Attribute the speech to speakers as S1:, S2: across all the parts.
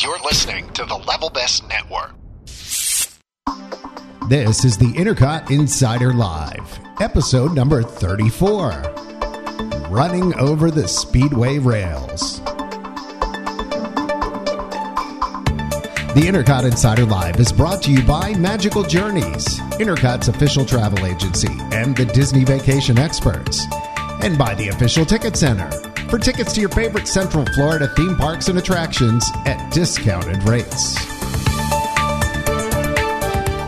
S1: You're listening to the Level Best Network.
S2: This is the Intercot Insider Live, episode number 34 Running Over the Speedway Rails. The Intercot Insider Live is brought to you by Magical Journeys, Intercot's official travel agency, and the Disney Vacation Experts, and by the Official Ticket Center for tickets to your favorite Central Florida theme parks and attractions at discounted rates.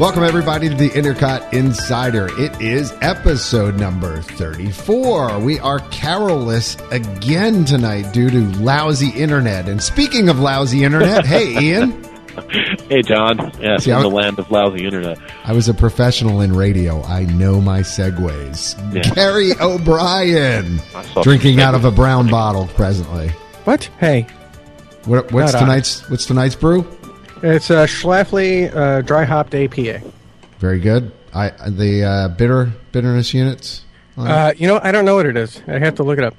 S2: Welcome, everybody, to the Intercot Insider. It is episode number 34. We are carolless again tonight due to lousy internet. And speaking of lousy internet, hey, Ian,
S3: Hey, John. Yeah,
S2: See,
S3: from
S2: I-
S3: the land of lousy internet.
S2: I was a professional in radio. I know my segues.
S3: Yeah.
S2: Gary O'Brien,
S3: I saw
S2: drinking
S3: some
S2: out of a brown bottle presently.
S4: What? Hey,
S2: What, what's
S4: Not I.
S2: tonight's What's tonight's brew?
S4: it's uh, Schlafly uh, dry hopped APA.
S2: Very good. I the uh, bitter bitterness units.
S4: Uh, you know, I don't know what it is. I have to look it up.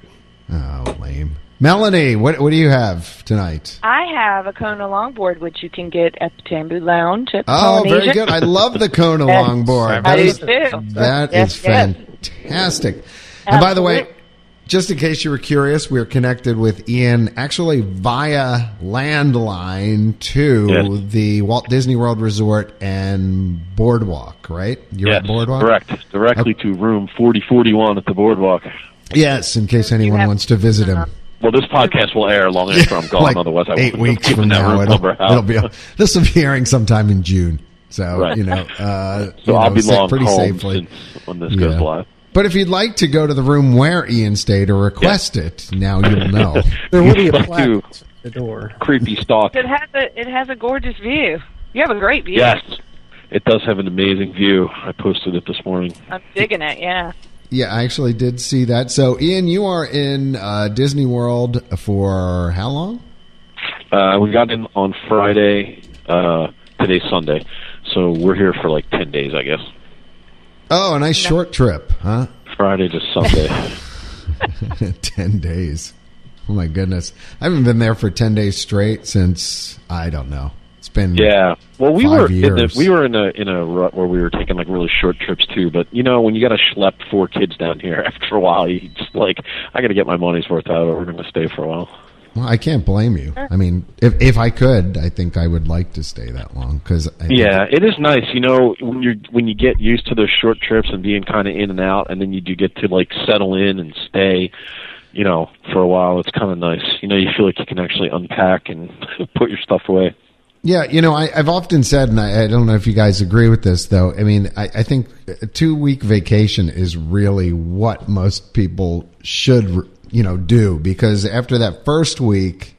S2: Oh, lame. Melanie, what what do you have tonight?
S5: I have a Kona longboard, which you can get at the Tambu Lounge at
S2: Oh,
S5: Polynesia.
S2: very good. I love the Kona
S5: Yes.
S2: longboard.
S5: I
S2: That
S5: do
S2: is,
S5: too.
S2: that
S5: Yes,
S2: is
S5: yes.
S2: fantastic. And by the way,
S5: Absolutely.
S2: just in case you were curious, we're connected with Ian actually via landline to
S3: Yes.
S2: the Walt Disney World Resort and Boardwalk, right? You're
S3: Yes,
S2: at Boardwalk?
S3: correct. Directly to room 4041 at the boardwalk.
S2: Yes, in case anyone
S5: have-
S2: wants to visit him.
S3: Well, this podcast will air long after I'm gone.
S2: like
S3: Otherwise, I
S2: eight
S3: wouldn't
S2: weeks
S3: have
S2: from
S3: given that
S2: now.
S3: room
S2: It'll,
S3: number out.
S2: it'll be this will be airing sometime in June. So
S3: Right.
S2: you know, uh,
S3: so
S2: you
S3: I'll
S2: know,
S3: be
S2: sa-
S3: long
S2: pretty
S3: home
S2: safely.
S3: since when this goes
S2: Yeah.
S3: live.
S2: But if you'd like to go to the room where Ian stayed or request it, now you'll know.
S4: There will be a
S3: Fuck
S4: plaque
S3: you.
S4: at the door.
S3: Creepy stalk.
S5: It has a it has a gorgeous view. You have a great view.
S3: Yes. It does have an amazing view. I posted it this morning.
S5: I'm digging it. Yeah.
S2: yeah, I actually did see that. So, Ian, you are in uh, Disney World for how long?
S3: Uh, we got in on Friday. Uh, today's Sunday. So we're here for like 10 days, I guess.
S2: Oh, a nice short trip, huh?
S3: Friday to Sunday.
S2: ten days. Oh my goodness, I haven't been there for ten days straight since I don't know. It's been
S3: Yeah. Well, we
S2: Five
S3: were in the,
S2: years.
S3: we were in a in a rut where we were taking like really short trips too. But you know, when you got to schlep four kids down here, after a while, you just like I got to get my money's worth out of it. We're going to stay for a while.
S2: Well, I can't blame you. I mean, if if I could, I think I would like to stay that long because
S3: Yeah, it is nice. You know, when you when you get used to those short trips and being kind of in and out, and then you do get to like settle in and stay. You know, for a while, it's kind of nice. You know, you feel like you can actually unpack and put your stuff away.
S2: Yeah, you know, I, I've often said, and I, I don't know if you guys agree with this, though. I mean, I, I think a two week vacation is really what most people should, you know, do because after that first week,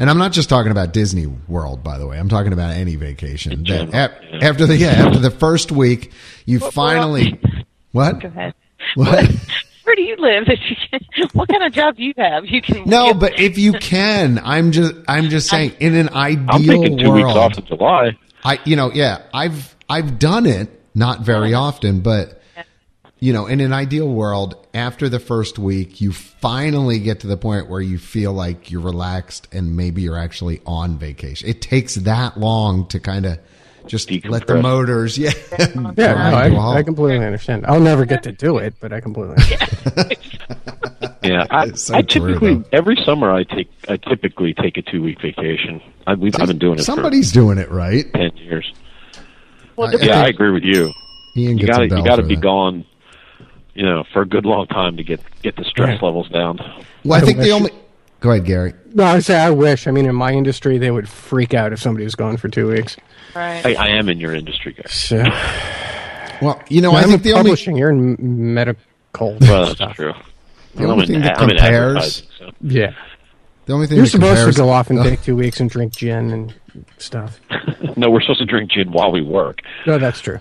S2: and I'm not just talking about Disney World, by the way. I'm talking about any vacation. That
S3: general,
S2: ap- after the yeah, after the first week, you finally what
S5: Go ahead.
S2: what.
S5: Where do you live? That you can, what kind of job do you have? You can
S2: No, but if you can, I'm just I'm just saying in an ideal
S3: I'm taking two
S2: world,
S3: weeks off in July.
S2: I you know yeah I've I've done it not very often but you know in an ideal world after the first week you finally get to the point where you feel like you're relaxed and maybe you're actually on vacation it takes that long to kind of just let the
S3: Decompress.
S2: motors yeah
S4: Yeah,
S2: grind to a
S4: no,
S2: halt.
S4: I, I completely understand. I'll never get to do it, but I completely understand.
S3: Yeah, I,
S2: It's so
S3: I
S2: true,
S3: typically
S2: though.
S3: every summer I take I typically take a two week vacation. I, we've, I've been doing it
S2: somebody's doing it right
S3: for ten years.
S2: well,
S3: Yeah, I agree with you.
S2: Ian
S3: You
S2: gets
S3: got to
S2: a bell
S3: you got to
S2: for
S3: be
S2: that.
S3: gone, you know, for a good long time to get get the stress
S4: Yeah.
S3: levels down.
S2: well I think the
S4: wish-
S2: only go ahead Gary
S4: no, I say I wish. I mean, in my industry, they would freak out if somebody was gone for two weeks.
S5: Right.
S3: I, I am in your industry, guys.
S4: So,
S2: well you know I
S4: I'm
S2: think the
S4: in
S2: only
S4: publishing. You're in m- medical
S3: Well, that's
S4: stuff.
S3: true.
S2: The only
S3: I'm
S2: thing
S3: in,
S2: that
S3: I'm in
S2: compares-
S3: advertising, so.
S4: Yeah,
S2: the Oh. only thing
S4: you're
S2: that
S4: supposed to
S2: compares-
S4: go off and take two weeks and drink gin and stuff.
S3: No, we're supposed to drink gin while we work
S4: No, that's true.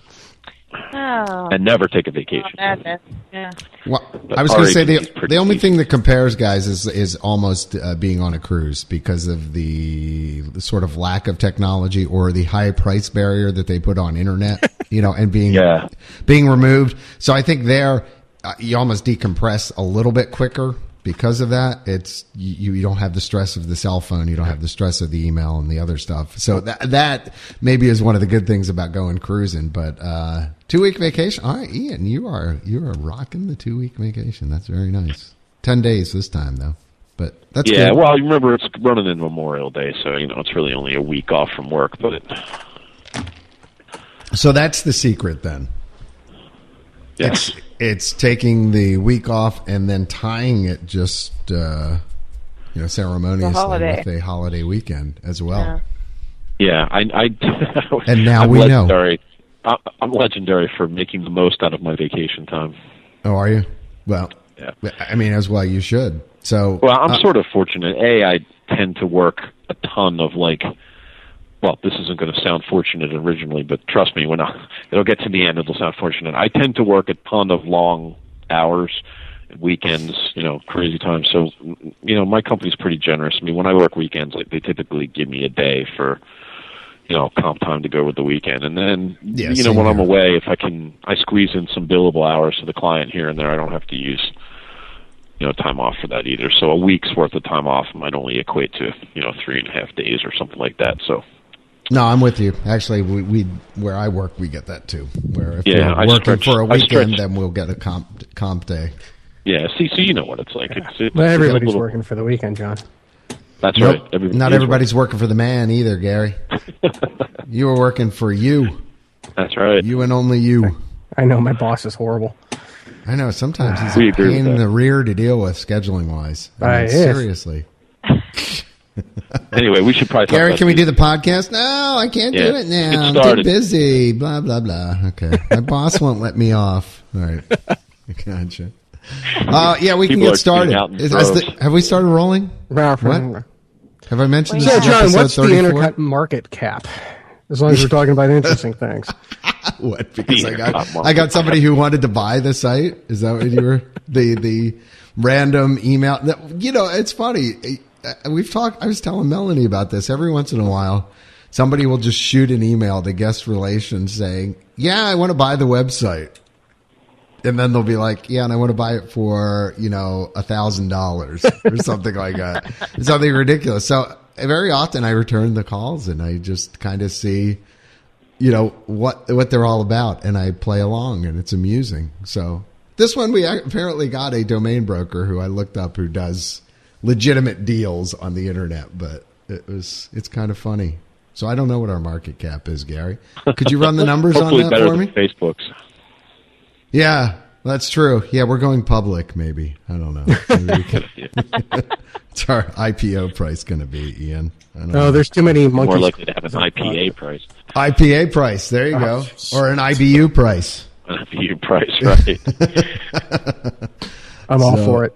S5: oh,
S3: and never take a
S5: oh,
S3: vacation.
S5: madness. Yeah.
S2: Well, I was going to
S3: RAP
S2: say
S3: is
S2: the
S3: pretty
S2: the only
S3: easy.
S2: thing that compares guys is is almost uh, being on a cruise because of the sort of lack of technology or the high price barrier that they put on internet, you know, and being
S3: Yeah.
S2: being removed. So I think there uh, you almost decompress a little bit quicker because of that, it's you, you don't have the stress of the cell phone, you don't have the stress of the email and the other stuff. So that that maybe is one of the good things about going cruising. But uh, two week vacation, all right, Ian, you are you are rocking the two week vacation. That's very nice. Ten days this time though, but that's
S3: yeah,
S2: good.
S3: well, remember it's running in Memorial Day, so you know it's really only a week off from work. But
S2: So that's the secret then.
S3: yes,
S2: It's it's taking the week off and then tying it just uh, you know ceremoniously
S5: The holiday.
S2: with a holiday weekend as well.
S5: Yeah.
S3: yeah, I, I
S2: And now
S3: I'm
S2: we know.
S3: legendary. know. I'm legendary for making the most out of my vacation time.
S2: Oh, are you? Well,
S3: Yeah.
S2: I mean, as well you should. So
S3: Well, I'm
S2: uh,
S3: sort of fortunate. A, I tend to work a ton of like. Well, this isn't going to sound fortunate originally, but trust me, when I, it'll get to the end, it'll sound fortunate. I tend to work a ton of long hours, weekends, you know, crazy times. So, you know, my company's pretty generous. I mean, when I work weekends, like they typically give me a day for, you know, comp time to go with the weekend, and then
S2: Yeah,
S3: you know
S2: same
S3: when I'm
S2: here.
S3: away, if I can, I squeeze in some billable hours to the client here and there. I don't have to use you know time off for that either. So a week's worth of time off might only equate to you know three and a half days or something like that. So
S2: no, I'm with you. Actually, we, we where I work, we get that too. Where if
S3: Yeah, I
S2: we're working
S3: stretch-
S2: for a
S3: I
S2: weekend,
S3: stretch.
S2: then we'll get a comp comp day.
S3: yeah, see, so you know what it's like. It's, it's it's a
S4: But everybody's
S3: little-
S4: working for the weekend, John.
S3: That's
S2: Nope,
S3: right. Everybody's
S2: not everybody's working for the man either, Gary. you were working for you,
S3: working. That's right.
S2: you and only you.
S4: I know my boss is horrible.
S2: I know sometimes he's a
S3: We agree with
S2: pain in
S3: that.
S2: the rear to deal with scheduling wise. I
S4: Uh,
S2: mean,
S4: yes.
S2: seriously.
S3: anyway, we should probably. talk
S2: Gary,
S3: about
S2: can we do
S3: these-
S2: the podcast? No, I can't
S3: Yeah.
S2: do it now.
S3: Get
S2: I'm too
S3: started.
S2: busy. Blah blah blah. Okay, my boss won't let me off. All right, gotcha. Uh, yeah, we
S3: People
S2: can
S3: are
S2: get started.
S3: tuning out in
S2: Is- has the-
S3: droves.
S2: have we started rolling?
S4: What?
S2: Have I mentioned
S5: Wait,
S2: this?
S4: So,
S2: is
S4: John,
S2: episode
S4: what's the
S2: 34?
S4: intercut market cap? As long as we're talking about interesting things.
S2: What? Because I
S3: Intercut
S2: got
S3: market.
S2: I got somebody who wanted to buy the site. Is that what you were the the random email? that- You know, it's funny. Uh, We've talked. I was telling Melanie about this. Every once in a while, somebody will just shoot an email to guest relations saying, "Yeah, I want to buy the website." and then they'll be like, "Yeah, and I want to buy it for you know a thousand dollars or something like that, something ridiculous." So very often I return the calls and I just kind of see, you know what what they're all about, and I play along, and it's amusing. So this one we apparently got a domain broker who I looked up who does legitimate deals on the internet, but it was it's kind of funny. So I don't know what our market cap is, Gary. Could you run the numbers on
S3: Hopefully
S2: that
S3: better
S2: for me?
S3: than Facebook's.
S2: Yeah, that's true. Yeah, we're going public, maybe. I don't know. Maybe we can- What's our IPO price going to be, Ian? I don't
S4: Oh,
S2: know.
S4: there's too many
S3: More
S4: monkeys.
S3: likely to have an IPA price,
S2: IPA price. There you go.
S4: Oh,
S2: Or an IBU price.
S3: an IPU price, right?
S4: Uh, I'm all
S2: So-
S4: for it.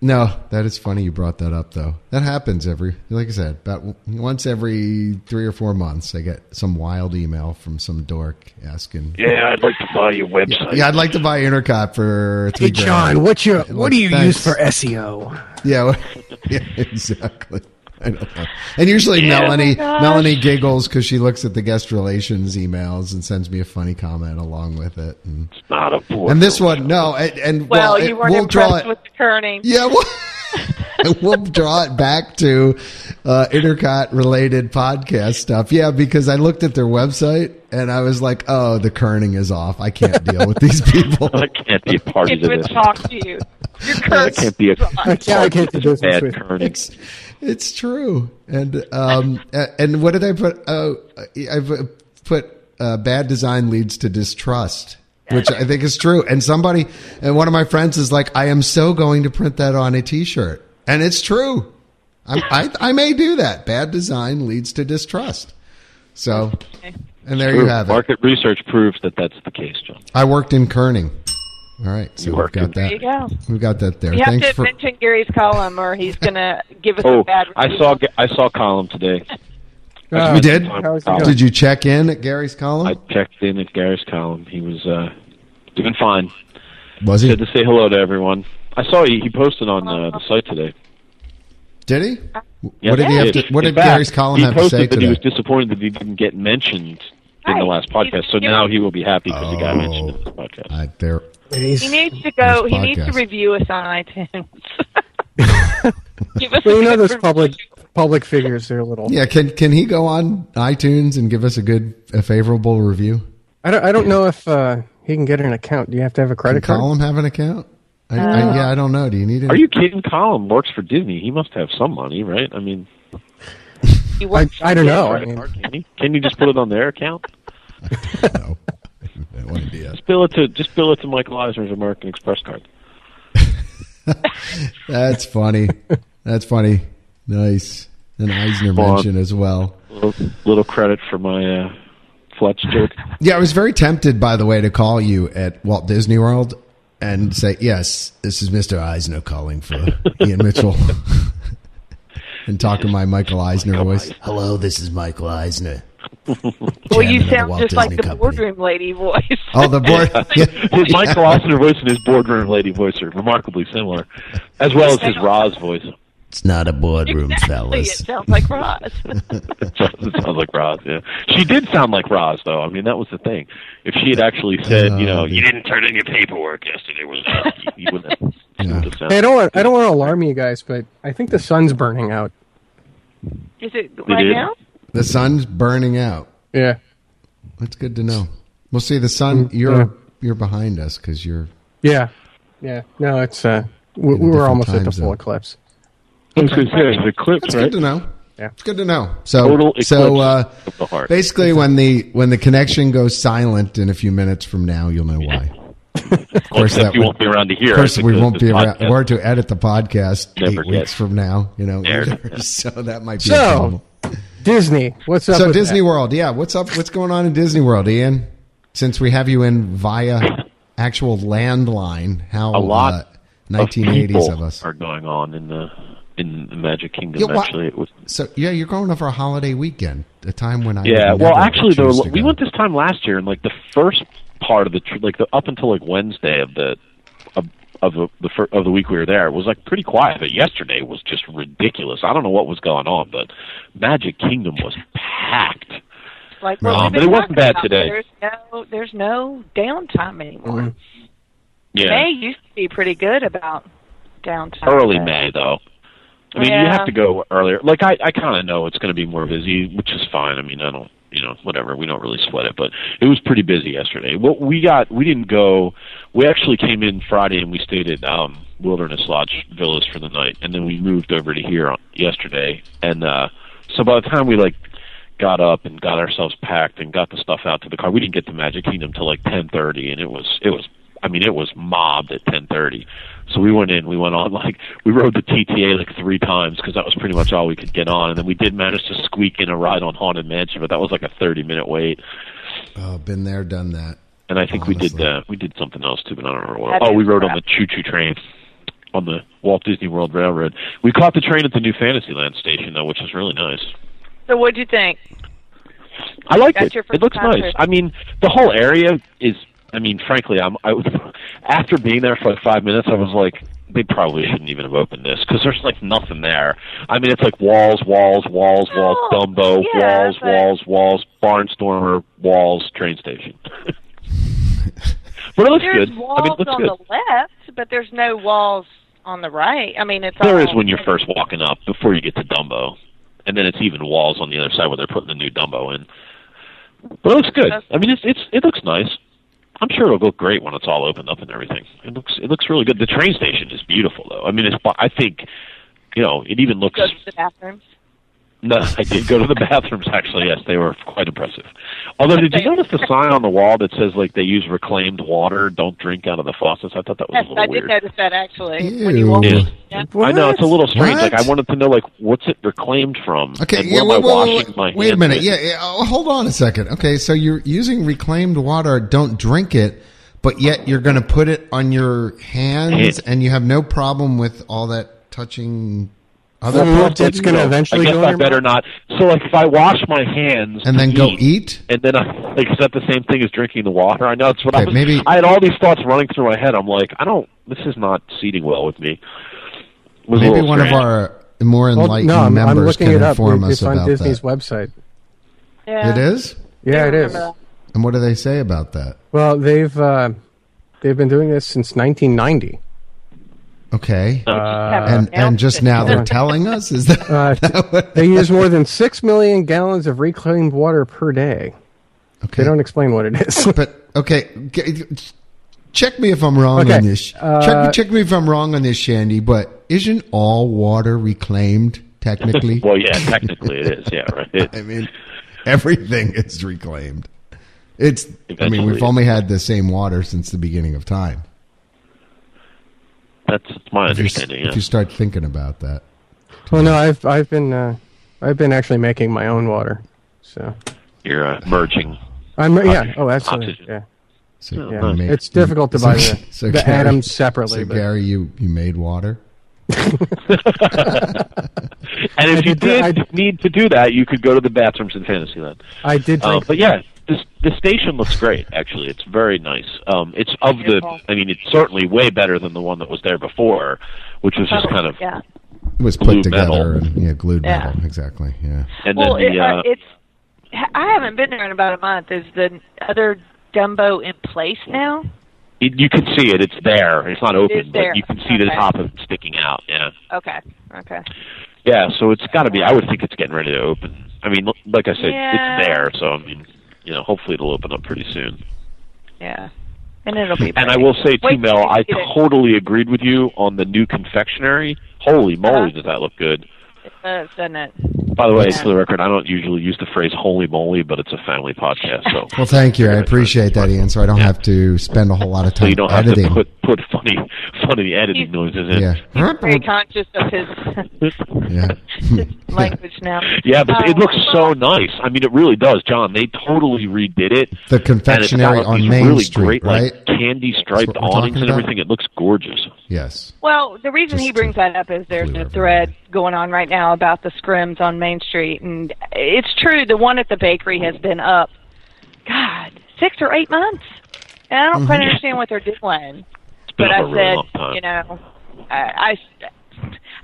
S2: No, that is funny you brought that up, though. That happens every, like I said, about w- once every three or four months, I get some wild email from some dork asking,
S3: yeah, I'd like to buy your website.
S2: Yeah, I'd like to buy Intercot for three
S4: Hey,
S2: grand."
S4: John, what's your what do you
S2: Thanks.
S4: use for E SEO?
S2: Yeah, yeah, exactly. I don't know. And usually Melanie
S5: Oh my gosh.
S2: Melanie giggles because she looks at the guest relations emails and sends me a funny comment along with it. And,
S3: It's not a poor.
S2: and this one, no, and, and
S5: Well,
S2: well, it-
S5: you weren't
S2: we'll draw
S5: impressed
S2: it.
S5: with the kerning.
S2: yeah, we'll, we'll draw it back to uh, intercot related podcast stuff. Yeah, because I looked at their website and I was like, oh, the kerning is off. I can't deal with these people.
S3: I can't be a party
S5: Kids
S3: to
S5: would
S3: this.
S5: talk to you. You're
S3: I
S5: cursed.
S3: can't be a
S4: I can't, I can't do business
S3: bad
S4: with.
S3: turning.
S2: it's it's true and um a- and what did i put oh i I've put uh, bad design leads to distrust which i think is true and somebody and one of my friends is like i am so going to print that on a t-shirt and it's true I, I i may do that bad design leads to distrust so and there you have it
S3: Market research proves that that's the case, John.
S2: i worked in kerning all right so
S3: You
S2: we've
S3: worked
S2: got
S3: in-
S2: that
S5: There you go.
S2: we've got that there
S5: You have
S2: thanks
S5: to
S2: for
S5: mention Gary's column, or he's gonna give us a
S3: Oh,
S5: bad.
S3: I
S5: review.
S3: saw I saw column today.
S2: Uh, we did
S4: How's it going?
S2: did you check in at gary's column
S3: Oh. I checked in at Gary's column. He was uh, doing fine.
S2: was he
S3: Said to say hello to everyone. I saw he, he posted on uh, the site today.
S2: Did he?
S3: Yeah,
S2: what did he have to? What
S3: In
S2: did
S3: fact,
S2: Gary's column
S3: he
S2: have to
S3: posted
S2: say
S3: that He
S2: today?
S3: was disappointed that he didn't get mentioned in the
S5: Right.
S3: last podcast. So
S5: He's-
S3: now he will be happy because he got
S2: Oh.
S3: mentioned in this podcast.
S2: I, there,
S5: He needs to go.
S2: This
S5: He needs to
S2: podcast.
S5: review us on iTunes. Give us
S4: Well,
S5: a
S4: you know
S5: good
S4: those
S5: review.
S4: public public figures. They're a little.
S2: Yeah, can can he go on iTunes and give us a good, a favorable review?
S4: I don't. I don't know if uh, he can get an account. Do you have to have a credit
S2: Did
S4: card?
S2: Colin have an account? I, I, yeah, I don't know. Do you need it?
S3: Are you kidding? Colin works for Disney. He must have some money, right? I mean,
S5: You
S4: I,
S5: want-
S4: I don't
S2: Oh,
S4: know. I
S3: credit
S4: mean,
S3: card, can he? Can you just put it on their account?
S2: No. That wouldn't be it.
S3: Bill it to just bill it to Michael Eisner's American Express card.
S2: That's funny. That's funny. Nice. An Eisner
S3: on.
S2: mention as well.
S3: Little, little credit for my uh, Fletch joke.
S2: Yeah, I was very tempted, by the way, to call you at Walt Disney World and say, "Yes, this is Mr. Eisner calling for Ian Mitchell," and talk in my Michael Eisner voice. Hello, this is Michael Eisner.
S5: well,
S2: Chairman
S5: you
S2: of the
S5: sound
S2: Walt
S5: just
S2: Disney
S5: like the
S2: Company.
S5: boardroom lady voice.
S2: Oh, the board. Yeah.
S3: His Michael Eisner voice and his boardroom lady voice are remarkably similar, as well as his Roz voice.
S2: It's not a boardroom,
S5: exactly. It sounds like Ross.
S3: It sounds it sounds like Roz. Yeah, she did sound like Roz, though. I mean, that was the thing. If she had actually said, you know, you didn't turn in your paperwork yesterday, was you, you wouldn't have. you wouldn't have
S4: I
S3: sounded-
S4: don't. Want, I don't want to alarm you guys, but I think the sun's burning out.
S5: Is it right
S3: is.
S5: now?
S2: The sun's burning out.
S4: Yeah.
S2: That's good to know. We'll see. The sun.
S4: Mm,
S2: You're you're behind us because you're.
S4: Yeah. Yeah. No, it's. Uh, we,
S2: a
S4: we're
S2: different
S4: almost at
S2: time
S4: the full
S2: zone.
S4: eclipse.
S3: I was going to say it's
S2: That's
S3: eclipse,
S2: good to know.
S4: Yeah.
S2: It's good to know. So
S3: Total eclipse
S2: so uh,
S3: of the heart.
S2: basically, when the when the connection goes silent in a few minutes from now, you'll know why.
S3: Of course,
S2: that
S3: you
S2: would-
S3: won't be around to hear.
S2: Of course,
S3: it
S2: we
S3: because
S2: won't
S3: this
S2: be around
S3: podcast-
S2: or to edit the podcast
S3: Never
S2: eight weeks
S3: did.
S2: from now. You know,
S3: There.
S2: either. so that might be.
S4: So,
S2: a problem.
S4: Disney. What's up?
S2: so
S4: with
S2: Disney
S4: that?
S2: World, yeah. What's up? What's going on in Disney World, Ian? Since we have you in via actual landline, how
S3: A lot
S2: uh,
S3: of
S2: 1980s of,
S3: people
S2: us?
S3: are going on in the in the Magic Kingdom.
S2: Yeah, why-
S3: actually, it was
S2: So yeah, you're going over a holiday weekend, a time when I
S3: Yeah,
S2: would
S3: well,
S2: never
S3: actually, though,
S2: choose to
S3: we
S2: go.
S3: went this time last year, and like the first part of the tr- like the up until like Wednesday of the of, of the the fir- of the week we were there was like pretty quiet, but yesterday was just ridiculous. I don't know what was going on, but Magic Kingdom was packed.
S5: Like, what
S3: No,
S5: we've
S3: but
S5: been
S3: it wasn't
S5: talking
S3: bad
S5: about.
S3: today. Mm-hmm.
S5: There's no, there's no downtime anymore.
S3: Yeah,
S5: May used to be pretty good about downtime.
S3: early
S5: but-
S3: May though. I mean, you
S5: Yeah.
S3: have to go earlier. Like I, I kind of know it's going to be more busy, which is fine. I mean, I don't, you know, whatever. We don't really sweat it, but it was pretty busy yesterday. What we got, we didn't go. We actually came in Friday and we stayed at um, Wilderness Lodge Villas for the night, and then we moved over to here on, yesterday. And uh, so by the time we like got up and got ourselves packed and got the stuff out to the car, we didn't get to Magic Kingdom till like ten thirty, and it was it was. I mean, it was mobbed at ten thirty. So we went in, we went on like we rode the TTA like three times because that was pretty much all we could get on, and then we did manage to squeak in a ride on Haunted Mansion, but that was like a thirty minute wait.
S2: Oh, been there, done that.
S3: And I think we did
S2: Honestly.
S3: uh, we did something else too, but I don't remember what.
S5: That
S3: Oh,
S5: is
S3: we rode on
S5: crap.
S3: the choo choo train on the Walt Disney World Railroad. We caught the train at the new Fantasyland station though, which was really nice.
S5: So, what'd you think?
S3: I like
S5: That's
S3: it.
S5: your
S3: It
S5: first
S3: looks
S5: concert.
S3: nice. I mean, the whole area is. I mean, frankly, I'm. I, was- after being there for like five minutes, I was like, they probably shouldn't even have opened this because there's like nothing there. I mean, it's like walls, walls, walls, walls,
S5: No,
S3: Dumbo,
S5: yeah,
S3: walls,
S5: but-
S3: walls, walls, barnstormer, walls, train station. but it looks
S5: There's
S3: good.
S5: walls
S3: I mean, it looks
S5: on
S3: good.
S5: the left, but there's no walls on the right. I mean, it's
S3: There
S5: all
S3: is when you're first walking up before you get to Dumbo, and then it's even walls on the other side where they're putting the new Dumbo in. But it looks good. I mean, it's it's it looks nice. I'm sure it'll look great when it's all opened up and everything. It looks it looks really good. The train station is beautiful though. I mean, it's I think you know it even looks.
S5: Go to the bathrooms.
S3: No, I did go to the bathrooms actually. Yes, they were quite impressive. Although, did you notice the sign on the wall that says like they use reclaimed water, don't drink out of the faucets? I thought that
S5: Yes,
S3: was a little
S5: I
S3: weird.
S5: did notice that actually.
S2: Ew.
S5: When you walk
S3: Yeah.
S5: in, yeah.
S3: I know it's a little strange. Like
S2: What?
S3: I wanted to know, like, what's it reclaimed from?
S2: Okay,
S3: and
S2: yeah,
S3: where
S2: wait,
S3: am I
S2: wait,
S3: washing
S2: wait,
S3: my
S2: wait, wait a
S3: hands
S2: minute.
S3: with?
S2: Yeah, yeah, oh, hold on a second. Okay, so you're using reclaimed water. Don't drink it, but yet you're going to put it on your hands,
S3: Hand.
S2: and you have no problem with all that touching other
S4: Mhm.
S2: parts,
S3: Well,
S4: It's gonna
S3: you know,
S4: eventually
S3: I guess
S4: go in
S3: I
S4: your
S3: better not. So, like, if I wash my hands
S2: and then go eat.
S3: and then I like, is that the same thing as drinking the water? I know it's what I
S2: Okay,
S3: was.
S2: maybe-
S3: I had all these thoughts running through my head. I'm like, I don't. This is not seating well with me. It was a
S2: Maybe
S3: little
S2: one of
S3: strange.
S2: our more
S4: Well,
S2: enlightened
S4: Oh, no, I'm, I'm
S2: members
S4: looking
S2: can
S4: it up.
S2: inform us
S4: It's on
S2: about
S4: Disney's
S2: that.
S4: website.
S5: Yeah.
S2: It is,
S4: Yeah, it is.
S5: Remember
S2: and what do they say about that?
S4: Well, they've uh, they've been doing this since 1990.
S2: Okay.
S6: Have
S2: and
S6: now-
S2: and just now they're telling us is that
S4: Uh, they use more than six million gallons of reclaimed water per day. They
S2: okay?
S4: don't explain what it is.
S2: But okay, g- check me if I'm wrong
S4: Okay,
S2: on this.
S4: uh,
S2: check, check me if I'm wrong on this, Shandy. But isn't all water reclaimed technically?
S3: Well, yeah, technically it is. Yeah, right. It-
S2: I mean, everything is reclaimed. It's. I mean,
S3: Eventually.
S2: we've only had the same water since the beginning of time.
S3: that's my
S2: If you, s-
S3: understanding.
S2: if
S3: Yeah.
S2: you start thinking about that,
S4: well, no, I've I've been uh, I've been actually making my own water. So
S3: You're uh, merging.
S4: I'm yeah. Oh, that's
S3: Oxygen.
S4: yeah.
S2: so
S4: Yeah,
S2: you made-
S4: it's difficult to
S2: so-
S4: buy the,
S2: so
S4: the
S2: Gary-
S4: atoms separately.
S2: So
S4: but
S2: Gary, you you made water.
S3: And if
S4: I
S3: you
S4: did the-
S3: did need to do that, you could go to the bathrooms in Fantasyland.
S4: I did
S3: Uh,
S4: drink.
S3: but yeah, this, the station looks great. Actually, it's very nice. Um, it's of the. I mean, it's certainly way better than the one that was there before, which was just kind of.
S6: yeah.
S2: It was put
S3: Glue
S2: together
S3: metal.
S2: and yeah, glued
S6: Yeah.
S2: metal exactly. Yeah.
S3: And
S6: well,
S3: then
S6: it,
S3: the,
S6: uh,
S3: uh,
S6: it's. I haven't been there in about a month. Is the other Dumbo in place now?
S3: it- you can see it. It's there. It's not open,
S6: It's
S3: but
S6: there.
S3: you can see the
S6: Okay.
S3: top of it sticking out. Yeah.
S6: Okay. Okay.
S3: Yeah. So it's got to be. I would think it's getting ready to open. I mean, l- like I said,
S6: Yeah.
S3: it's there. So I mean, you know, hopefully it'll open up pretty soon.
S6: Yeah. And it'll be.
S3: And
S6: pretty.
S3: I will say too,
S6: Wait
S3: Mel,
S6: till you
S3: I
S6: get it.
S3: totally agreed with you on the new confectionery. Holy moly,
S6: Uh-huh.
S3: does that look good!
S6: Uh, doesn't it?
S3: By the way,
S6: Yeah.
S3: for the record, I don't usually use the phrase "holy moly," but it's a family podcast, so
S2: Well, thank you. I appreciate that, Ian. So I don't have to spend a whole lot of
S3: so
S2: time
S3: you don't have
S2: editing.
S3: to put put funny funny editing noises in.
S2: yeah.
S6: Very conscious of his
S2: Yeah. Oh,
S6: his language now.
S3: Yeah, but it
S6: Um,
S3: looks so nice. I mean, it really does, John. They totally redid
S2: The
S3: it. and it's got
S2: confectionery
S3: like,
S2: on
S3: these
S2: Main
S3: really
S2: Street,
S3: great,
S2: right?
S3: Like, candy striped
S2: That's what we're
S3: awnings
S2: talking
S3: and
S2: about?
S3: everything. It looks gorgeous.
S2: yes.
S6: Well, the reason
S2: Just
S6: he
S2: to
S6: brings that up is there's
S2: clue
S6: a
S2: everyone.
S6: thread going on right now about the scrims on Main Street, and it's true. The one at the bakery
S2: Mm-hmm.
S6: has been up, God, six or eight months, and I don't quite
S2: Mm-hmm.
S6: understand what they're doing.
S3: It's been
S6: But
S3: up
S6: I
S3: a really long
S6: said,
S3: time.
S6: you know, I, I,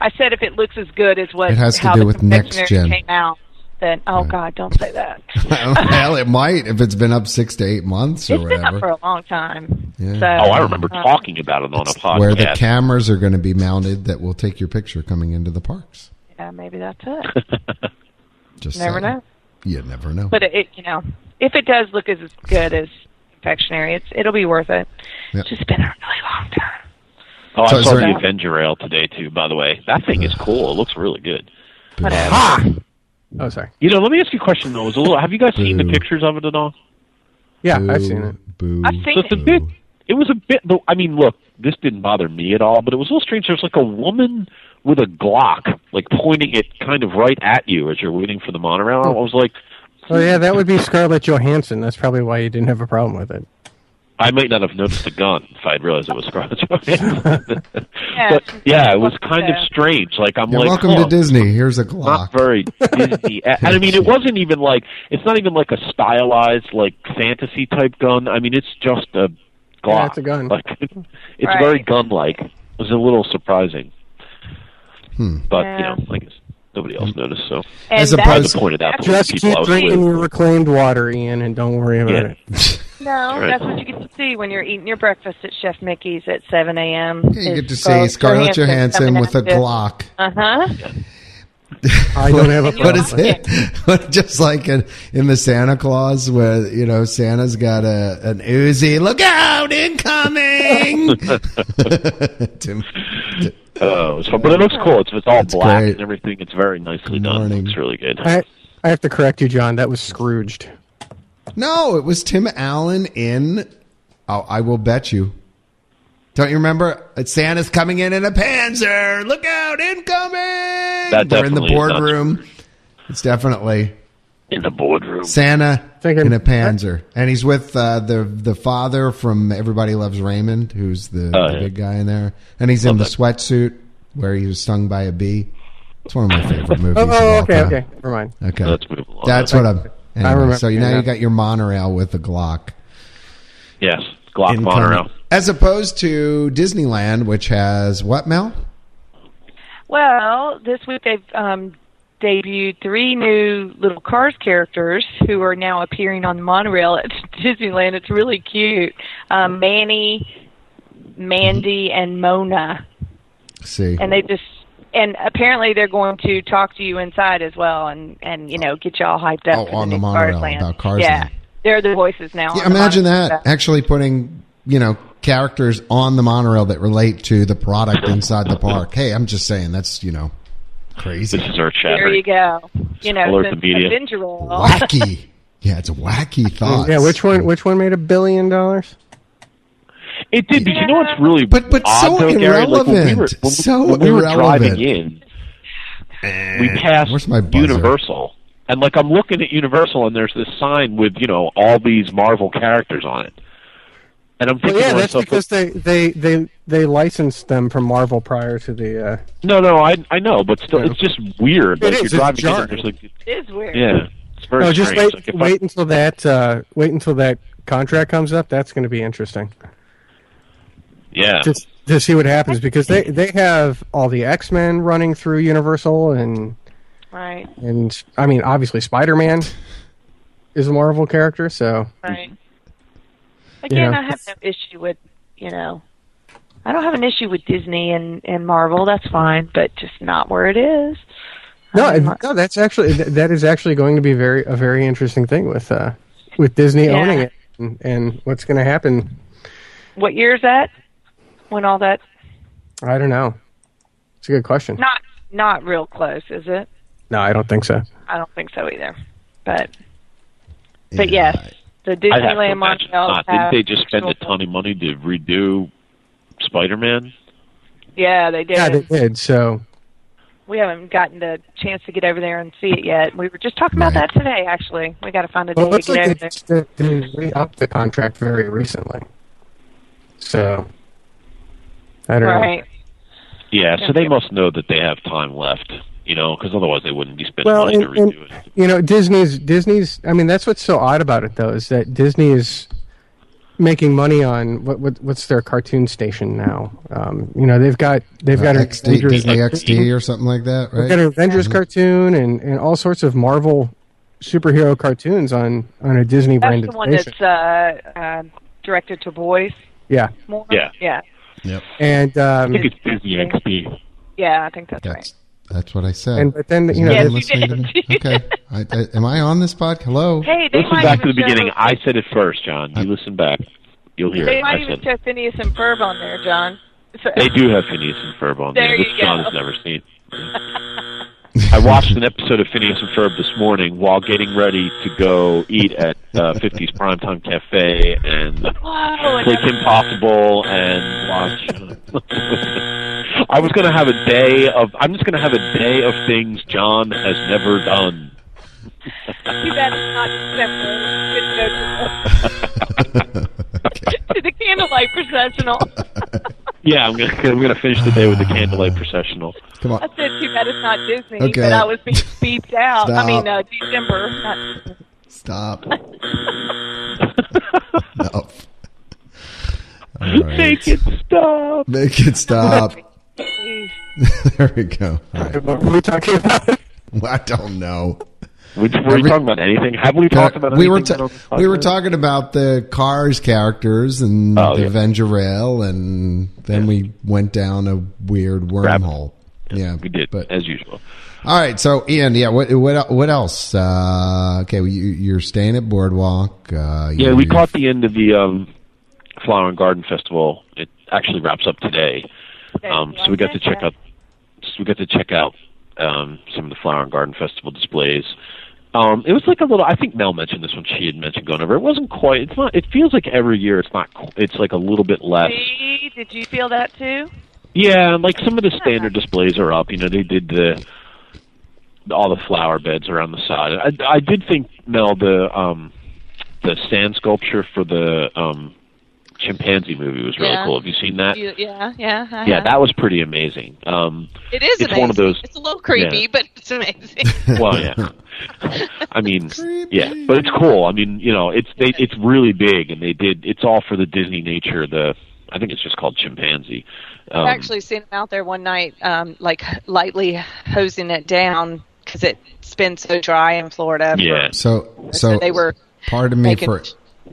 S6: I said if it looks as good as what
S2: It has to
S6: how
S2: do
S6: the
S2: with next
S6: confectionery
S2: gen.
S6: came out, then oh
S2: Right.
S6: God, don't say that.
S2: well, it might if it's been up six to eight months or
S6: It's been up
S2: whatever.
S6: for a long time.
S2: Yeah.
S6: So,
S3: oh, I remember
S6: uh,
S3: talking about it on a podcast.
S2: where the cameras are going to be mounted that will take your picture coming into the parks.
S6: Yeah, maybe that's it.
S2: Just
S6: Never
S2: saying.
S6: know.
S2: You never know.
S6: but it, it you know if it does look as good as confectionery it's it'll be worth it
S2: Yeah.
S6: it's just been a really long time
S3: oh,
S2: So
S3: I
S2: is
S3: saw
S2: there-
S3: the Avenger Ale today too. By the way, that thing is cool. It looks really good.
S6: whatever
S4: oh, sorry.
S3: You know, let me ask you a question though. It was a little, have you guys seen the
S2: Boo.
S3: pictures of it at all?
S4: Yeah,
S2: boo,
S4: I've seen it.
S2: Boo,
S6: I've seen
S3: So it's a
S6: Ooh.
S3: bit. It was a bit. though I mean, look, this didn't bother me at all, but it was a little strange. There's like a woman with a Glock, like pointing it kind of right at you as you're waiting for the monorail. I was like,
S4: Oh yeah, that would be Scarlett Johansson. That's probably why you didn't have a problem with it.
S3: I might not have noticed the gun if I'd realized it was Scarlett Johansson. but
S6: she's
S3: yeah, it
S6: just
S3: was
S6: walking
S3: kind of
S6: there.
S3: strange. Like I'm
S2: You're
S3: like, oh.
S2: welcome
S3: huh,
S2: to Disney. Here's a Glock.
S3: Not very Disney. and I mean, it wasn't even like it's not even like a stylized like fantasy type gun. I mean, it's just a Glock.
S4: Yeah, it's a gun.
S3: Like it's
S6: Right.
S3: very gun like. It was a little surprising.
S2: Hmm.
S3: But you
S6: Yeah.
S3: know, I guess nobody else noticed. So
S6: and
S2: As
S6: that-
S3: I
S2: opposed-
S3: had to point it out to the
S4: Just
S3: people I
S4: keep
S3: was
S4: drinking
S3: with.
S4: your reclaimed water, Ian, and don't worry about
S3: Yeah.
S4: it.
S6: no
S3: Right.
S6: that's what you get to see when you're eating your breakfast at chef mickey's at 7 a.m
S2: Yeah, you get to see Scarlett Johansson with a Glock.
S6: uh-huh
S4: I don't have a
S2: What
S4: problem.
S2: is
S4: with it.
S2: it? Just like in, in the Santa Claus, where you know Santa's got a an Uzi. Look out, incoming! Tim,
S3: Oh, so, but it looks cool. It's, it's all
S2: That's
S3: black
S2: great.
S3: and everything. It's very nicely
S2: Good
S3: done.
S2: morning.
S3: It's really good.
S4: I, I have to correct you, John. That was Scrooged.
S2: no, it was Tim Allen in. Oh, I will bet you. Don't you remember? It's Santa's coming in in a Panzer. Look out, incoming! We're in the
S3: definitely is not
S2: boardroom. It's definitely
S3: In the boardroom.
S2: Santa
S4: Thinking-
S2: in a Panzer, and he's with uh, the the father from Everybody Loves Raymond, who's the,
S3: Oh,
S2: the
S3: yeah.
S2: big guy in there, and he's in the sweatsuit where he was stung by a bee. It's one of my favorite movies.
S4: Oh,
S2: of
S4: oh,
S2: all
S4: okay,
S2: time.
S4: okay. Never mind.
S2: okay.
S3: Let's move along.
S2: That's what I'm. Anyway,
S4: remember
S2: so now
S4: now.
S2: you got your monorail with a Glock.
S3: yes, Glock
S2: in
S3: monorail.
S2: common. As opposed to Disneyland, which has what, Mel?
S6: well this week they've um debuted three new little cars characters who are now appearing on the monorail at disneyland it's really cute um manny mandy and mona
S2: See.
S5: and they just and apparently they're going to talk to you inside as well and and you know get you all hyped up
S2: Oh,
S5: for
S2: on
S5: the,
S2: the
S5: new
S2: monorail,
S5: Cars Land.
S2: about Cars
S5: yeah
S2: Land.
S5: they're the voices now
S2: Yeah,
S5: on the
S2: imagine
S5: monorail.
S2: that actually putting you know characters on the monorail that relate to the product inside the park. Hey, I'm just saying that's you know
S3: This
S2: crazy,
S3: is our chat.
S5: there you go you know
S3: Alert
S5: since
S3: the media.
S5: Avengerail-
S2: wacky. Yeah, it's a wacky thought.
S4: Yeah, which one? Which one made a billion dollars?
S3: It did. But you know what's really
S2: But- but so
S3: odd, though, Gary? Like, when we were,
S2: irrelevant.
S3: when,
S2: So
S3: when we were driving in,
S2: irrelevant.
S3: we passed
S2: Where's my buzzer?
S3: Universal, and like I'm looking at Universal, and there's this sign with you know all these Marvel characters on it, and I'm
S4: Well,
S3: thinking
S4: yeah,
S3: to
S4: that's
S3: myself,
S4: because they they they they licensed them from Marvel prior to the. Uh,
S3: no, no, I I know, but still, it's just weird.
S4: It
S3: like
S4: is, it's
S3: you're driving in,
S4: jarring.
S3: and there's like
S5: it is weird
S3: yeah, it's very
S4: no, just
S3: strange.
S4: wait,
S3: Like, if I-
S4: wait until that uh, wait until that contract comes up. That's going to be interesting
S3: yeah,
S4: to to see what happens because they they have all the X Men running through Universal and
S5: right
S4: and I mean obviously Spider Man is a Marvel character, so
S5: right again
S4: Yeah.
S5: I have no issue with you know I don't have an issue with Disney and and Marvel that's fine but just not where it is
S4: No,
S5: I'm
S4: it-
S5: not-
S4: no, that's actually th- that is actually going to be very a very interesting thing with uh, with Disney
S5: Yeah.
S4: owning it and, and what's going to happen.
S5: what year is that when all that
S4: I don't know. It's a good question. No,
S5: not not real close is it
S4: I don't think so.
S5: I don't think so either but But yes, the
S3: I'd have to
S5: Disneyland
S3: imagine
S5: Montreal
S3: not.
S5: have
S3: Didn't they just spend a
S5: virtual-
S3: ton of money to redo Spider-Man?
S5: Yeah, they did.
S4: Yeah, they did. So
S5: We haven't gotten the chance to get over there and see it yet. We were just talking about
S2: Right.
S5: that today. Actually, we got to find a
S4: well, it
S5: day
S4: looks
S5: to get
S4: like
S5: over
S4: they,
S5: there.
S4: they, they re-upped the contract very recently. So I don't
S5: Right.
S3: Yeah, so
S5: Yeah.
S3: they must know that they have time left, you know, because otherwise they wouldn't be spending
S4: Well,
S3: money to
S4: and- and-
S3: redo it.
S4: You know, Disney's Disney's. I mean, that's what's so odd about it, though, is that Disney is making money on what, what what's their cartoon station now. Um, you know, they've got they've got an
S2: XD,
S4: Avengers,
S2: Uh, Disney XD or something like that,
S4: they've got an
S2: right?
S4: Avengers cartoon and, and all sorts of Marvel superhero cartoons on on a Disney
S5: That's
S4: branded
S5: the one
S4: station.
S5: that's uh, uh, directed to boys.
S4: yeah,
S5: More.
S3: Yeah.
S5: Yeah.
S2: Yep.
S4: and um,
S3: I think it's Disney XP.
S5: Yeah, I think that's right.
S2: That's that's what I said.
S4: and but then you
S2: Isn't
S4: know,
S2: everyone
S5: you
S4: there's-
S2: listening to me?
S5: did.
S2: Okay. I, I, am I on this podcast? Hello.
S5: Hey, they
S3: Listen
S5: might
S3: back to
S5: even
S3: the beginning.
S5: Show,
S3: I said it first, John. You listen back. You'll hear
S5: they
S3: it.
S5: might
S3: I
S5: even
S3: said
S5: show Phineas and Ferb on there, John. So-
S3: They do have Phineas and Ferb on
S5: There
S3: there, which
S5: you
S3: John
S5: go.
S3: has never seen. I watched an episode of Phineas and Ferb this morning while getting ready to go eat at uh, 50's Primetime Cafe and
S5: Whoa,
S3: Click
S5: another-
S3: Impossible and watch. I was going to have a day of. I'm just going to have a day of things John has never done.
S5: Too bad it's not December. Couldn't go to the- to the candlelight processional.
S3: Yeah, I'm going to. I'm going to finish the day with the candlelight processional.
S2: Come
S5: I
S2: on.
S5: said too bad it's not Disney,
S2: Okay.
S5: but I was being beeped out. I mean, uh,
S2: Stop.
S5: December. Not,
S2: Stop. Enough. All right.
S3: Make it stop.
S2: Make it stop.
S5: geez.
S2: there we go. All right.
S4: what were we talking about?
S2: I don't know.
S3: We, were we
S2: Every-
S3: talking about anything? Have we talked about
S2: we
S3: anything?
S2: were ta-
S3: on this
S2: we were
S3: podcast?
S2: talking about the Cars characters and
S3: Oh,
S2: the
S3: yeah.
S2: Avenger Rail, and then we went down a weird
S3: Rabbit.
S2: wormhole. Yeah,
S3: We did,
S2: But
S3: as usual.
S2: all right, so Ian, yeah, what what el- what else? Uh, okay, well, you, you're staying at Boardwalk. Uh,
S3: Yeah,
S2: you-
S3: we caught the end of the um, Flower and Garden Festival. It actually wraps up today. Um, so we got to check out. So we got to check out um, some of the Flower and Garden Festival displays. Um, it was like a little. I think Mel mentioned this when she had mentioned going over. It wasn't quite. It's not. It feels like every year. It's not. qu- It's like a little bit less.
S5: See, did you feel that too?
S3: Yeah, and like some of the standard displays are up. You know, they did the all the flower beds around the side. I, I did think Mel the um, the sand sculpture for the um, chimpanzee movie was really
S6: Yeah.
S3: cool. Have you seen that?
S6: yeah, yeah. I
S3: Yeah,
S6: have.
S3: that was pretty amazing. Um,
S6: it is
S3: it's
S6: amazing.
S3: one of those-
S6: It's a little creepy,
S3: yeah.
S6: but it's amazing.
S3: well, yeah. I mean,
S2: Creepy.
S3: yeah, but it's cool. I mean, you know, it's they, it's really big, and they did. It's all for the Disney nature. The I think it's just called chimpanzee. Um,
S6: I actually seen him out there one night, um, like lightly hosing it down because it's been so dry in Florida. for-
S3: yeah,
S2: So
S6: So
S2: so
S6: they were.
S2: Pardon me
S6: making-
S2: for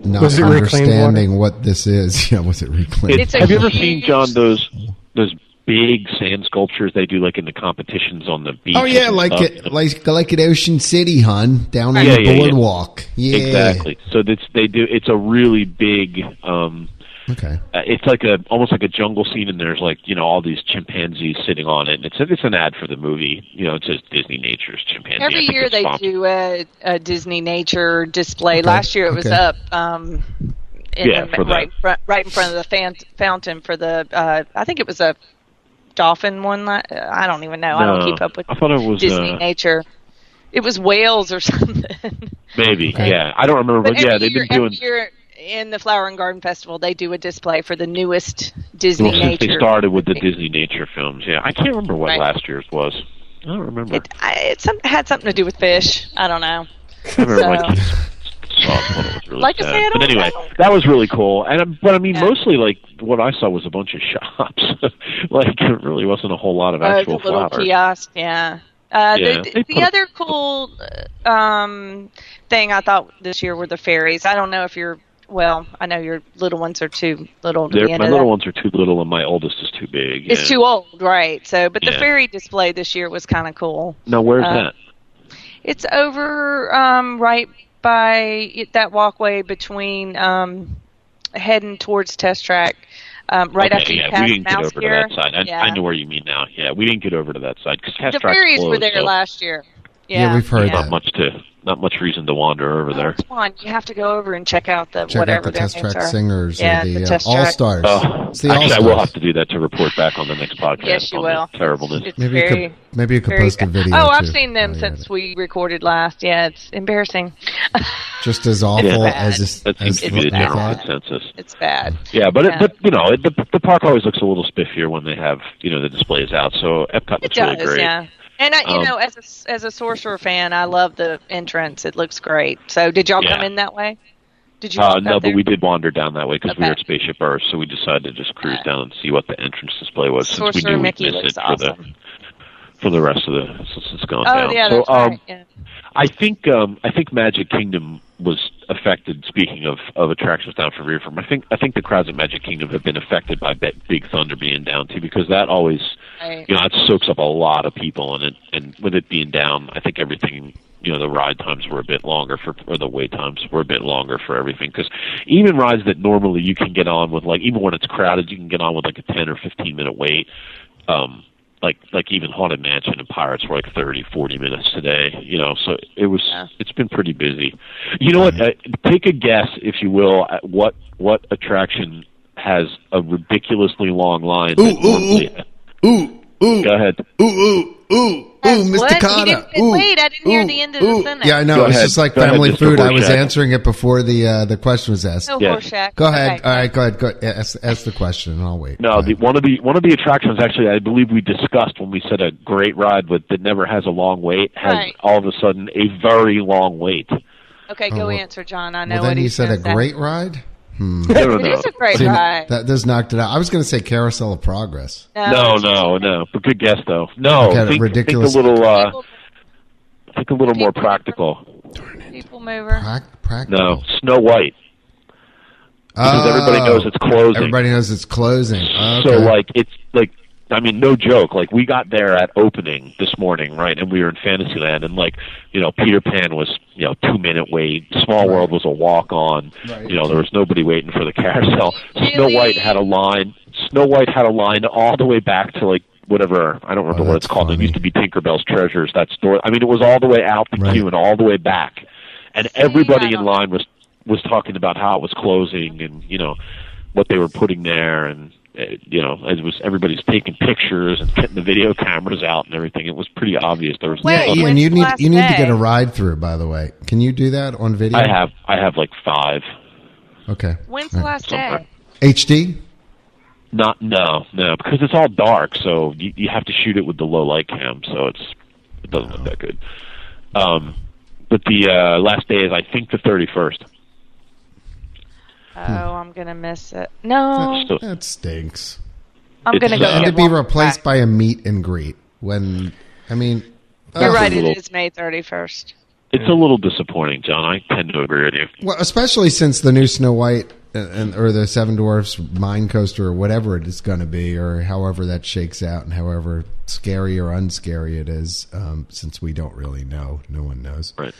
S2: not
S4: Was it reclaimed
S2: understanding what this is. Yeah, was it reclaimed?
S3: It's, have you ever seen John those those big sand sculptures they do like in the competitions on the beach.
S2: Oh yeah,
S3: and
S2: like
S3: stuff, you
S2: it,
S3: know?
S2: like like at Ocean City, hun, down on
S3: Yeah,
S2: the
S3: yeah, yeah.
S2: boardwalk. Yeah,
S3: exactly. So that's they do. It's a really big. um
S2: Okay.
S3: uh, it's like a almost like a jungle scene, and there's like you know all these chimpanzees sitting on it. And it's it's an ad for the movie. You know, it says Disney Nature's chimpanzee. I
S6: Every
S3: think
S6: year
S3: it's
S6: they
S3: sponsored.
S6: do a, a Disney nature display. Last year it was
S2: okay.
S6: up um, in
S3: Yeah,
S6: the-
S3: for the-
S6: right, fr- right in front of the fan- fountain for the, uh, I think it was a dolphin one. la- I don't even know. I
S3: No,
S6: don't keep up with
S3: I thought it was,
S6: Disney
S3: uh,
S6: nature. It was whales or something.
S3: Maybe,
S2: Okay.
S3: yeah. I don't remember,
S6: But
S3: but,
S6: every
S3: yeah, they've
S6: year,
S3: been doing
S6: every year in the Flower and Garden Festival. They do a display for the newest Disney
S3: well, since
S6: nature.
S3: they started with the Disney nature films. Yeah, I can't remember what
S6: Right.
S3: last year's was. I don't remember.
S6: It, I, it some, had something to do with fish. I don't know.
S3: I remember
S6: so-
S3: like. saw it when it Oh, was really
S6: Like I
S3: sad.
S6: say, I
S3: but
S6: don't
S3: anyway,
S6: know.
S3: that was really cool. And um, but I mean,
S6: Yeah.
S3: mostly like what I saw was a bunch of shops. like it really wasn't a whole lot of
S6: Uh, the
S3: actual
S6: little
S3: flowers.
S6: kiosk, yeah. Uh,
S3: Yeah,
S6: The,
S3: they
S6: the
S3: put a-
S6: other cool uh, um, thing I thought this year were the fairies. I don't know if you're well. I know your little ones are too little to
S3: They're-
S6: be into
S3: my
S6: that.
S3: little ones are too little, and my oldest is too big.
S6: It's
S3: and-
S6: too old, right? So, but the
S3: Yeah.
S6: fairy display this year was kind of cool.
S3: Now where's
S6: uh,
S3: that?
S6: It's over um, right by that walkway between um, heading towards Test Track, um, right
S3: okay,
S6: after you
S3: yeah,
S6: pass
S3: we didn't get
S6: Mouse
S3: over
S6: Gear.
S3: to that side. I,
S6: yeah.
S3: I know where you mean now. Yeah, we didn't get over to that side because
S6: the fairies were there last year. Yeah,
S2: we've heard
S6: yeah.
S2: that.
S3: Not much to, not much reason to wander over there.
S6: Come on, you have to go over and check out the
S2: Check
S6: whatever
S2: out the
S6: their
S2: test
S6: names
S2: track
S6: are.
S2: singers
S6: Yeah,
S2: or the,
S6: the
S2: uh,
S6: Test
S2: all
S6: Track.
S2: stars.
S3: Oh,
S2: it's the all
S3: actually, I
S2: stars.
S3: will have to do that to report back on the next podcast.
S6: Yes, you
S3: on the
S6: will.
S3: Terribleness.
S6: It's
S2: Maybe
S6: very,
S2: you could maybe you could
S6: very
S2: post a
S6: bad.
S2: video.
S6: Oh, I've
S2: too.
S6: seen them
S2: Oh, yeah.
S6: since we recorded last. Yeah, it's embarrassing.
S2: Just as awful
S6: bad.
S2: as this.
S3: That
S2: as
S3: seems to be the
S2: what I
S3: general
S2: thought.
S3: consensus.
S6: it's bad.
S3: Yeah, but
S6: Yeah.
S3: It, but you know it, the the park always looks a little spiffier when they have you know the displays out. So Epcot
S6: It
S3: looks
S6: does,
S3: really great.
S6: yeah. And I, you
S3: Um,
S6: know, as a, as a sorcerer fan, I love the entrance. It looks great. So, did y'all come
S3: Yeah.
S6: in that way? Did you?
S3: Uh,
S6: walk
S3: no,
S6: out
S3: but
S6: there?
S3: we did wander down that way because we
S6: Okay.
S3: were at Spaceship Earth, so we decided to just cruise
S6: Alright.
S3: down and see what the entrance display was since we
S6: Sorcerer
S3: knew
S6: Mickey
S3: we'd miss
S6: looks
S3: it for
S6: awesome.
S3: the for the rest of the since it's gone
S6: Oh
S3: down.
S6: yeah,
S3: so
S6: that's
S3: um,
S6: right. Yeah.
S3: I think um, I think Magic Kingdom was affected. Speaking of, of attractions down from Rearfirm, I think I think the crowds at Magic Kingdom have been affected by Be- Big Thunder being down too, because that always
S6: Right.
S3: you know it soaks up a lot of people, and it and with it being down, I think everything you know the ride times were a bit longer for or the wait times were a bit longer for everything because even rides that normally you can get on with like even when it's crowded you can get on with like a ten or fifteen minute wait um like like even haunted mansion and pirates were like thirty, forty minutes today you know so it was
S6: Yeah.
S3: it's been pretty busy you know what uh, take a guess if you will at what what attraction has a ridiculously long line that
S2: Ooh, ooh,
S3: normally-
S2: Ooh ooh
S3: go ahead
S2: ooh ooh ooh. Ooh,
S6: That's
S2: Mr.
S6: what? You
S2: Kata.
S6: didn't-
S2: ooh,
S6: wait, I didn't hear
S2: ooh,
S6: the end of the
S2: ooh.
S6: sentence.
S2: Yeah, I know.
S3: Go
S2: it was
S3: ahead.
S2: just like
S3: Go ahead,
S2: family
S3: Mr.
S2: food. I was
S3: Borshak.
S2: answering it before the uh, the question was asked.
S6: No
S3: Yeah.
S6: Horseshack.
S2: Go ahead. uh,
S6: Okay.
S2: All right, go ahead. Go ask, ask the question, and I'll wait.
S3: No,
S2: Go
S3: the,
S2: ahead.
S3: one of the one of the attractions actually I believe we discussed when we said a great ride with that never has a long wait has
S6: Right.
S3: all of a sudden a very long wait.
S6: Okay,
S2: Oh,
S6: go
S2: well-
S6: answer, John. I know
S2: well,
S6: what
S2: then you
S6: he's
S2: said a
S6: gonna say.
S2: great ride.
S3: No, no,
S6: It
S3: no,
S6: is a great
S2: See,
S6: ride.
S2: That just knocked it out. I was going to say Carousel of Progress.
S3: no, no, no. But good guess though. No,
S2: Okay,
S3: think,
S2: ridiculous.
S3: Think a little, uh,
S6: People,
S3: think a little more practical.
S6: people mover.
S2: Prac- practical.
S3: No, Snow White because everybody
S2: Oh.
S3: knows it's closing.
S2: Everybody knows it's closing. Ah, Okay.
S3: So like it's like I mean no joke like we got there at opening this morning right and we were in Fantasyland and like you know Peter Pan was you know two minute wait Small World was a walk on
S2: Right.
S3: you know there was nobody waiting for the carousel Snow
S6: Really?
S3: White had a line Snow White had a line all the way back to like whatever I don't remember
S2: Oh,
S3: what
S2: that's
S3: it's called
S2: funny.
S3: it used to be Tinkerbell's Treasures that store I mean it was all the way out the
S2: Right.
S3: queue and all the way back and everybody
S6: I
S3: in
S6: don't-
S3: line was was talking about how it was closing and you know what they were putting there and uh, you know it was everybody's taking pictures and getting the video cameras out and everything it was pretty obvious there was
S6: Wait,
S2: yeah,
S3: nothing.
S2: you-
S6: when's
S2: and you
S6: the
S2: need
S6: last
S2: you need to get
S6: day?
S2: a ride through. By the way, can you do that on video?
S3: i have i have like five
S2: Okay.
S6: When's the
S2: All right.
S6: last day?
S2: HD?
S3: not no no because it's all dark so you, you have to shoot it with the low light cam so it's it doesn't look that good um but the uh last day is i think the 31st
S6: Oh, I'm gonna miss it. No,
S3: so
S2: That stinks.
S6: I'm
S3: It's,
S6: gonna go.
S3: uh,
S2: It
S6: get
S2: to be
S6: walked
S2: replaced
S6: back.
S2: by a meet and greet. When I mean,
S6: You're
S2: ugh.
S6: right.
S3: Little-
S6: It is May 31st.
S3: it's a little disappointing john i tend to agree with you
S2: Well, especially since the new Snow White and or the Seven Dwarfs Mine Coaster or whatever it is going to be, or however that shakes out, and however scary or unscary it is, um, since we don't really know, no one knows.
S3: Right.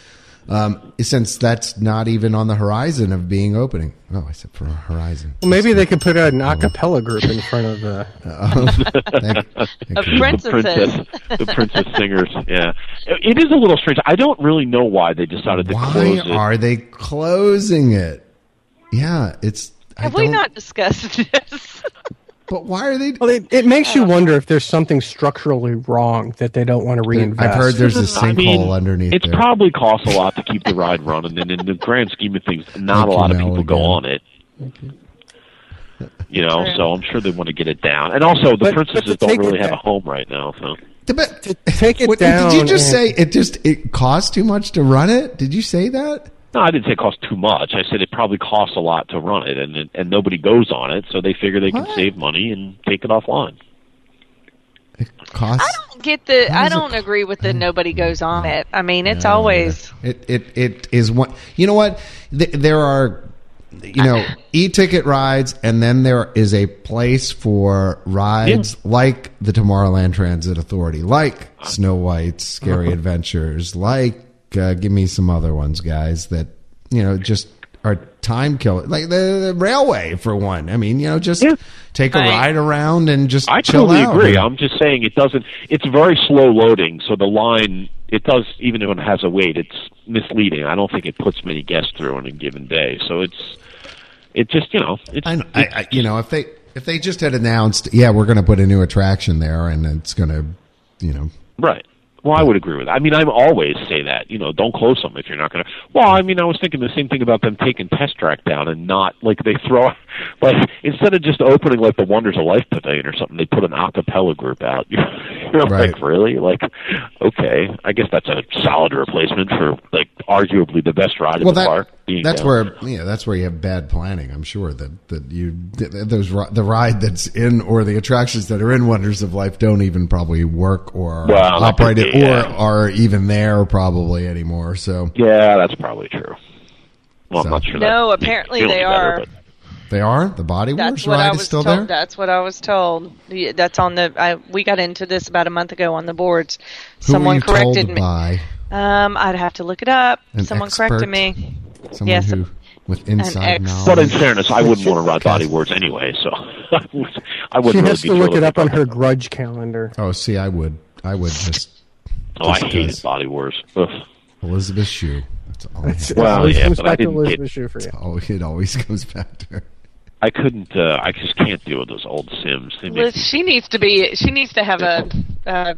S2: Um, since that's not even on the horizon of being opening. Oh, I said for horizon.
S4: Well, maybe they could put an a cappella group in front of the.
S2: That- that
S6: A
S2: could-
S6: friend-
S3: the princess, the princess singers. Yeah, it is a little strange. I don't really know why they decided to
S2: Why
S3: close it.
S2: are they closing it? Yeah, it's. I
S6: Have we
S2: don't-
S6: not discussed this?
S2: But why are they?
S4: Well, it, it makes you wonder if there's something structurally wrong that they don't want to reinvest.
S2: I've heard there's a
S3: I
S2: sinkhole
S3: mean,
S2: underneath
S3: It's
S2: there.
S3: probably cost a lot to keep the ride running, and in the grand scheme of things,
S2: Thank
S3: not a
S2: you,
S3: lot of
S2: Mel,
S3: people go
S2: again.
S3: on it. You know, so I'm sure they want to get it down. And also, the
S4: But- but to
S3: princesses
S4: take
S3: don't
S4: it
S3: really have a
S4: down-
S3: home right now. So
S2: But-
S4: take it
S2: What-
S4: down
S2: Did you just
S4: and-
S2: say it just it cost too much to run it? Did you say that?
S3: no, I didn't say it costs too much. I said it probably costs a lot to run it, and and nobody goes on it, so they figure they can
S2: What?
S3: save money and take it offline.
S2: It cost.
S6: I don't get the.
S2: How
S6: I
S2: does it-
S6: don't agree with the nobody goes on it. I mean, it's always.
S2: It it it is one. You know what? Th- There are, you know, e-ticket rides, and then there is a place for rides like the Tomorrowland Transit Authority, like Snow White's Scary Adventures, like uh, give me some other ones, guys. That you know just are time killer, like the, the railway for one. I mean, you know, just
S3: Yeah.
S2: take a
S6: I-
S2: ride around and just
S3: I
S2: chill
S3: totally
S2: out.
S3: agree. I'm just saying it doesn't. It's very slow loading, so the line it does even when it has a wait, it's misleading. I don't think it puts many guests through on a given day. So it's it just you know it's
S2: I, know- I, I you know if they if they just had announced yeah we're going to put a new attraction there and it's going to you know
S3: right. Well, I would agree with that. I mean, I always say that. You know, don't close them if you're not going to. Well, I mean, I was thinking the same thing about them taking Test Track down and not like they throw, like instead of just opening like the Wonders of Life Pavilion or something, they put an acapella group out. You're, you're
S2: Right.
S3: like, really? Like, okay, I guess that's a solid replacement for like arguably the best ride
S2: well
S3: in the
S2: that
S3: park. being
S2: that's
S3: down.
S2: where yeah that's where you have bad planning I'm sure that that you that those ri- the ride that's in or the attractions that are in Wonders of Life don't even probably work or are
S3: Well, that could
S2: operated
S3: be,
S2: or
S3: yeah.
S2: are even there probably anymore so
S3: Yeah, that's probably true. Well,
S2: So-
S3: I'm not sure.
S6: No,
S3: that makes me
S6: apparently
S3: feel
S6: they
S3: any
S6: are.
S3: better, but-
S2: they are the Body
S6: That's
S2: Wars
S6: what I
S2: ride is
S6: was
S2: still
S6: told.
S2: there
S6: That's what I was told. Yeah, That's on the. I, we got into this about a month ago on the boards.
S2: who were
S6: Someone
S2: you
S6: corrected
S2: told
S6: me.
S2: by
S6: Um, I'd have to look it up.
S2: An
S6: Someone
S2: expert?
S6: corrected me.
S2: someone
S6: Yes,
S2: who with inside
S6: ex-
S3: But in
S4: Um,
S2: knowledge
S3: fairness, I wouldn't want to ride body words anyway, so I
S4: She
S3: wouldn't really
S4: has
S3: be
S4: to look
S3: thrilled
S4: it up on
S3: about
S4: her
S3: that.
S4: grudge calendar.
S2: oh see I would I would just
S3: Oh, I
S2: because-
S3: hated body words. Ugh.
S2: Elizabeth Shue. That's all.
S4: It's-
S2: I
S3: Well,
S4: it always
S3: yeah,
S4: comes
S3: but I
S4: back to
S3: didn't get-
S4: Elizabeth Shue for you.
S2: oh, it always comes back to her.
S3: I couldn't. Uh, I just can't deal with those old Sims. They make
S6: Liz, she needs to be. She needs to have a. Uh,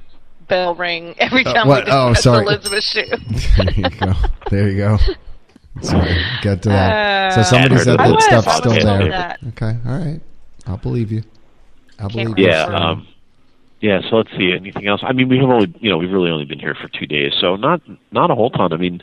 S6: Bell ring every time
S2: what?
S6: we discuss
S2: Oh, sorry.
S6: Elizabeth Shue.
S2: There you go. There you go. Sorry, got to that. so
S6: Uh,
S2: somebody
S3: I
S2: said
S3: was-
S2: that
S3: I
S2: stuff's
S3: was
S2: still
S3: told
S2: there.
S6: that.
S2: Okay, all right. I'll believe you. I believe
S6: remember.
S2: you.
S3: yeah,
S6: Sure.
S3: um, yeah. So let's see. Anything else? I mean, we have only you know we've really only been here for two days, so not not a whole ton. I mean,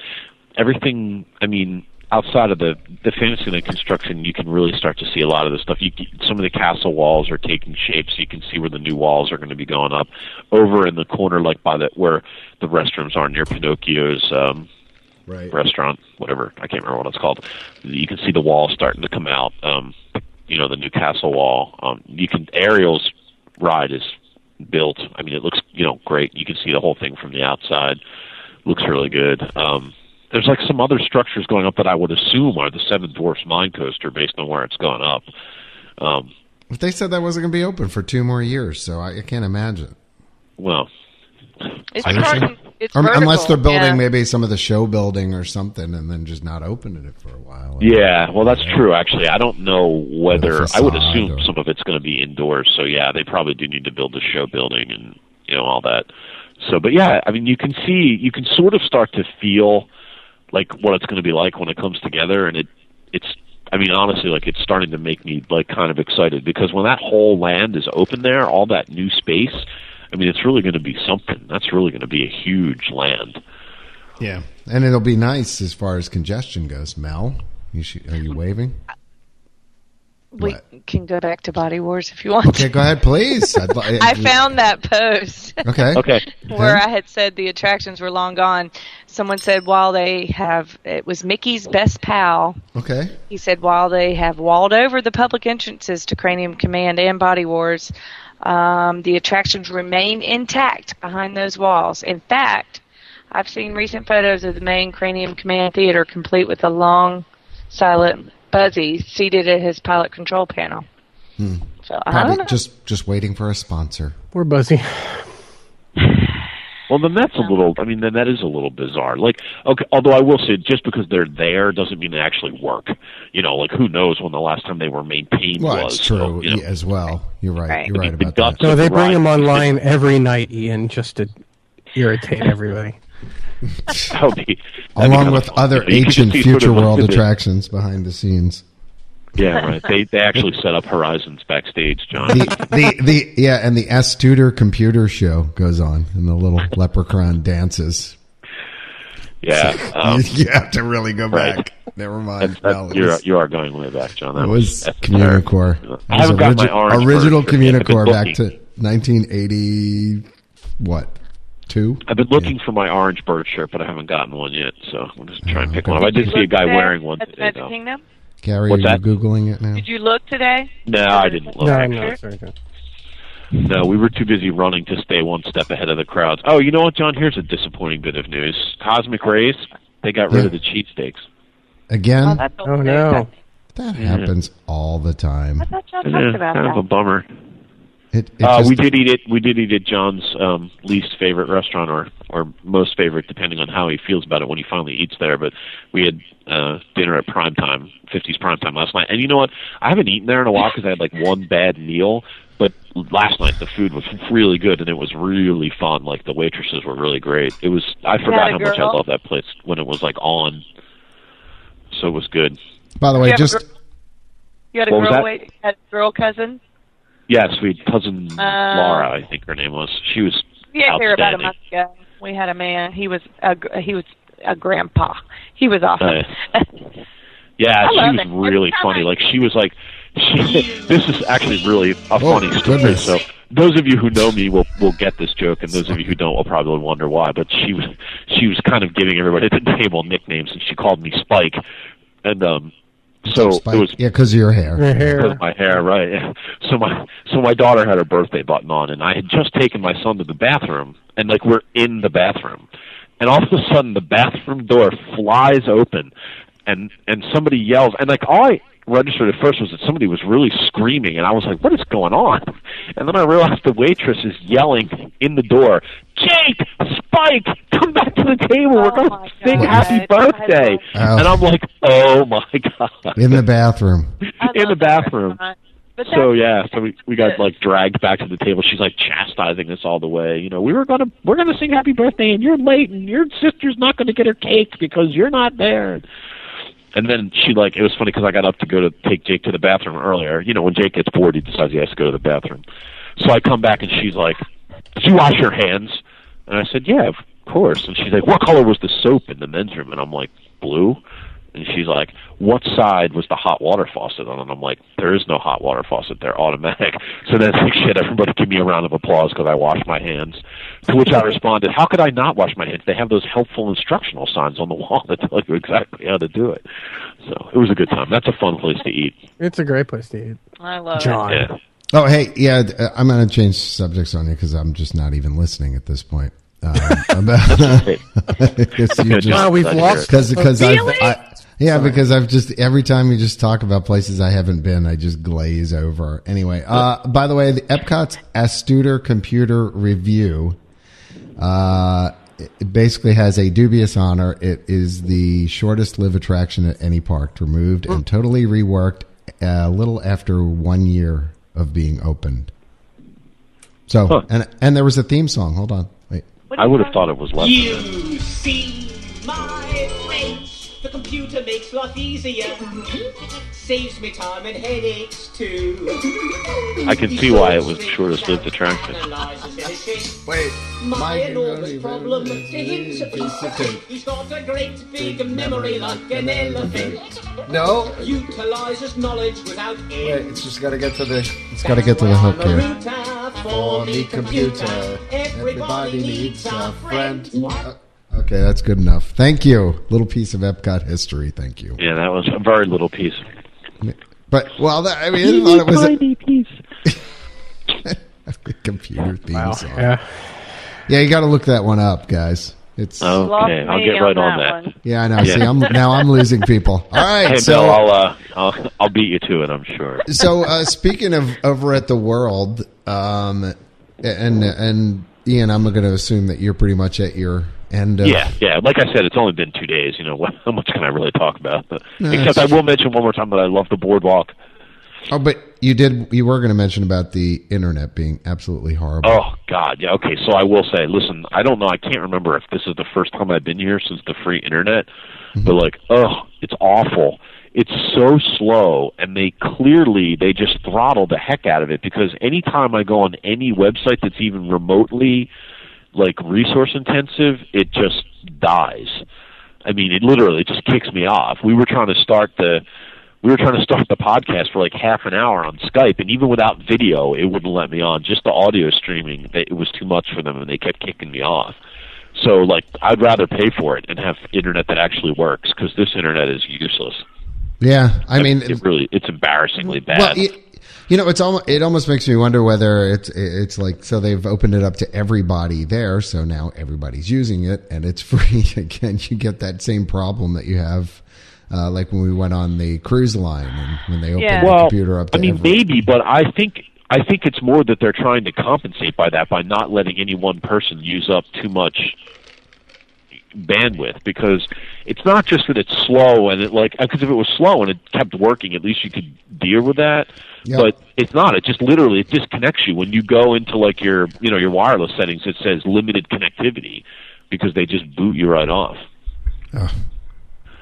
S3: everything. I mean, outside of the the Fantasyland construction, you can really start to see a lot of the stuff. You can, some of the castle walls are taking shape, so you can see where the new walls are going to be going up. Over in the corner, like by the where the restrooms are near Pinocchio's. Um,
S2: right.
S3: restaurant, whatever. I can't remember what it's called. You can see the wall starting to come out. Um, you know, the new castle wall. Um, you can Ariel's ride is built. I mean, it looks you know great. You can see the whole thing from the outside. Looks really good. Um, there's like some other structures going up that I would assume are the Seven Dwarfs Mine Coaster based on where it's gone up. Um,
S2: But they said that wasn't going to be open for two more years, so I, I can't imagine.
S3: well,
S6: It's,
S3: I don't
S6: verti-
S3: think-
S6: it's
S2: Or,
S6: vertical.
S2: Um, unless they're building
S6: yeah.
S2: maybe some of the show building or something, and then just not opening it for a while.
S3: Yeah, well, that's true. Actually, I don't know whether
S2: The
S3: I would
S2: facade
S3: assume
S2: or-
S3: some of it's going to be indoors. So yeah, they probably do need to build a show building and you know all that. So, but yeah, I mean, you can see, you can sort of start to feel like what it's going to be like when it comes together, and it, it's. I mean, honestly, like it's starting to make me like kind of excited because when that whole land is open there, all that new space. I mean, it's really going to be something. That's really going to be a huge land.
S2: yeah. And it'll be nice as far as congestion goes. Mel, you should, are you waving?
S6: We
S2: What?
S6: can go back to Body Wars if you want.
S2: Okay, go ahead, please. I'd li-
S6: I found that post
S2: Okay.
S3: Okay.
S6: where I had said the attractions were long gone. Someone said while they have it was Mickey's best pal.
S2: Okay.
S6: He said while they have walled over the public entrances to Cranium Command and Body Wars, um, the attractions remain intact behind those walls. In fact, I've seen recent photos of the main Cranium Command theater complete with a long, silent Buzzy seated at his pilot control panel. So I don't know.
S2: Probably just just waiting for a sponsor.
S4: We're busy.
S3: Well, then that's a little. I mean, then that is a little bizarre. Like, okay, although I will say, just because they're there doesn't mean they actually work. You know, like who knows when the last time they were maintained
S2: Well,
S3: was.
S2: it's true
S3: So, you know,
S2: yeah, as well. You're right.
S6: Right.
S2: You're right
S3: The
S2: about
S3: guts
S2: that.
S4: No,
S3: of
S4: they
S3: the
S4: bring
S3: ride-
S4: them online every night, Ian, just to irritate everybody.
S3: that would be- that'd be
S2: Along
S3: kinda
S2: with
S3: fun.
S2: other
S3: You could just
S2: ancient
S3: see sort
S2: future
S3: of like
S2: world
S3: the-
S2: attractions behind the scenes.
S3: Yeah, right. They they actually set up Horizons backstage, John.
S2: The, the the yeah, and the S Tudor computer show goes on, and the little leprechaun dances.
S3: yeah, um,
S2: you, you have to really go
S3: right.
S2: back. Never mind.
S3: that's, that's,
S2: No, it
S3: you're
S2: was-
S3: you are going way back, John. That
S2: It was
S3: that's entire-
S2: Communicore. It
S3: I
S2: was
S3: haven't got my
S2: origi-
S3: orange
S2: original
S3: version yet. I've been
S2: Communicore back to
S3: looking.
S2: 1980. What? Two?
S3: I've been looking for my orange bird shirt, but I haven't gotten one yet. So I'm just
S2: Oh,
S3: trying to pick one up. I did see a guy
S5: Look there
S3: wearing one
S5: At the
S3: today,
S5: Magic
S3: though.
S5: Kingdom?
S2: Gary,
S3: What's
S2: are you
S3: that?
S2: googling it now?
S5: Did you look today?
S3: No, I didn't look.
S4: No,
S3: actually.
S4: no, sorry. John.
S3: No, we were too busy running to stay one step ahead of the crowds. Oh, you know what, John? Here's a disappointing bit of news. Cosmic Rays, they got rid
S2: Yeah.
S3: of the cheat steaks.
S5: Oh,
S2: Again?
S5: that's old
S4: Oh,
S5: news,
S4: no.
S5: I think.
S2: that happens all the time.
S5: I thought y'all
S3: Yeah,
S5: talked about
S3: kind of a
S5: that.
S3: bummer.
S2: It, it
S3: Uh,
S2: just-
S3: we did eat it. We did eat at John's um, least favorite restaurant, or or most favorite, depending on how he feels about it when he finally eats there. But we had uh, dinner at prime time, fifties prime time last night. And you know what? I haven't eaten there in a while because I had like one bad meal. But last night the food was really good and it was really fun. Like the waitresses were really great. It was. I forgot
S5: a
S3: how much I
S5: girl?
S3: loved that place when it was like on. So it was good.
S2: By the way,
S5: you have a
S2: just
S5: gr- You had a
S3: What was
S5: girl
S3: that?
S5: wait, had a girl cousin?
S3: Yeah, sweet cousin
S5: Uh,
S3: Laura, I think her name was. She was.
S5: We had here about a
S3: outstanding.
S5: month ago. We had a man. He was a gr- he was a grandpa. He was awesome.
S3: Yeah,
S5: I love
S3: she
S5: it.
S3: was really
S5: Every time
S3: funny.
S5: I-
S3: Like she was like, she. this is actually really a funny story.
S2: Oh, goodness.
S3: So those of you who know me will will get this joke, and those of you who don't will probably wonder why. But she was she was kind of giving everybody at the table nicknames, and she called me Spike, and um, so
S2: Spike-
S3: it was
S2: yeah, because of your hair.
S4: Your
S3: because
S4: hair.
S3: my hair, right? yeah. So my so my daughter had her birthday button on, and I had just taken my son to the bathroom, and like we're in the bathroom, and all of a sudden the bathroom door flies open, and and somebody yells, and like all I registered at first was that somebody was really screaming, and I was like, what is going on? And then I realized the waitress is yelling in the door, Jake, Spike, come back to the table, we're
S5: Oh,
S3: gonna
S5: my
S3: sing
S5: God.
S3: happy
S5: I had
S3: birthday,
S2: no-
S3: and I'm like, oh my god,
S2: In the bathroom.
S5: I love
S3: in the
S5: that
S3: bathroom.
S5: restaurant. But that's-
S3: So yeah, so we, we got like dragged back to the table. She's like chastising us all the way. You know, we were gonna we're gonna sing happy birthday, and you're late, and your sister's not gonna get her cake because you're not there. And then she like it was funny because I got up to go to take Jake to the bathroom earlier. You know, when Jake gets bored, he decides he has to go to the bathroom. So I come back and she's like, "Did you wash your hands?" And I said, "Yeah, of course." And she's like, "What color was the soap in the men's room?" And I'm like, "Blue." And she's like, "What side was the hot water faucet on?" And I'm like, "There is no hot water faucet. They're automatic." So then, like, shit, everybody give me a round of applause because I washed my hands. To which I responded, "How could I not wash my hands? They have those helpful instructional signs on the wall that tell you exactly how to do it." So it was a good time. That's a fun place to eat.
S4: It's a great place to eat.
S5: I love
S4: John.
S3: Yeah.
S2: Oh, hey, yeah, d- uh, I'm going to change subjects on you because I'm just not even listening at this point. Um, about, because you
S3: Okay,
S2: just-
S3: John,
S4: Wow, we've
S3: glad to
S4: lost-
S3: hear
S2: Because
S3: it.
S2: because
S5: Really?
S2: I, I yeah because I've just every time you just talk about places I haven't been I just glaze over. Anyway, uh, by the way, the Epcot's Astuter Computer Review uh, it basically has a dubious honor. It is the shortest live attraction at any park, removed and totally reworked uh, a little after one year of being opened. So
S3: Huh.
S2: and and there was a theme song. Hold on, wait.
S3: I would have thought it was less. than that.
S7: You see my face. The computer makes life easier. Saves me time and headaches too.
S3: I can see why it was shortest lived attraction.
S7: Analyzes everything.
S2: Wait,
S7: My
S2: Mike,
S7: enormous
S2: you're
S7: problem
S2: really
S7: to him to
S2: piece of cake.
S7: He's got a great big memory like an elephant.
S2: no.
S7: Utilizes knowledge without
S2: Wait,
S7: end.
S2: it's just got to get to the. It's got to get to the hook
S7: I'm a
S2: here.
S7: router
S2: For
S7: for
S2: the
S7: the
S2: computer,
S7: computer.
S2: everybody needs a friend.
S7: friend.
S2: Uh, Okay, that's good enough. Thank you. Little piece of Epcot history. Thank you.
S3: Yeah, that was a very little piece.
S2: But well, that, I mean, I thought it was
S3: Tiny piece.
S2: a computer theme
S4: Wow.
S2: song. Yeah,
S4: Yeah.
S2: you got to look that one up, guys. It's
S5: Lost
S3: Okay, I'll
S5: me
S3: get
S5: on
S3: right
S5: that
S3: on that.
S5: one.
S2: yeah, I know.
S3: Oh. Yeah.
S2: See, I'm now I'm losing people. All right,
S3: Hey,
S2: so
S3: Bill, I'll, uh, I'll I'll beat you to it. I'm sure.
S2: so uh, speaking of over at the world, um, and and Ian, I'm going to assume that you're pretty much at your end. Of,
S3: Yeah, yeah. Like I said, it's only been two days. You know, what, how much can I really talk about? But,
S2: No,
S3: except
S2: that's-
S3: I will mention one more time that I love the boardwalk.
S2: Oh, but you did. You were going to mention about the internet being absolutely horrible.
S3: Oh God, yeah. Okay, so I will say, listen, I don't know. I can't remember if this is the first time I've been here since the free internet,
S2: Mm-hmm.
S3: but like, oh, it's awful. It's so slow, and they clearly they just throttle the heck out of it because anytime I go on any website that's even remotely like resource intensive, it just dies. I mean, it literally just kicks me off. We were trying to start the we were trying to start the podcast for like half an hour on Skype, and even without video, it wouldn't let me on. Just the audio streaming, they, it was too much for them, and they kept kicking me off. So, like, I'd rather pay for it and have internet that actually works because this internet is useless.
S2: yeah, I mean,
S3: it really, it's embarrassingly bad.
S2: well, it, you know, it's almost it almost makes me wonder whether it's it's like so they've opened it up to everybody there, so now everybody's using it and it's free again. You get that same problem that you have. Uh, like when we went on the cruise line and when they opened
S5: Yeah.
S2: the
S3: well,
S2: computer up to
S3: I mean,
S2: every-
S3: maybe, but I think I think it's more that they're trying to compensate by that by not letting any one person use up too much bandwidth because it's not just that it's slow and it like because if it was slow and it kept working at least you could deal with that
S2: Yeah.
S3: but it's not it just literally it disconnects you when you go into like your you know your wireless settings it says limited connectivity because they just boot you right off
S2: oh.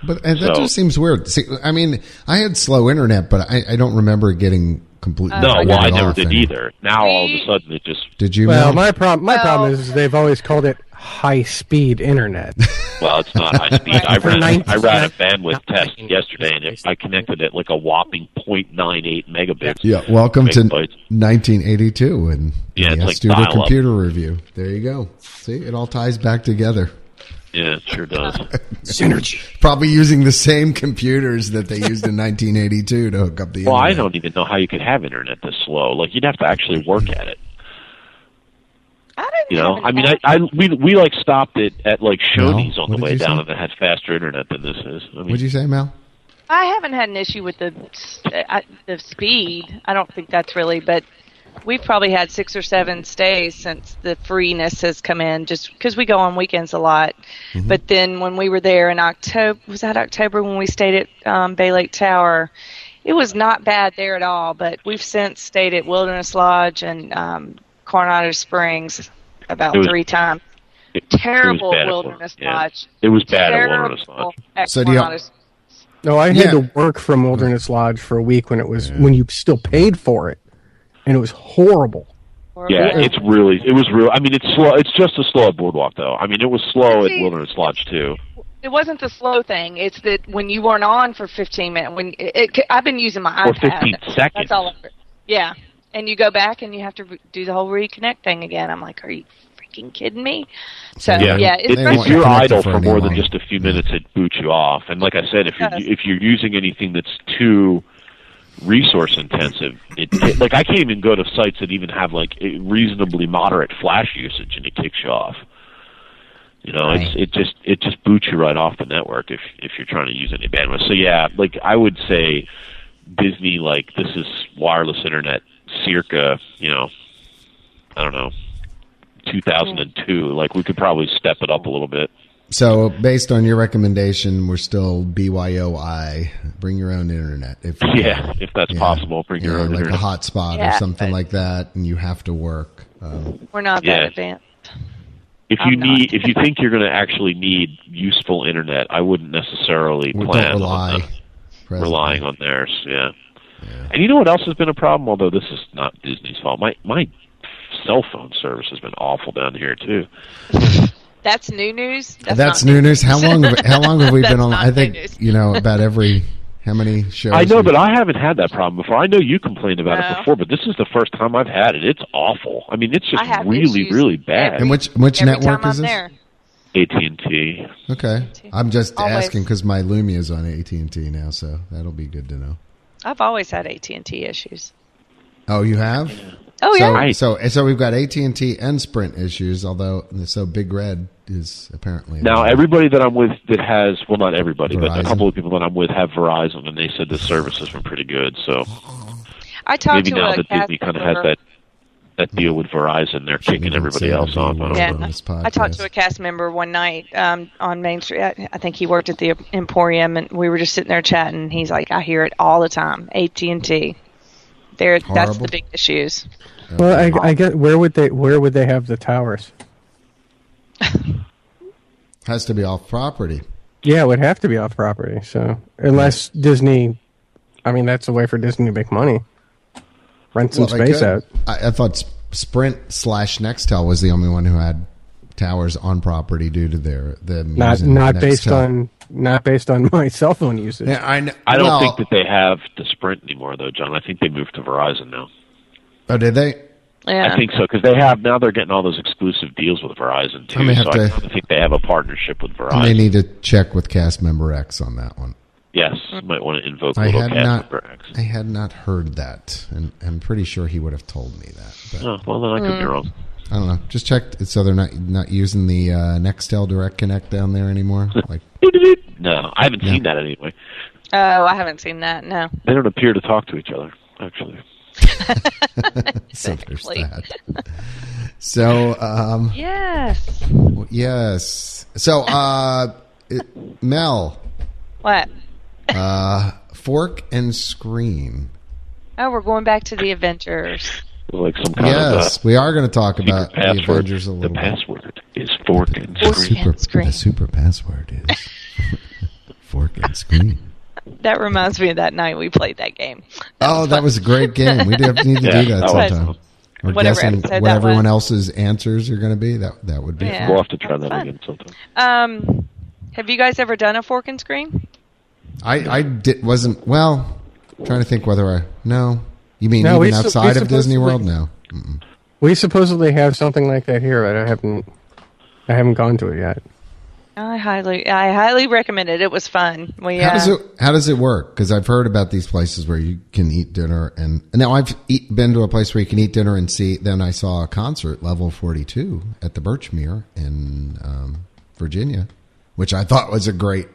S2: But and that
S3: So-
S2: just seems weird. See, I mean, I had slow internet, but I, I don't remember getting completely.
S3: no
S2: cut
S3: well i
S2: off
S3: never did
S2: and-
S3: either now all of a sudden it just
S2: Did you?
S4: Well,
S2: Mel?
S4: my problem my problem
S6: Well-
S4: is they've always called it high speed internet.
S3: Well, it's not high speed. I
S4: For
S3: ran,
S4: ninety-
S3: I ran a bandwidth test yesterday, and it, I connected at like a whopping 0.98 megabits.
S2: Yeah, welcome to
S3: Megabytes.
S2: 1982 and
S3: Yeah, it's
S2: yes,
S3: like
S2: do the
S3: dial-up.
S2: computer review. There you go. See, it all ties back together.
S3: Yeah, it sure does.
S2: Probably using the same computers that they used in 1982 to hook up the.
S3: Well, I
S2: internet.
S3: don't even know how you could have internet this slow. Like you'd have to actually work at it.
S6: I didn't
S3: You know,
S6: have an
S3: I mean, I,
S6: app.
S3: I we we like stopped it at like Shoney's
S2: No?
S3: on
S2: What
S3: the
S2: did
S3: way
S2: you
S3: down,
S2: say?
S3: and it had faster internet than this is. I mean,
S2: What'd you say, Mel?
S6: I haven't had an issue with the I, the speed. I don't think that's really, but we've probably had six or seven stays since the freeness has come in, just because we go on weekends a lot.
S3: Mm-hmm.
S6: But then when we were there in October, was that October when we stayed at um, Bay Lake Tower? It was not bad there at all. But we've since stayed at Wilderness Lodge and um, Coronado Springs about
S3: It was-
S6: three times.
S3: it- it was
S6: Terrible
S3: bad at
S6: Wilderness
S3: Wilderness- yeah.
S6: Lodge.
S3: It was bad at
S6: Terrible
S3: Wilderness Lodge.
S6: at
S2: So do y'all-
S6: Coronado Springs.
S4: No, I had
S2: Yeah.
S4: to work from Wilderness Lodge for a week when it was when you still paid for it, and it was horrible.
S3: Yeah, it's really it was real. I mean, it's slow. It's just as slow at Boardwalk, though. I mean, it was slow at
S6: See-
S3: Wilderness Lodge too.
S6: It wasn't the slow thing. It's that when you weren't on for 15 minutes, when it, it, I've been using my
S3: Or
S6: iPad.
S3: 15 seconds.
S6: That's all. I've- Yeah, and you go back and you have to re- do the whole reconnect thing again. I'm like, are you freaking kidding me? So yeah, it's
S3: if,
S2: they want
S3: if
S2: you
S3: you're
S2: connected
S3: idle
S2: for
S3: for
S2: any
S3: more than
S2: longer.
S3: just a few minutes, it boots you off. And like I said, if you're
S6: Yes.
S3: if you're using anything that's too resource intensive, it, it like I can't even go to sites that even have like a reasonably moderate flash usage, and it kicks you off. You know, it's it just it just boots you right off the network if if you're trying to use any bandwidth. So yeah, like I would say Disney like this is wireless internet circa, you know, I don't know, 2002. Like we could probably step it up a little bit.
S2: So, based on your recommendation, we're still BYOI. Bring your own internet. If you
S3: Yeah,
S2: can.
S3: if that's
S2: Yeah.
S3: possible, bring your
S2: Yeah,
S3: own
S2: like
S3: internet.
S2: a hotspot
S6: Yeah,
S2: or something
S6: but-
S2: like that, and you have to work. Um,
S6: we're not
S3: Yeah.
S6: that advanced.
S3: if
S6: I'm
S3: you
S6: not.
S3: need, if you think you're going to actually need useful internet, I wouldn't necessarily
S2: We
S3: plan
S2: don't rely.
S3: on that-
S2: presently.
S3: relying on theirs. Yeah. And you know what else has been a problem? Although this is not Disney's fault, my my cell phone service has been awful down here too.
S6: That's new news.
S2: That's,
S6: not
S2: new news. How long? Have, how long have we been
S6: That's
S2: on?
S6: not
S2: I think
S6: new news.
S2: you know about every how many shows.
S3: I know,
S2: we-
S3: but I haven't had that problem before. I know you complained about it
S6: No.
S3: before, but this is the first time I've had it. It's awful. I mean, it's just
S6: I have
S3: really,
S6: issues
S3: really bad.
S2: and which which
S6: Every
S2: network
S6: time
S2: is
S6: I'm
S2: this?
S6: there.
S3: AT and T.
S2: Okay, I'm just asking 'cause
S6: Always.
S2: asking because my Lumia is on AT and T now, so that'll be good to know.
S6: I've always had AT and T issues.
S2: Oh, you have?
S6: Oh
S2: so,
S6: yeah.
S3: Right.
S2: so so we've got AT and T and Sprint issues. Although so Big Red is apparently
S3: Now, everybody that I'm with that has, well, not everybody, but a
S2: Verizon.
S3: couple of people that I'm with have Verizon, and they said the service has been pretty good. So
S6: I talked
S3: maybe
S6: to uh,
S3: now
S6: a
S3: that
S6: cast
S3: Disney kind of has that that deal with Verizon, they're
S2: we
S3: kicking
S2: don't say
S3: everybody
S2: that
S3: else off. I don't
S2: anymore?
S6: Yeah,
S3: know.
S2: on this
S6: I talked
S2: podcast.
S6: to a cast member one night um, on Main Street. I, I think he worked at the Emporium, and we were just sitting there chatting. He's like, "I hear it all the time. AT and T. There, that's
S2: Horrible.
S6: the big issues.
S4: Well, I, I get where would they where would they have the towers?
S2: has to be off property.
S4: Yeah, it would have to be off property. So unless Disney, I mean, that's a way for Disney to make money. Rent some
S2: Well, they
S4: space
S2: could.
S4: out.
S2: I, I thought S- Sprint slash Nextel was the only one who had towers on property due to their them
S4: Not
S2: using
S4: not based
S2: Nextel.
S4: on not based on my cell phone usage.
S2: Yeah, I, kn-
S3: I don't
S2: well,
S3: think that they have the Sprint anymore, though, John. I think they moved to Verizon now.
S2: Oh, did they?
S6: Yeah.
S3: I think so because they have now. They're getting all those exclusive deals with Verizon too.
S2: I may have
S3: so
S2: to-
S3: I kinda think they have a partnership with Verizon.
S2: I may need to check with cast member X on that one.
S3: yes, you might want to invoke
S2: I
S3: little
S2: had
S3: cat
S2: not.
S3: number X.
S2: I had not heard that, and I'm pretty sure he would have told me that. But
S3: Oh, well, then I could
S6: Mm.
S3: be wrong.
S2: I don't know. Just check so they're not not using the uh, Nextel Direct Connect down there anymore. Like,
S3: No, I haven't seen that anyway.
S6: Oh, I haven't seen that. No.
S3: They don't appear to talk to each other. Actually,
S2: so there's
S6: Exactly.
S2: that. So um,
S6: Yes.
S2: yes, so uh, it- Mel,
S6: What?
S2: uh, fork and screen.
S6: Oh, we're going back to the Avengers.
S3: like some kind
S2: Yes, we are going to talk
S3: of uh,
S2: about
S3: secret
S2: the
S3: password.
S2: Avengers a
S3: the
S2: little bit.
S3: password is fork and screen.
S2: Super,
S6: and screen.
S2: The super password is fork and screen.
S6: That reminds me of that night we played that game.
S2: Oh, that was a great game. We do have, need to
S3: Yeah,
S2: do that
S3: that was
S2: sometime.
S3: fun.
S2: We're
S6: Whatever
S2: guessing
S6: episode
S2: what
S6: that
S2: everyone
S6: was.
S2: else's answers are going to be. That that would be
S6: Yeah.
S3: We'll have to try
S6: That's
S3: that
S6: fun.
S3: again sometime.
S6: Um, have you guys ever done a fork and screen?
S2: I I did, wasn't well. Trying to think whether I no. You mean
S4: No, we
S2: even
S4: su- we
S2: outside of Disney
S4: supposedly-
S2: World? No.
S4: We supposedly have something like that here, but I haven't I haven't gone to it yet.
S6: I highly, I highly recommend it. It was fun. We
S2: How does
S6: uh,
S2: it How does it work? Because I've heard about these places where you can eat dinner, and and now I've eat, been to a place where you can eat dinner and see. Then I saw a concert, Level Forty Two, at the Birchmere in um, Virginia, which I thought was a great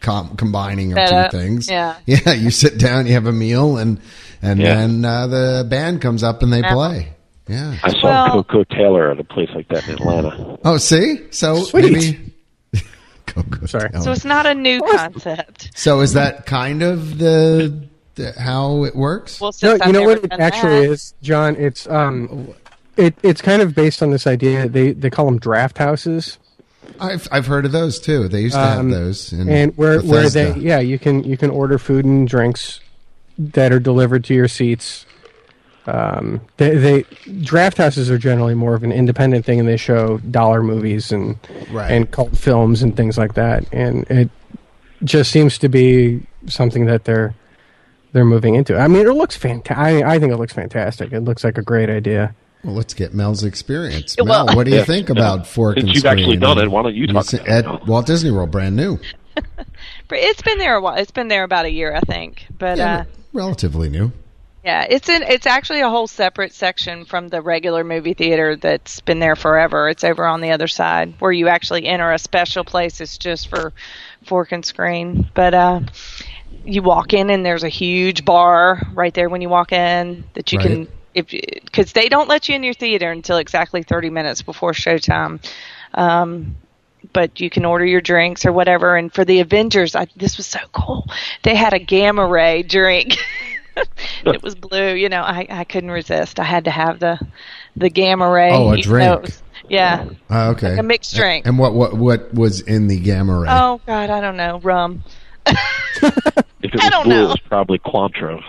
S2: com- combining of
S6: Setup,
S2: two things.
S6: yeah.
S2: yeah. You sit down, you have a meal, and and
S3: Yeah.
S2: then uh, the band comes up and they
S6: Yeah.
S2: play. Yeah.
S3: I saw
S6: Well-
S3: Coco Taylor at a place like that in Atlanta.
S2: Oh, see, so
S4: Sweet.
S2: maybe. Coco
S4: Sorry.
S2: Taylor.
S6: So it's not a new concept.
S2: So is that kind of the, the how it works?
S6: Well,
S4: No,
S6: since
S4: you
S6: I've
S4: know
S6: never
S4: what it
S6: done
S4: actually
S6: that,
S4: is, John. It's um, it it's kind of based on this idea. They they call them draft houses,
S2: I've I've heard of those too. They used to have
S4: Um,
S2: those, in
S4: and where where they
S2: Bethesda.
S4: yeah you can you can order food and drinks that are delivered to your seats. Um, they, they draft houses are generally more of an independent thing, and they show dollar movies and
S2: Right.
S4: and cult films and things like that. And it just seems to be something that they're they're moving into. I mean, it looks fantastic. I, I think it looks fantastic. It looks like a great idea.
S2: Well, let's get Mel's experience.
S6: Yeah, well-
S2: Mel, what do you
S3: Yeah.
S2: think about fork
S3: Since
S2: and
S3: you've
S2: screen?
S3: actually done it, why don't you talk
S2: s-
S3: about it
S2: at
S3: now?
S2: Walt Disney World, brand new,
S6: but it's been there a while. It's been there about a year, I think. But uh,
S2: relatively new.
S6: yeah, it's in. It's actually a whole separate section from the regular movie theater that's been there forever. It's over on the other side where you actually enter a special place. It's just for fork and screen. But uh, you walk in and there's a huge bar right there when you walk in that you
S2: Right.
S6: can if because they don't let you in your theater until exactly 30 minutes before showtime. Um, but you can order your drinks or whatever. And for the Avengers, I, this was so cool. They had a gamma ray drink. it was blue. You know, I, I couldn't resist. I had to have the the gamma ray.
S2: Oh, a
S6: even though it
S2: drink.
S6: was- Yeah.
S2: Ah, okay.
S6: a mixed drink.
S2: And what what what was in the gamma ray?
S6: Oh God, I don't know. Rum.
S3: If it
S6: I
S3: was
S6: don't
S3: blue,
S6: know.
S3: it was probably Cointreau.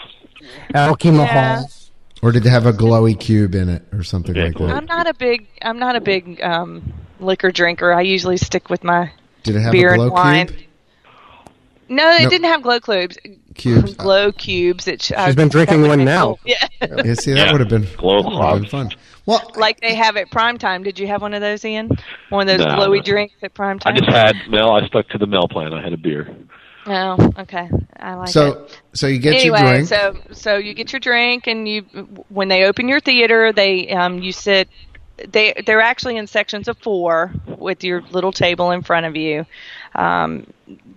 S4: Alchemahol.
S6: Yeah.
S2: Or did it have a glowy cube in it or something
S3: Yeah,
S2: like that?
S6: I'm not a big. I'm not a big um, liquor drinker. I usually stick with my
S2: Did it have
S6: beer
S2: a glow
S6: and wine.
S2: cube?
S6: No, they
S2: No.
S6: didn't have glow cubes.
S2: Cubes.
S6: Glow cubes. uh, It, She's
S4: been drinking one now.
S6: Yeah,
S2: Yeah, see, that
S3: Yeah.
S2: would have been,
S3: Glow
S2: that would've been
S3: cubes.
S2: fun. Well,
S6: like they have at prime time. Did you have one of those, Ian? One of those
S3: No,
S6: glowy
S3: no.
S6: drinks at prime
S3: I
S6: time.
S3: just had Mel. I stuck to the Mel plan. I had a beer.
S6: Oh, okay. I like it.
S2: so so you get
S6: anyway,
S2: your drink.
S6: so so you get your drink, and you when they open your theater, they um, you sit. They they're actually in sections of four with your little table in front of you, um,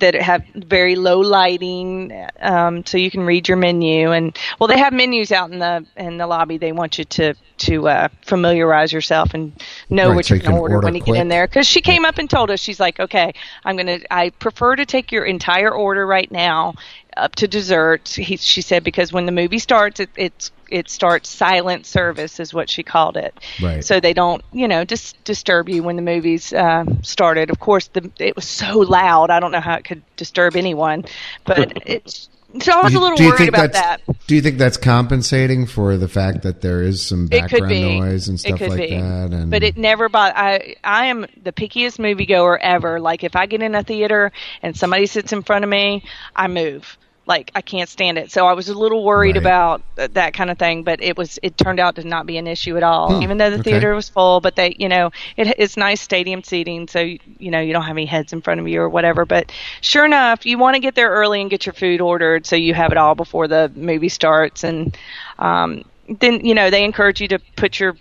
S6: that have very low lighting, um, so you can read your menu. And well, they have menus out in the in the lobby. They want you to to uh, familiarize yourself and know
S2: Right,
S6: what
S2: so you
S6: you're going to
S2: can
S6: order,
S2: order
S6: when you get
S2: quick.
S6: in there because she came up and told us she's like okay i'm gonna i prefer to take your entire order right now up to dessert he, she said because when the movie starts it, it's it starts silent service is what she called it
S2: Right.
S6: so they don't you know dis- disturb you when the movie's uh, started of course the it was so loud i don't know how it could disturb anyone but it's so i was a little
S2: do you
S6: worried
S2: think
S6: about that
S2: that's, Do you think that's compensating for the fact that there is some
S6: It could
S2: background
S6: be.
S2: noise and
S6: It
S2: stuff
S6: could
S2: like
S6: be.
S2: that? And
S6: But it never bought. I I am the pickiest moviegoer ever. Like if I get in a theater and somebody sits in front of me, I move. Like I can't stand it. So I was a little worried
S2: Right.
S6: about th- that kind of thing. But it was it turned out to not be an issue at all. Even though the
S2: okay.
S6: theater was full, but they you know it, it's nice stadium seating, so you know you don't have any heads in front of you or whatever. But sure enough, you want to get there early and get your food ordered so you have it all before the movie starts and. Um, then you know they encourage you to put your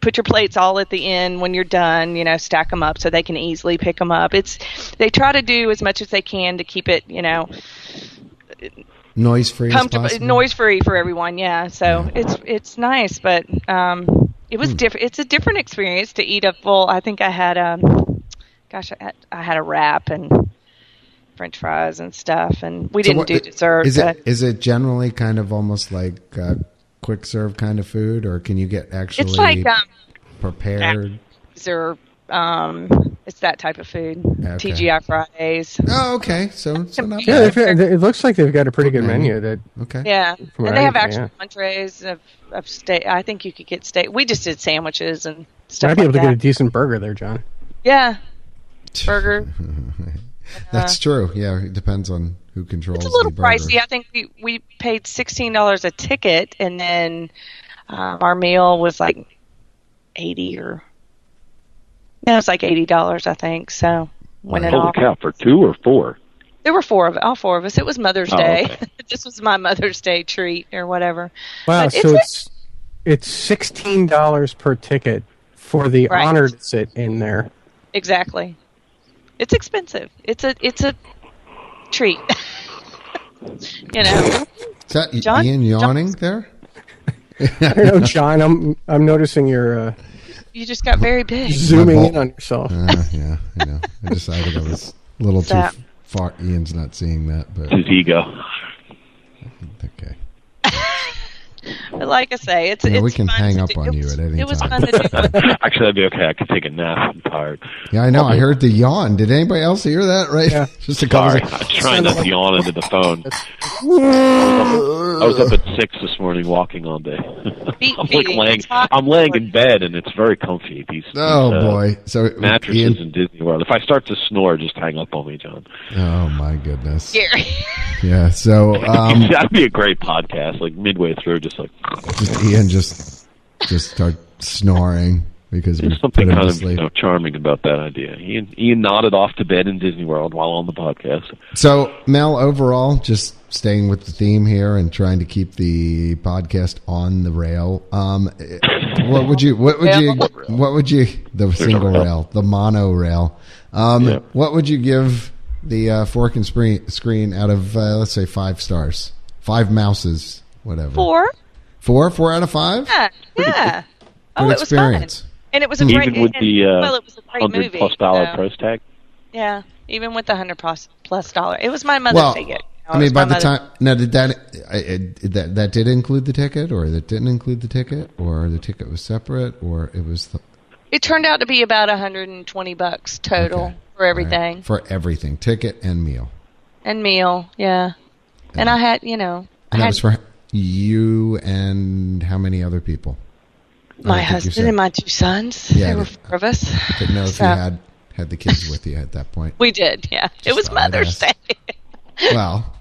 S6: put your plates all at the end when you're done you know stack them up so they can easily pick them up it's they try to do as much as they can to keep it you know
S2: noise free as
S6: comfortable
S2: possible.
S6: noise free for everyone yeah so it's it's nice but um it
S2: Hmm.
S6: was different it's a different experience to eat a full i think i had um gosh i, had- I had a wrap and french fries and stuff and we
S2: So
S6: didn't
S2: what-
S6: do dessert
S2: Is
S6: but-
S2: it is it generally kind of almost like uh, quick serve kind of food, or can you get actually
S6: it's like um
S2: prepared?
S6: or um it's that type of food
S2: Okay.
S6: tgi fridays
S2: Oh, okay. So, so not
S4: Yeah,
S6: Yeah.
S2: bad.
S4: they've- it looks like they've got a pretty good
S2: Menu.
S4: menu. That
S2: Okay.
S6: Yeah,
S4: From
S6: and they have
S4: anything,
S6: actual
S4: yeah.
S6: entrees of, of steak. I think you could get steak. We just did sandwiches and stuff
S4: might be able
S6: like
S4: to get a
S6: that.
S4: decent burger there, John.
S6: yeah, burger.
S2: That's true. Yeah, it depends on who controls.
S6: It's a little
S2: the burger.
S6: pricey. I think we we paid sixteen dollars a ticket, and then um, our meal was like eighty or no, it's like eighty dollars, I think. So when it
S3: Holy
S6: all
S3: cow! For two or four?
S6: there were four of all four of us. It was Mother's
S3: Oh,
S6: Day.
S3: okay.
S6: this was my Mother's Day treat or whatever.
S4: Wow,
S6: But
S4: so
S6: it's-
S4: it's it's sixteen dollars per ticket for the
S6: Right.
S4: honor to sit in there.
S6: Exactly. It's expensive. It's a it's a treat. you know.
S2: Is that
S6: John-
S2: Ian yawning there?
S4: I don't know, John. I'm I'm noticing you're uh,
S6: You just got very big.
S4: zooming
S2: ball-
S4: in on yourself.
S2: Uh, yeah, I know. I decided I was a little too
S6: Stop.
S2: far. Ian's not seeing that, but
S3: His ego.
S2: okay.
S6: But like I say, it's
S2: Yeah,
S6: it's
S2: we can
S6: fun
S2: hang
S6: to
S2: up
S6: do-
S2: on
S6: it
S2: you at
S6: was-
S2: any
S6: It was
S2: time.
S6: fun to do.
S3: Actually, that'd be okay. I could take a nap. I'm tired.
S2: Yeah, I know. I heard the yawn. Did anybody else hear that? Right?
S4: Yeah.
S2: Just a couple.
S3: Sorry,
S2: Of,
S3: I'm trying not to yawn into the phone. I was up at six this morning, walking all day.
S6: Beat
S3: I'm like
S6: beating.
S3: laying.
S6: It's hot.
S3: I'm laying in bed, and it's very comfy. These
S2: oh
S3: these, uh,
S2: boy. So
S3: mattresses
S2: Ian.
S3: in Disney World. If I start to snore, just hang up on me, John.
S2: Oh my goodness. Yeah.
S6: Scary.
S2: so um,
S3: That'd be a great podcast. Like midway through, just like
S2: just Ian just just start snoring because we
S3: there's
S2: put
S3: something
S2: him to
S3: kind of you
S2: sleep.
S3: know, charming about that idea. Ian, Ian nodded off to bed in Disney World while on the podcast.
S2: So Mel, overall, just staying with the theme here and trying to keep the podcast on the rail. Um, eh, what would you? What would you? What would you? The single
S3: rail.
S2: rail, the mono rail. Um,
S3: Yeah.
S2: What would you give the uh, fork and screen screen out of uh, let's say five stars, five mouses, whatever.
S6: Four.
S2: Four? Four out of five.
S6: Yeah. yeah.
S2: Good
S6: Oh, it was fun.
S2: experience.
S6: And it was a great
S3: Even with
S6: and-
S3: the uh,
S6: well, it was a great
S3: hundred
S6: movie,
S3: plus dollar
S6: so,
S3: price tag.
S6: Yeah. Even with the hundred plus plus dollar. It was my mother's
S2: Well,
S6: ticket.
S2: I mean, by the
S6: time.
S2: time now, did that I, I, that that did include the ticket, or that didn't include the ticket, or the ticket was separate, or it was the,
S6: It turned out to be about 120 bucks total
S2: Okay.
S6: for everything
S2: for everything, ticket and meal.
S6: and meal. Yeah, and I had you know I
S2: And that
S6: had
S2: was for you and how many other people? I
S6: my
S2: think you said-
S6: husband and my two sons.
S2: Yeah,
S6: there were
S2: I did-
S6: four of us.
S2: Didn't know if
S6: So-
S2: you had had the kids with you at that point.
S6: We did. Yeah, it was
S2: thought I'd
S6: Mother's Day.
S2: ask. Well,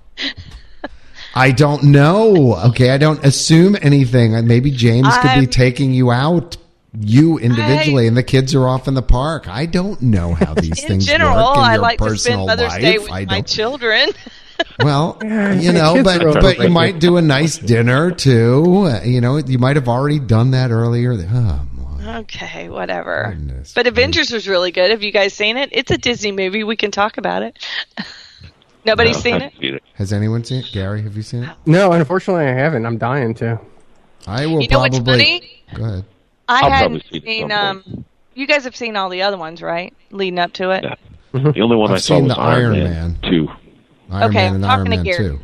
S2: I don't know. Okay, I don't assume anything. Uh, Maybe James could be
S6: I'm-
S2: taking you out, you individually, and the kids are off in the park. I don't know how these
S6: In
S2: things
S6: general,
S2: work in
S6: I
S2: your
S6: like to
S2: personal
S6: spend Mother's
S2: life.
S6: Day with
S2: I
S6: my
S2: don't.
S6: children.
S2: Well, you
S4: the
S2: know,
S4: kids
S2: but
S4: are over
S2: but you
S4: there.
S2: might do a nice dinner too. Uh, You know, you might have already done that earlier. Oh, my
S6: okay, whatever.
S2: goodness.
S6: But Avengers was really good. Have you guys seen it? It's a Disney movie. We can talk about it. Nobody's
S3: No,
S6: seen
S3: I
S6: it.
S3: haven't seen it.
S2: Has anyone seen it? Gary, have you seen it?
S4: No, unfortunately, I haven't. I'm dying to.
S2: I will
S6: You know what's
S2: probably
S6: funny?
S2: go ahead.
S6: I
S3: I'll
S6: hadn't
S3: probably see it at
S6: seen.
S3: some
S6: Um, you guys have seen all the other ones, right? Leading up to it.
S3: Yeah. The only one
S2: I've
S3: i saw
S2: seen
S3: was
S2: the
S3: Iron,
S2: Iron
S3: Man,
S2: Man.
S3: two.
S2: Iron
S6: Okay,
S2: Man and
S6: I'm
S2: Iron
S6: talking to
S2: Man
S6: Gary.
S2: too.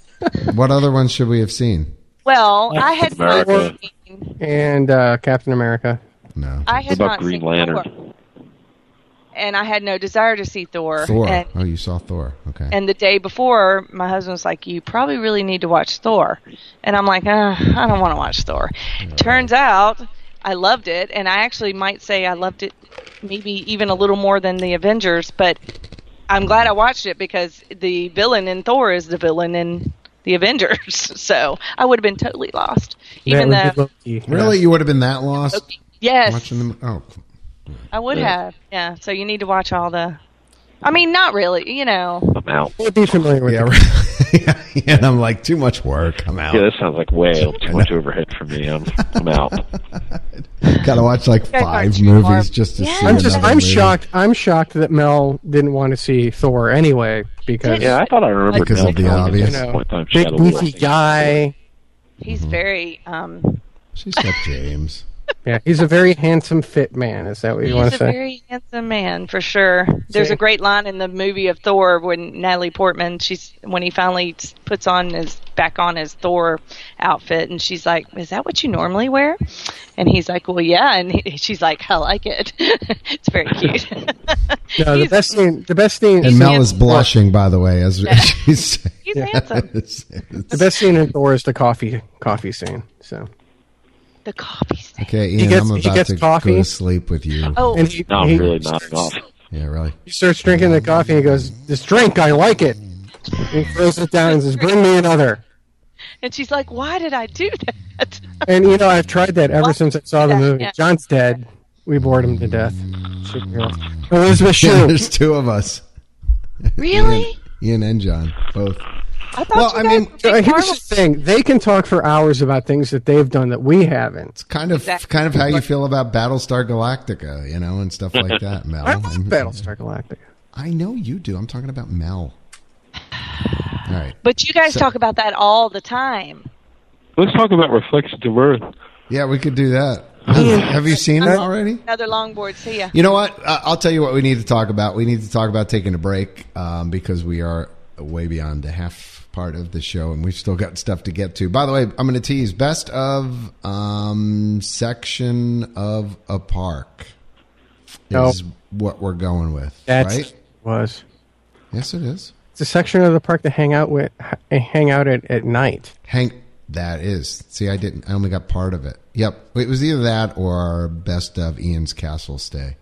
S6: Talking. Here.
S2: What other ones should we have seen?
S6: well, I had
S3: America.
S6: not seen.
S4: And uh, Captain America.
S2: No.
S6: I
S3: What
S6: had
S3: about
S6: not
S3: Green
S6: seen
S3: Lantern?
S6: Thor, and I had no desire to see Thor.
S2: Thor.
S6: And,
S2: oh, you saw Thor. Okay.
S6: and the day before, my husband was like, "You probably really need to watch Thor," and I'm like, uh, "I don't want to watch Thor." Turns out, I loved it, and I actually might say I loved it, maybe even a little more than the Avengers. But I'm glad I watched it because the villain in Thor is the villain in the Avengers, so I would have been totally lost, even
S4: that
S6: though.
S4: would be Loki.
S2: really, you would have been that lost
S6: Yes,
S2: watching them. Oh,
S6: I would
S3: Yeah.
S6: have. Yeah. So you need to watch all the. I mean, not really. You know.
S3: I'm out.
S4: Yeah. We'll be familiar with
S2: yeah.
S4: it.
S2: right. and I'm like, too much work. I'm out.
S3: Yeah, that sounds like way too much overhead for me. I'm, I'm out.
S2: Gotta watch like
S6: guys aren't
S2: five
S6: too
S2: movies
S6: hard.
S2: just to
S6: Yeah.
S2: see.
S4: I'm just.
S2: another
S4: I'm
S2: movie.
S4: shocked. I'm shocked that Mel didn't want to see Thor anyway because
S3: Yeah, I thought I remembered
S2: Because
S3: now.
S2: of the
S3: Probably
S2: obvious.
S3: at one time,
S4: big
S3: Shadow
S4: goofy
S3: Wolf.
S4: guy.
S6: He's
S4: Mm-hmm.
S6: very. Um,
S2: She said James.
S4: Yeah, he's a very handsome, fit man. Is that what you want
S6: he's
S4: to
S6: a
S4: say?
S6: very handsome man for sure. There's
S4: See?
S6: a great line in the movie of Thor when Natalie Portman. She's when he finally s- puts on his back on his Thor outfit, and she's like, "Is that what you normally wear?" And he's like, "Well, yeah." And he, she's like, "I like it. it's very cute."
S4: no, the
S6: He's-
S4: best thing. The best thing.
S2: And Mel is
S6: handsome.
S2: blushing, by the way, as as she's saying.
S6: He's handsome.
S2: It's- it's-
S4: The best scene in Thor is the coffee coffee scene. So
S6: The coffee stand.
S2: Okay, Ian,
S4: gets-
S2: I'm
S4: he
S2: about
S4: gets
S2: to
S4: coffee.
S2: go to sleep with you.
S6: Oh,
S4: and he,
S3: No, I'm
S4: he,
S3: really not off.
S4: starts,
S2: Yeah, really.
S4: he starts drinking the coffee. and He goes, "This drink, I like it." And he throws it down and says, "Bring me another."
S6: and she's like, "Why did I do that?"
S4: And you know, I've tried that ever since I saw the
S6: Yeah,
S4: movie.
S6: yeah.
S4: John's dead. We bored him to death. Superhero. Elizabeth
S2: Yeah,
S4: Shue.
S2: there's two of us,
S6: really?
S2: Ian and John, both.
S6: I thought
S2: Well,
S6: you
S2: I
S6: guys
S2: mean,
S6: were big
S4: So Here's
S6: Marvel
S4: the thing: they can talk for hours about things that they've done that we haven't.
S2: Kind of,
S6: Exactly.
S2: kind of how you feel about Battlestar Galactica, you know, and stuff like that. Mel,
S4: I like
S2: I'm-
S4: Battlestar Galactica.
S2: I know you do. I'm talking about Mel. All right.
S6: But you guys
S2: So-
S6: talk about that all the time.
S3: Let's talk about Reflections of Earth.
S2: Yeah, we could do that. Have you seen it already?
S6: Another longboard. See ya.
S2: You know what? I- I'll tell you what we need to talk about. We need to talk about taking a break um, because we are way beyond the half part of the show and we've still got stuff to get to. By the way, I'm going to tease best of um, section of a park
S4: No.
S2: is what we're going with,
S4: That's
S2: right?
S4: was.
S2: Yes, it is.
S4: It's a section of the park to hang out with, h- hang out at, at night.
S2: Hank, that is. See, I didn't. I only got part of it. Yep, it was either that or best of Ian's castle stay.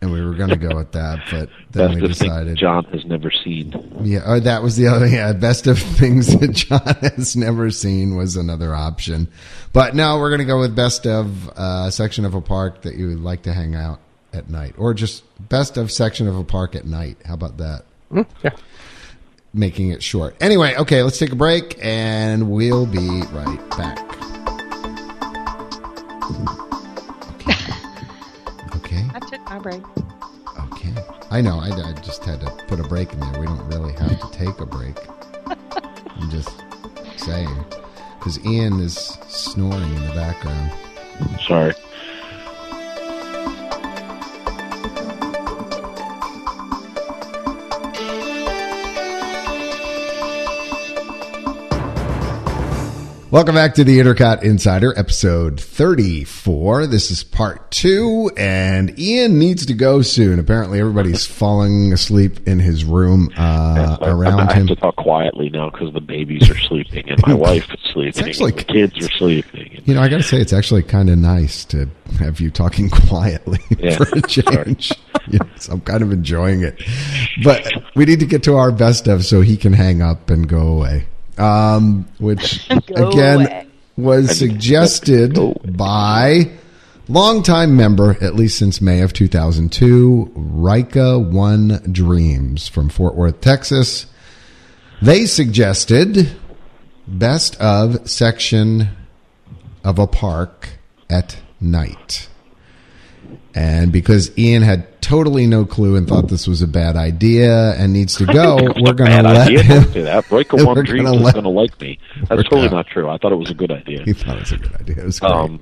S2: and we were going to go with that, but then
S3: That's
S2: we
S3: the thing
S2: decided.
S3: John has never seen.
S2: Yeah, oh, that was the other. Yeah, best of things that John has never seen was another option. But no, we're going to go with best of uh, section of a park that you would like to hang out at night, or just best of section of a park at night. How about that?
S4: yeah.
S2: Making it short. Anyway, okay, let's take a break, and we'll be right back. Okay.
S6: I took my break.
S2: Okay. I know. I, I just had to put a break in there. We don't really have to take a break. I'm just saying. Because Ian is snoring in the background.
S3: Sorry.
S2: Welcome back to the Intercot Insider, episode 34. This is part two, and Ian needs to go soon. Apparently, everybody's falling asleep in his room uh,
S3: I- I-
S2: around
S3: I have
S2: him.
S3: to talk quietly now because the babies are sleeping and my wife is sleeping.
S2: actually-
S3: and the kids are sleeping.
S2: You know, I got to say, it's actually kind of nice to have you talking quietly
S3: Yeah.
S2: for a change. yes, I'm kind of enjoying it. But we need to get to our best of so he can hang up and go away. Um, which,
S6: Go
S2: again,
S6: away.
S2: was suggested
S3: Go away.
S2: by longtime member, at least since May of 2002, Rika One Dreams from Fort Worth, Texas. They suggested best of section of a park at night. And because Ian had totally no clue and thought this was a bad idea and needs to go, we're going to
S3: Bad
S2: let
S3: idea.
S2: him.
S3: Don't do that. Breaker
S2: We're
S3: One
S2: gonna
S3: Dreams is
S2: let-
S3: going to like me. That's
S2: Work
S3: totally
S2: out.
S3: not true. I thought it was a good idea.
S2: He thought it was a good idea. It was great.
S3: Um,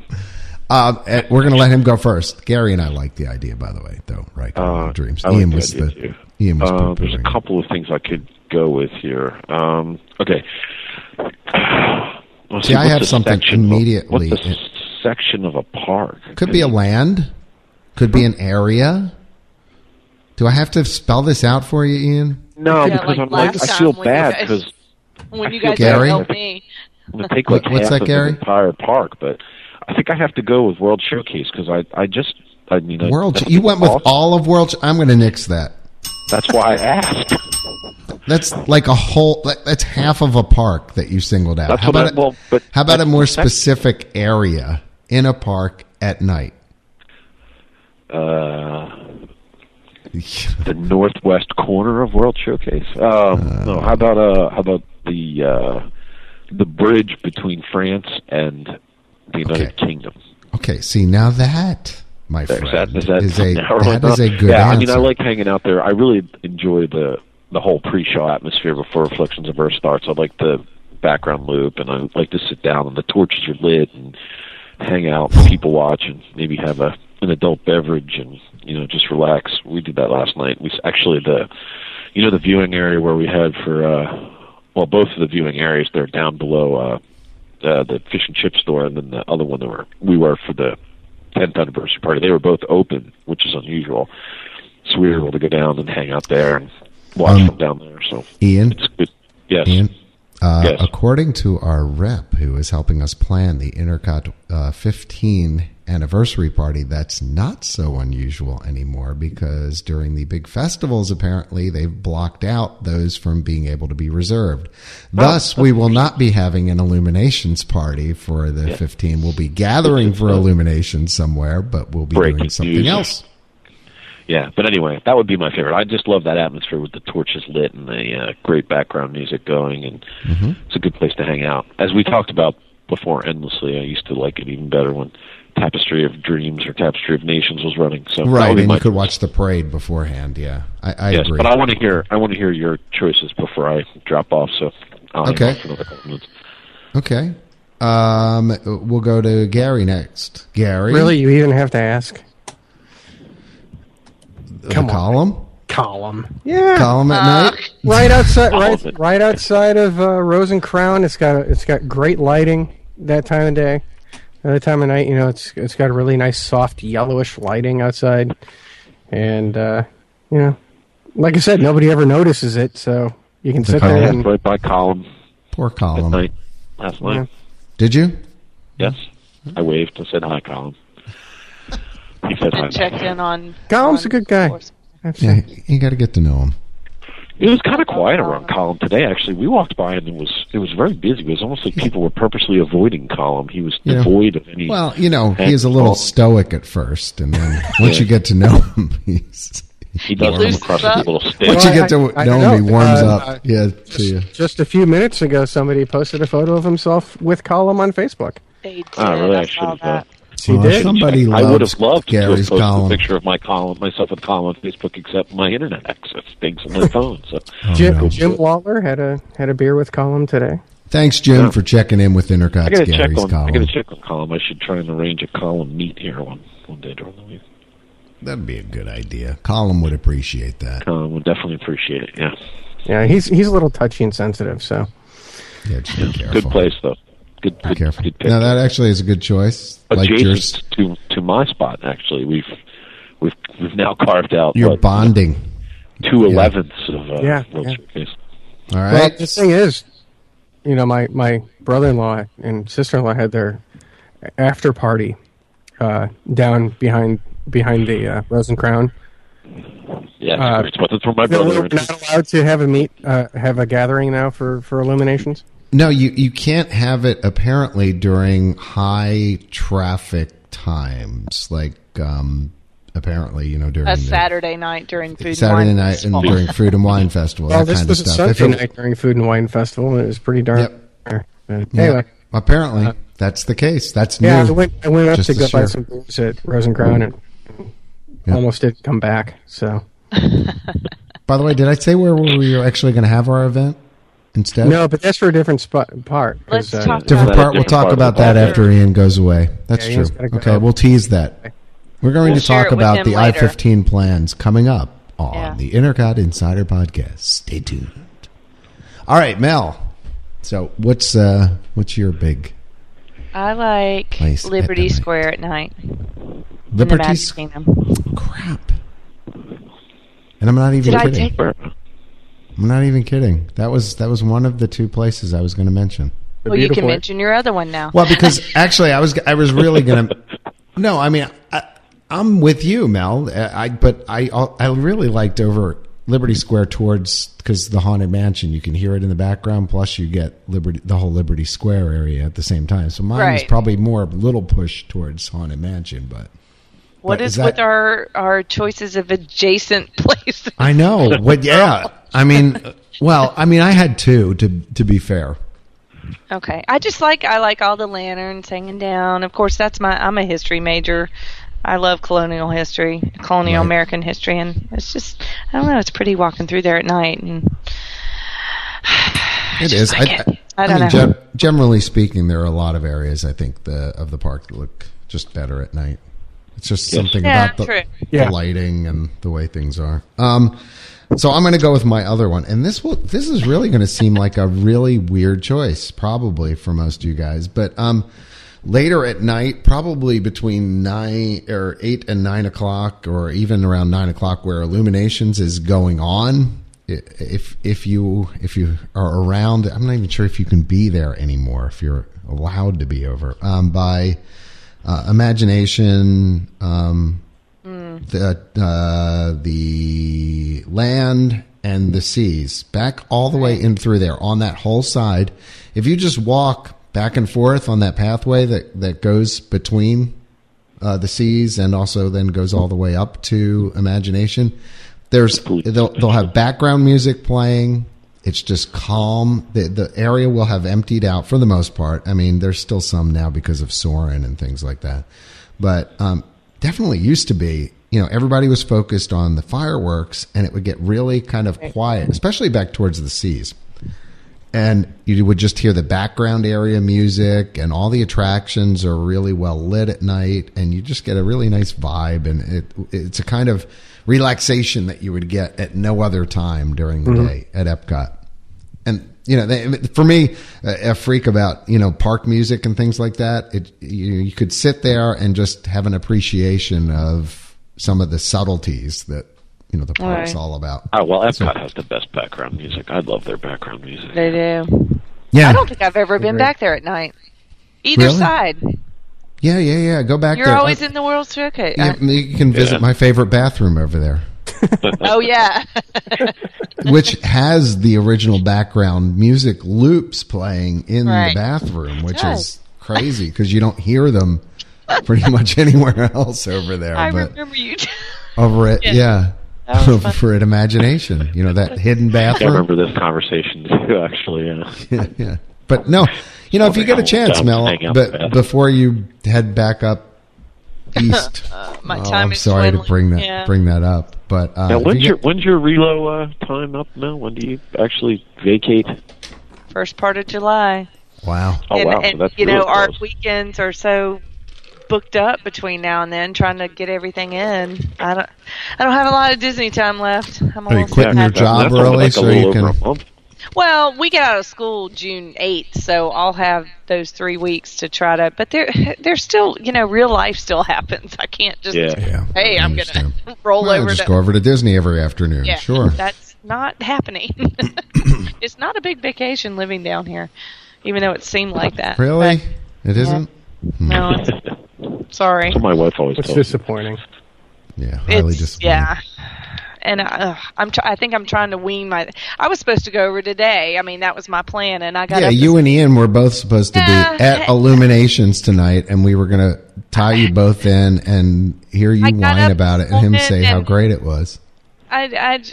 S2: Uh, and we're going to let him go first. Gary and I like the idea, by the way, though. Right?
S3: Uh,
S2: dreams.
S3: I like
S2: Ian
S3: the
S2: was
S3: idea,
S2: the.
S3: too.
S2: Ian was
S3: Uh, there's a
S2: poo-pooing.
S3: couple of things I could go with here. Um, okay. Let's
S2: See, I
S3: what's
S2: have
S3: a
S2: something
S3: section of-
S2: immediately.
S3: What's a s- section of a park?
S2: Could be a land. Could be an area. Do I have to spell this out for you, Ian?
S3: No,
S6: Yeah,
S3: because
S6: like
S3: I'm like
S6: last
S3: I feel
S6: time when you
S3: bad
S6: guys-
S3: because
S6: When you
S3: feel
S6: guys
S2: Gary?
S6: help me,
S3: I'm going to take
S2: What-
S3: like
S2: what's
S3: half
S2: that,
S3: of
S2: Gary?
S3: the entire park, but I think I have to go with World Showcase because I I just I mean I-
S2: World.
S3: that's
S2: You went with
S3: awesome.
S2: all of world. I'm going to nix that.
S3: That's why I asked.
S2: That's like a whole. that- That's half of a park that you singled out.
S3: That's
S2: how
S3: what
S2: about
S3: I- well, but-
S2: how about a more
S3: that's-
S2: specific area in a park at night?
S3: Uh, the northwest corner of World Showcase. Um, no, how about uh, how about the uh, the bridge between France and the United
S2: Okay.
S3: Kingdom?
S2: Okay, see now that my friend
S3: Is that is that
S2: is a
S3: narrow
S2: that
S3: enough?
S2: is a good
S3: yeah, I mean,
S2: answer.
S3: I like hanging out there. I really enjoy the the whole pre-show atmosphere before Reflections of Earth starts. I like the background loop, and I like to sit down and the torches are lit and hang out, people watch, and maybe have a an adult beverage and you know just relax. We did that last night. We s- actually the you know the viewing area where we had for uh well both of the viewing areas they're down below uh uh, the fish and chip store and then the other one that were we were for the 10th anniversary party. They were both open, which is unusual. So we were able to go down and hang out there and watch
S2: Um,
S3: them down there. So
S2: Ian,
S3: it's good. Yes.
S2: Ian, uh,
S3: Yes.
S2: according to our rep who is helping us plan the Intercot uh, 15 anniversary party, that's not so unusual anymore because during the big festivals, apparently they've blocked out those from being able to be reserved. Thus, we will not be having an illuminations party for the 15. We'll be gathering for illuminations somewhere, but we'll be
S3: Breaking
S2: doing something
S3: news.
S2: else.
S3: Yeah. But anyway, that would be my favorite. I just love that atmosphere with the torches lit and the uh, great background music going, and
S2: Mm-hmm.
S3: it's a good place to hang out. As we talked about before endlessly, I used to like it even better when Tapestry of Dreams or Tapestry of Nations was running. So that would
S2: Right,
S3: be
S2: and
S3: my
S2: you could watch the parade beforehand. Yeah, I, I
S3: Yes,
S2: agree.
S3: but I want to hear I want to hear your choices before I drop off. So I'll hang
S2: Okay.
S3: on for another couple minutes.
S2: Okay. Um, we'll go to Gary next. Gary,
S4: Really, you even have to ask.
S2: the
S4: Come on.
S2: column,
S4: Column. Yeah.
S2: column at
S6: Uh,
S2: night.
S4: Right outside,
S3: Column
S4: right,
S3: it.
S4: right outside of uh, Rose and Crown. It's got it's got great lighting that time of day. That time of night, you know, it's it's got a really nice soft yellowish lighting outside, and uh, you know, like I said, nobody ever notices it, so you can sit
S2: column.
S4: there
S3: Yeah,
S4: and
S3: right by column
S2: Poor
S3: at
S2: column.
S3: night last night.
S2: Did you?
S3: Yes, I waved and said hi, column. He said hi.
S6: and check
S3: back.
S6: in on.
S4: Gollum's
S6: on
S4: a good guy.
S6: Force.
S2: Yeah, you got to get to know him.
S3: It was kind of quiet around column today. Actually, we walked by and it was it was very busy. It was almost like people were purposely avoiding column. He was
S2: Yeah.
S3: devoid of any.
S2: Well, you know, he is a little stoic at first, and then once you get to know him, he's
S3: he does come
S6: loses
S3: across
S6: up.
S3: as a little stick.
S2: once you
S4: I-
S2: get to
S4: I- I
S2: know him,
S4: know.
S2: he warms
S4: Uh,
S2: up. Yeah, to you.
S4: Just a few minutes ago, somebody posted a photo of himself with Column on Facebook.
S6: They did.
S3: Oh, really? I
S6: I
S3: should've
S6: saw
S3: done.
S6: that.
S4: She
S2: Well,
S4: did.
S2: Somebody
S3: I would
S2: loves
S3: have loved
S2: Gary's
S3: to have posted
S2: column.
S3: a picture of my column, myself with column on Facebook, except my internet access things on my phone. So
S4: Oh, Jim,
S2: no.
S4: Jim Waller had a had a beer with Column today.
S2: Thanks, Jim, for checking in with
S3: I
S2: Intercot's
S3: got to check
S2: Gary's
S3: on. I got
S2: column.
S3: to check on column. I should try and arrange a column meet here one one day during the week.
S2: That'd be a good idea. Column would appreciate that.
S3: Column Uh, would definitely appreciate it. Yeah,
S4: Yeah, he's he's a little touchy and sensitive, so
S2: Yeah, just be
S3: good
S2: careful.
S3: place though. Good, good,
S2: Careful.
S3: good pick.
S2: Now that actually is a good choice. Like your
S3: Adjacent to to my spot, actually, we've we've we've now carved out
S2: your
S3: like,
S2: bonding.
S3: two elevenths of uh,
S4: Yeah,
S3: World
S4: yeah.
S3: Showcase.
S2: All
S4: Well,
S2: right.
S4: the thing is, you know, my, my brother in law and sister in law had their after party uh, down behind behind the uh, Rose and Crown.
S3: Yeah,
S4: Uh,
S3: it's, it's where my
S4: That
S3: brother.
S4: We're not allowed to have a meet, uh, have a gathering now for, for illuminations.
S2: No, you you can't have it apparently during high traffic times. Like um apparently, you know, during
S6: A
S2: the-
S6: Saturday night during food
S2: Saturday
S6: and wine
S2: night
S6: festival.
S2: and during Fruit and Wine Festival.
S4: Well,
S2: that
S4: this
S2: kind
S4: was
S2: of
S4: a
S2: stuff. If
S4: Sunday
S2: it-
S4: night during Food and Wine Festival. and It was pretty dark.
S2: Yep.
S4: Anyway,
S2: Yeah, apparently that's the case. That's new.
S4: Uh-huh. yeah, I went, I went up
S2: Just
S4: to go
S2: this year.
S4: buy some booze at Rose and Crown and
S2: Yeah.
S4: almost didn't come back. So
S2: By the way, did I say where we were actually going to have our event instead?
S4: no, but that's for a different spot part. 'cause, uh,
S6: Let's talk
S2: different
S6: about
S2: part. We'll
S3: different
S2: talk
S3: part of
S2: about
S3: the
S2: that
S6: podcast.
S2: after Ian goes away. That's
S4: Yeah,
S2: true.
S4: Ian's gotta go.
S2: Okay, we'll tease that. We're going
S6: We'll
S2: to
S6: share
S2: talk
S6: it with
S2: about
S6: him
S2: the
S6: later.
S2: I-15 plans coming up on
S6: Yeah.
S2: the Intercot Insider Podcast. Stay tuned. All right, Mel. So what's uh what's your big
S6: I like
S2: Place at
S6: Liberty
S2: night.
S6: Square at night.
S2: Liberty
S6: in the
S2: Square?
S6: Magic
S2: crap? And I'm not even
S6: Did I
S2: kidding.
S6: take-
S3: Where-
S2: I'm not even kidding. That was that was one of the two places I was going to mention.
S6: Well, you can
S4: beautiful-
S6: mention your other one now.
S2: Well, because actually, I was I was really gonna. No, I mean, I, I'm with you, Mel. Uh, I but I I really liked over Liberty Square towards because the haunted mansion. You can hear it in the background. Plus, you get Liberty the whole Liberty Square area at the same time. So mine was
S6: Right.
S2: probably more of a little push towards haunted mansion, but.
S6: what
S2: but
S6: is,
S2: is that-
S6: with our, our choices of adjacent places?
S2: I know. What? Yeah. I mean, well, I mean, I had two to to be fair.
S6: Okay, I just like I like all the lanterns hanging down. Of course, that's my I'm a history major. I love colonial history, colonial
S2: Right.
S6: American history, and it's just I don't know. It's pretty walking through there at night, and
S2: It is.
S6: like it. I don't know.
S2: gen- generally speaking, there are a lot of areas I think the of the park that look just better at night. It's just something
S6: Yeah,
S2: about the,
S6: true.
S2: the
S4: Yeah.
S2: lighting and the way things are. Um, so I'm going to go with my other one, and this will this is really going to seem like a really weird choice, probably for most of you guys. But um, later at night, probably between nine or eight and nine o'clock, or even around nine o'clock, where illuminations is going on. i- If if you if you are around, I'm not even sure if you can be there anymore. If you're allowed to be over um, by uh, imagination, um, the uh, the land and the seas back all the way in through there on that whole side. If you just walk back and forth on that pathway that that goes between uh, the seas and also then goes all the way up to imagination. There's they'll they'll have background music playing. It's just calm. The the area will have emptied out for the most part. I mean, there's still some now because of Soren and things like that, but um, definitely used to be. You know, everybody was focused on the fireworks, and it would get really kind of quiet, especially back towards the seas and you would just hear the background area music and all the attractions are really well lit at night and you just get a really nice vibe and it it's a kind of relaxation that you would get at no other time during the day at Epcot and you know they, for me a a freak about you know park music and things like that it you, you could sit there and just have an appreciation of some of the subtleties that you know the park's
S6: Right.
S2: all about
S3: Oh well, Epcot has the best background music. I love their background music.
S6: They do.
S2: yeah
S6: I don't think I've ever been back there at night, either
S2: Really?
S6: side.
S2: yeah yeah yeah go back
S6: You're
S2: there
S6: always in the World Showcase.
S2: Yeah, you can visit
S3: Yeah.
S2: my favorite bathroom over there,
S6: oh yeah,
S2: which has the original background music loops playing in
S6: Right.
S2: the bathroom, which
S6: does.
S2: is crazy because you don't hear them pretty much anywhere else over there.
S6: I
S2: but Oh,
S6: remember you.
S2: over it, yeah,
S6: That was fun.
S2: over at Imagination, you know that hidden
S3: I
S2: bathroom.
S3: remember this conversation too. Actually, yeah.
S2: yeah. But no, you know, if you get a chance,
S3: Don't
S2: Mel,
S3: hang out with
S2: but
S3: that.
S2: before you head back up east,
S6: My
S2: oh,
S6: Uh, time
S2: I'm
S6: is
S2: sorry to
S6: dwindling.
S2: bring that
S6: Yeah.
S2: bring that up. But uh,
S3: Now,
S2: if
S3: when's
S2: you
S3: your
S2: get-
S3: when's your relo uh, time up now? When do you actually vacate?
S6: First part of July.
S2: wow.
S3: Oh
S6: and,
S3: wow, so
S6: and
S3: that's
S6: you
S3: really
S6: know our
S3: close.
S6: weekends are so booked up between now and then trying to get everything in i don't i don't have a lot of disney time left i'm a
S2: Are you
S6: little
S2: quitting
S6: sad.
S2: your job
S3: that's only
S2: early
S3: like a
S2: so
S3: little
S2: you
S3: over
S2: can-
S3: a month.
S6: Well, we get out of school June 8th, so I'll have those three weeks to try to. But there, there's still, you know, real life still happens. I can't just,
S3: Yeah.
S2: Yeah.
S6: hey,
S2: I
S6: I'm
S2: understand.
S6: going to roll
S2: Well,
S6: over
S2: just
S6: to.
S2: go over to Disney every afternoon.
S6: yeah,
S2: Sure.
S6: That's not happening. it's not a big vacation living down here, even though it seemed like that.
S2: really? It isn't?
S6: But, no, it's- sorry.
S3: My wife always
S4: It's
S3: tells me.
S4: disappointing.
S2: Yeah. Highly
S6: It's-
S2: disappointing.
S6: yeah. And I, uh, I'm, try- I think I'm trying to wean my. I was supposed to go over today. I mean, that was my plan, and I got.
S2: Yeah,
S6: up
S2: you and Ian were both supposed to
S6: Yeah.
S2: be at Illuminations tonight, and we were going to tie you both in and hear you
S6: I got
S2: whine
S6: up
S2: about it and
S6: this
S2: him
S6: morning
S2: say how
S6: and-
S2: great it was.
S6: I,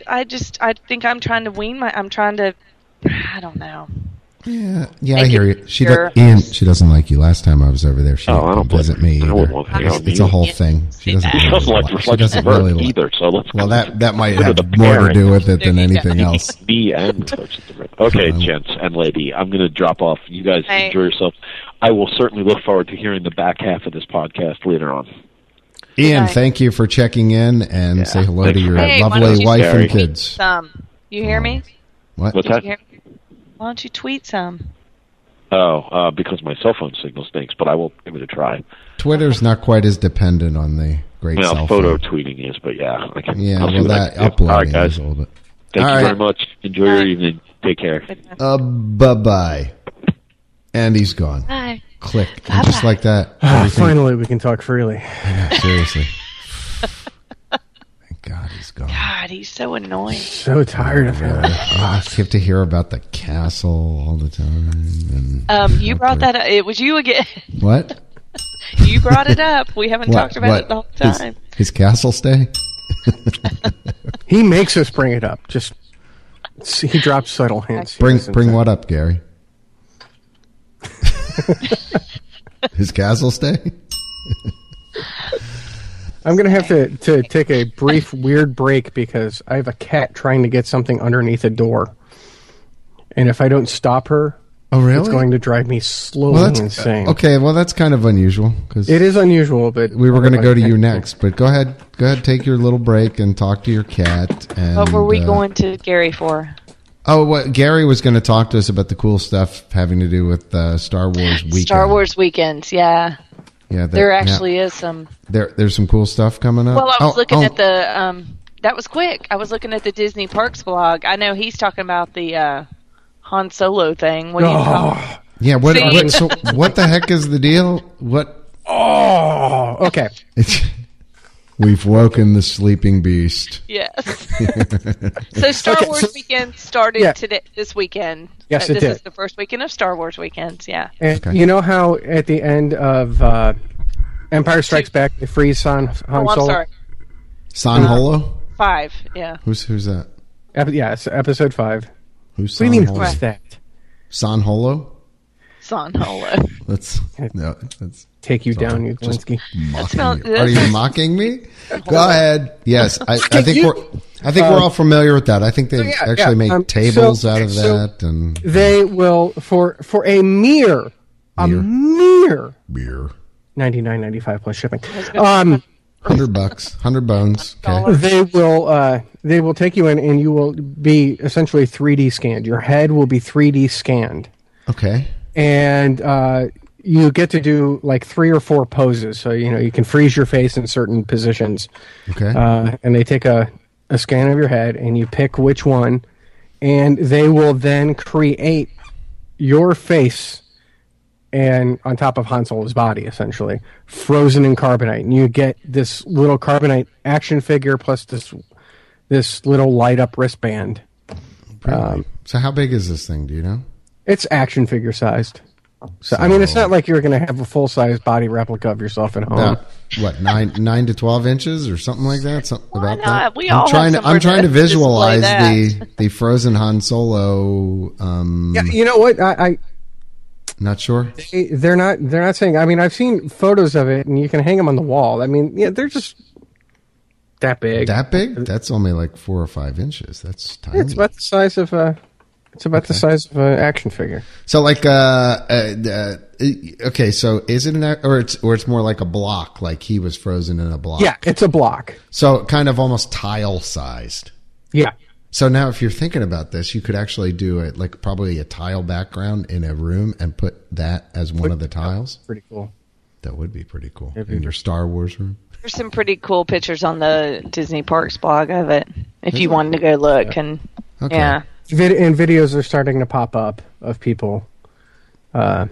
S6: I, I just I think I'm trying to wean my I'm trying to I don't know.
S2: Yeah, yeah, I
S6: Make
S2: hear
S6: it
S2: you. She
S6: easier.
S2: do- Ian, she doesn't like you. Last time I was over there, she
S3: Oh, I don't
S2: didn't visit me
S3: blame
S2: either.
S3: her. I wouldn't want to
S2: It's,
S3: hang out with
S2: it's a
S3: you.
S2: whole thing. She doesn't.
S3: She doesn't
S2: really
S3: like
S2: like- she doesn't
S3: reflection
S2: really
S3: work
S2: like-
S3: either, so let's
S2: Well, that that might
S3: Look at
S2: have
S3: the
S2: more to do
S3: parent.
S2: with it than
S6: There you go.
S2: anything else.
S3: me and Coach Different. Okay, gents and lady, I'm going to drop off. You guys
S6: Right.
S3: enjoy yourself. I will certainly look forward to hearing the back half of this podcast later on.
S2: Ian,
S6: Right.
S2: thank you for checking in and say hello
S3: Thanks
S2: to
S3: for
S2: your
S3: having
S6: Hey, why don't
S2: lovely
S6: you
S2: wife
S3: Gary.
S2: and kids.
S6: Some. You hear me?
S2: What?
S3: What's
S6: Did
S3: that?
S6: you hear me? Why don't you tweet some?
S3: Oh, uh, because my cell phone signal stinks, but I will give it a try.
S2: Twitter's not quite as dependent on the great
S3: Well,
S2: cell
S3: photo
S2: phone.
S3: tweeting is, but yeah, I can.
S2: Yeah,
S3: I'll see
S2: well,
S3: what I
S2: that
S3: can do. All right,
S2: uploading
S3: guys.
S2: is a little bit.
S3: Thank
S2: All
S3: you
S2: right.
S3: very much. Enjoy your evening. Take care.
S2: Uh, bye bye. And he's gone.
S6: Hi.
S2: Click. And just like that. everything-
S4: Finally, we can talk freely.
S2: Seriously. Thank God he's gone.
S6: God, he's so annoying.
S4: So tired of him.
S2: Ah, you have to hear about the castle all the time. And
S6: Um, you brought that up. It was you again.
S2: what?
S6: You brought it up. We haven't
S2: What-
S6: talked about
S2: what?
S6: it the whole time.
S2: His, his castle stay?
S4: He makes us bring it up. Just see, he drops subtle hints. He
S2: Bring
S4: doesn't
S2: bring
S4: say-
S2: what up, Gary? his castle stay?
S4: I'm gonna have to, to take a brief weird break because I have a cat trying to get something underneath a door, and if I don't stop her,
S2: Oh, really?
S4: it's going to drive me slowly
S2: well, that's
S4: insane.
S2: okay. Well, that's kind of unusual because
S4: It is unusual, but
S2: we were going to
S4: I-
S2: go to you next. But go ahead, go ahead, take your little break and talk to your cat. And,
S6: What Oh, were we
S2: uh,
S6: going to Gary for?
S2: Oh, what Gary was going to talk to us about the cool stuff having to do with uh, Star Wars weekend.
S6: Star Wars weekends. Yeah,
S2: Yeah, that-
S6: there
S2: yeah.
S6: actually is some.
S2: there there's some cool stuff coming up.
S6: Well, I was
S2: Oh,
S6: looking
S2: oh,
S6: at the. Um, that was quick. I was looking at the Disney Parks blog. I know he's talking about the uh, Han Solo thing. What do you
S2: Oh,
S6: call it?
S2: yeah. What,
S6: See?
S2: what so what the heck is the deal? What
S4: Oh, okay.
S2: it's, we've woken the sleeping beast.
S6: Yes. so Star
S4: Okay,
S6: Wars
S4: so-
S6: weekend started
S4: Yeah.
S6: today this weekend.
S4: Yes, it
S6: Uh, this
S4: did.
S6: is the first weekend of Star Wars weekends. Yeah.
S4: And
S2: Okay.
S4: You know how at the end of uh, Empire Strikes Back, they freeze Han, Han
S6: Oh, I'm
S4: Solo.
S6: sorry.
S2: San Holo.
S6: Five. Yeah.
S2: Who's who's that?
S4: Ep- yes, episode five.
S2: Who's
S4: What do
S2: San
S4: you mean?
S2: Holo?
S4: Who's that?
S2: San Holo.
S6: Son Holo.
S2: That's no. That's
S4: Take you down, you
S2: Sorry, just-
S4: Glinsky.
S2: mocking
S6: not-
S2: you. Are you
S6: that's-
S2: mocking me? Go ahead. Yes, I, I think
S4: You-
S2: we're. I think we're all familiar with that. I think they
S4: yeah,
S2: actually
S4: yeah,
S2: make
S4: um,
S2: tables
S4: so-
S2: out of
S4: so-
S2: that and
S4: They will for for a mere a mere
S2: beer.
S4: ninety nine ninety five plus
S6: Oh
S4: shipping. Um,
S2: Hundred bucks, hundred bones. Okay.
S4: they will uh, they will take you in, and you will be essentially three D scanned. Your head will be three D scanned,
S2: Okay.
S4: and uh, you get to do like three or four poses. So you know you can freeze your face in certain positions.
S2: Okay.
S4: uh, and they take a, a scan of your head and you pick which one and they will then create your face and on top of Han Solo's body essentially frozen in carbonite and you get this little carbonite action figure plus this this little light up wristband
S2: Really? so how big is this thing? Do you know?
S4: it's action figure sized so, I mean it's not like you're going to have a full size body replica of yourself at home
S2: about what nine nine to twelve inches or something like that. Something
S6: Why
S2: about that.
S6: not? We all
S2: I'm
S6: have
S2: trying to. I'm
S6: somewhere
S2: trying to
S6: to display
S2: visualize the
S6: that.
S2: the frozen Han Solo. Um,
S4: yeah, you know what I, I
S2: not sure.
S4: they're not they're not saying i mean i've seen photos of it and you can hang them on the wall i mean yeah they're just that big
S2: That big? That's only like four or five inches. That's tiny.
S4: it's about the size of a it's about the size of an action figure
S2: So like, uh, uh, uh, okay, so is it an act- or it's or it's more like a block? Like he was frozen in a block.
S4: yeah it's a block
S2: So kind of almost tile sized.
S4: yeah
S2: So now, if you're thinking about this, you could actually do it like probably a tile background in a room and put that as one of the tiles.
S4: Pretty cool.
S2: That would be pretty cool in your Star Wars room.
S6: There's some pretty cool pictures on the Disney Parks blog of it. If you wanted to go look and
S2: Okay.
S6: yeah,
S4: Vid- and videos are starting to pop up of people, uh,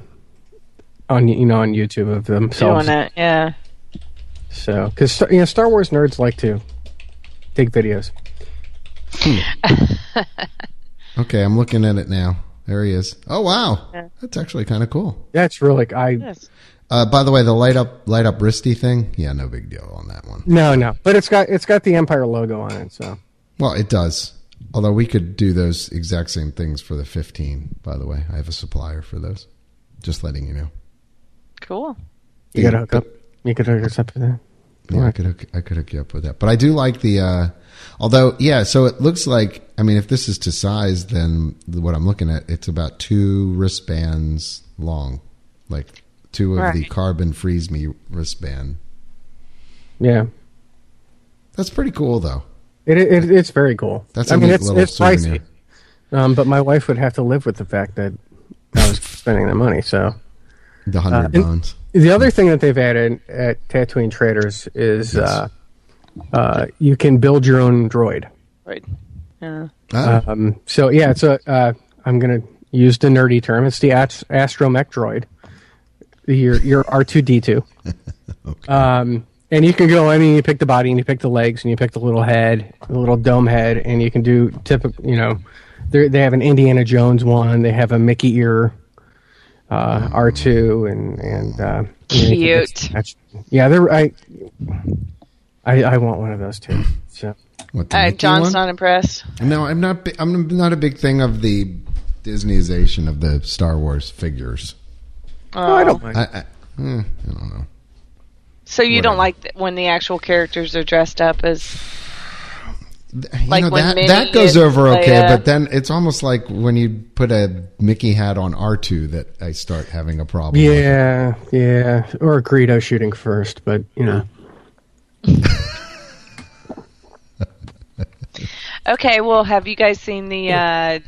S4: on you know on YouTube of themselves.
S6: doing it, yeah.
S4: So because you know Star Wars nerds like to dig videos.
S2: Okay, I'm looking at it now. There he is. Oh wow, that's actually kind of cool.
S4: That's really I
S6: Yes.
S2: Uh, by the way, the light up light up wristy thing. Yeah, no big deal on that one.
S4: no no, but it's got it's got the Empire logo on it. So
S2: Well, it does. Although we could do those exact same things for the 15. By the way, I have a supplier for those. Just letting you know.
S6: Cool.
S4: you gotta hook up. You could hook us up to that.
S2: Yeah, I could hook, I could hook you up with that. But I do like the, uh, although yeah. So it looks like I mean, if this is to size, then what I'm looking at, it's about two wristbands long, like two of the
S6: Right.
S2: carbon freeze me wristband.
S4: Yeah.
S2: That's pretty cool though.
S4: It, it it's very cool.
S2: That's a
S4: I mean
S2: neat
S4: it's
S2: little
S4: it's
S2: souvenir.
S4: pricey, um, but my wife would have to live with the fact that I was spending that money. So
S2: The hundred
S4: Uh, and-
S2: bones.
S4: the other thing that they've added at Tatooine Traders is uh, uh, you can build your own droid.
S6: Right. Yeah.
S2: Ah,
S4: Um, so yeah, it's a uh, I'm gonna use the nerdy term. It's the Ast- astromech droid. Your your R two D two. Um, and you can go in and you pick the body and you pick the legs and you pick the little head, the little dome head, and you can do typical. You know, they they have an Indiana Jones one. They have a Mickey ear. Uh, R two and and uh, you know, you can mix and
S6: Cute.
S4: match. Yeah, they're I, I I want one of those too. So
S2: what, the
S6: All right,
S2: Mickey
S6: John's
S2: one?
S6: not impressed.
S2: No, I'm not. bi- I'm not a big thing of the Disneyization of the Star Wars figures.
S4: oh, I don't mind.
S2: I, I, eh, I don't know.
S6: So you
S2: Whatever.
S6: don't like th- when the actual characters are dressed up as
S2: Th- You
S6: Like
S2: know
S6: when
S2: that
S6: Minnie
S2: that goes
S6: and
S2: over okay,
S6: Leia-
S2: but then it's almost like when you put a Mickey hat on R two that I start having a problem. with.
S4: Yeah, yeah. Or Greedo shooting first, but you know.
S6: Okay, well, have you guys seen the uh,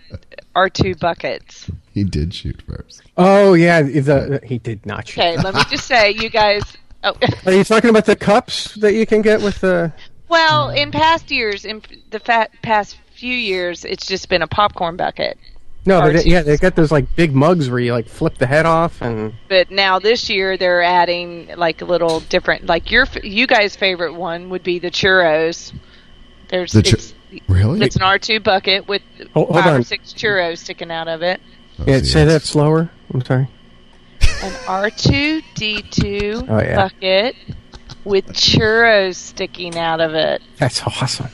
S6: R2 buckets?
S2: he did shoot first.
S4: Oh yeah, the, he did not shoot.
S6: Okay, let me just say, you guys. Oh,
S4: Are you talking about the cups that you can get with the?
S6: well, in past years, in p- the fa- past few years, it's just been a popcorn bucket.
S4: No,
S6: Or
S4: they, yeah,
S6: Jesus.
S4: they got those like big mugs where you like flip the head off and
S6: But now this year, they're adding like a little different. Like your, f- you guys' favorite one would be the churros. There's
S2: The chur-
S6: it's,
S2: Really?
S6: it's an R2 bucket with
S4: Ho-
S6: five
S4: Oh, hold on.
S6: or six churros sticking out of it.
S2: Oh,
S4: yeah,
S2: see,
S4: say that
S2: it's-
S4: slower. I'm sorry.
S6: an R2 D2
S4: Oh, yeah.
S6: bucket with churros sticking out of it
S4: That's awesome.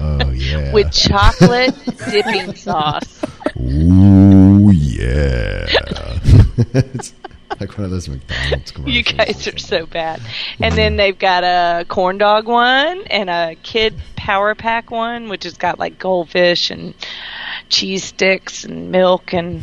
S2: Oh yeah.
S6: with chocolate dipping sauce.
S2: Ooh yeah. it's like one of those McDonald's commercials.
S6: You guys are so bad. And then they've got a corn dog one and a kid power pack one, which has got like goldfish and cheese sticks and milk and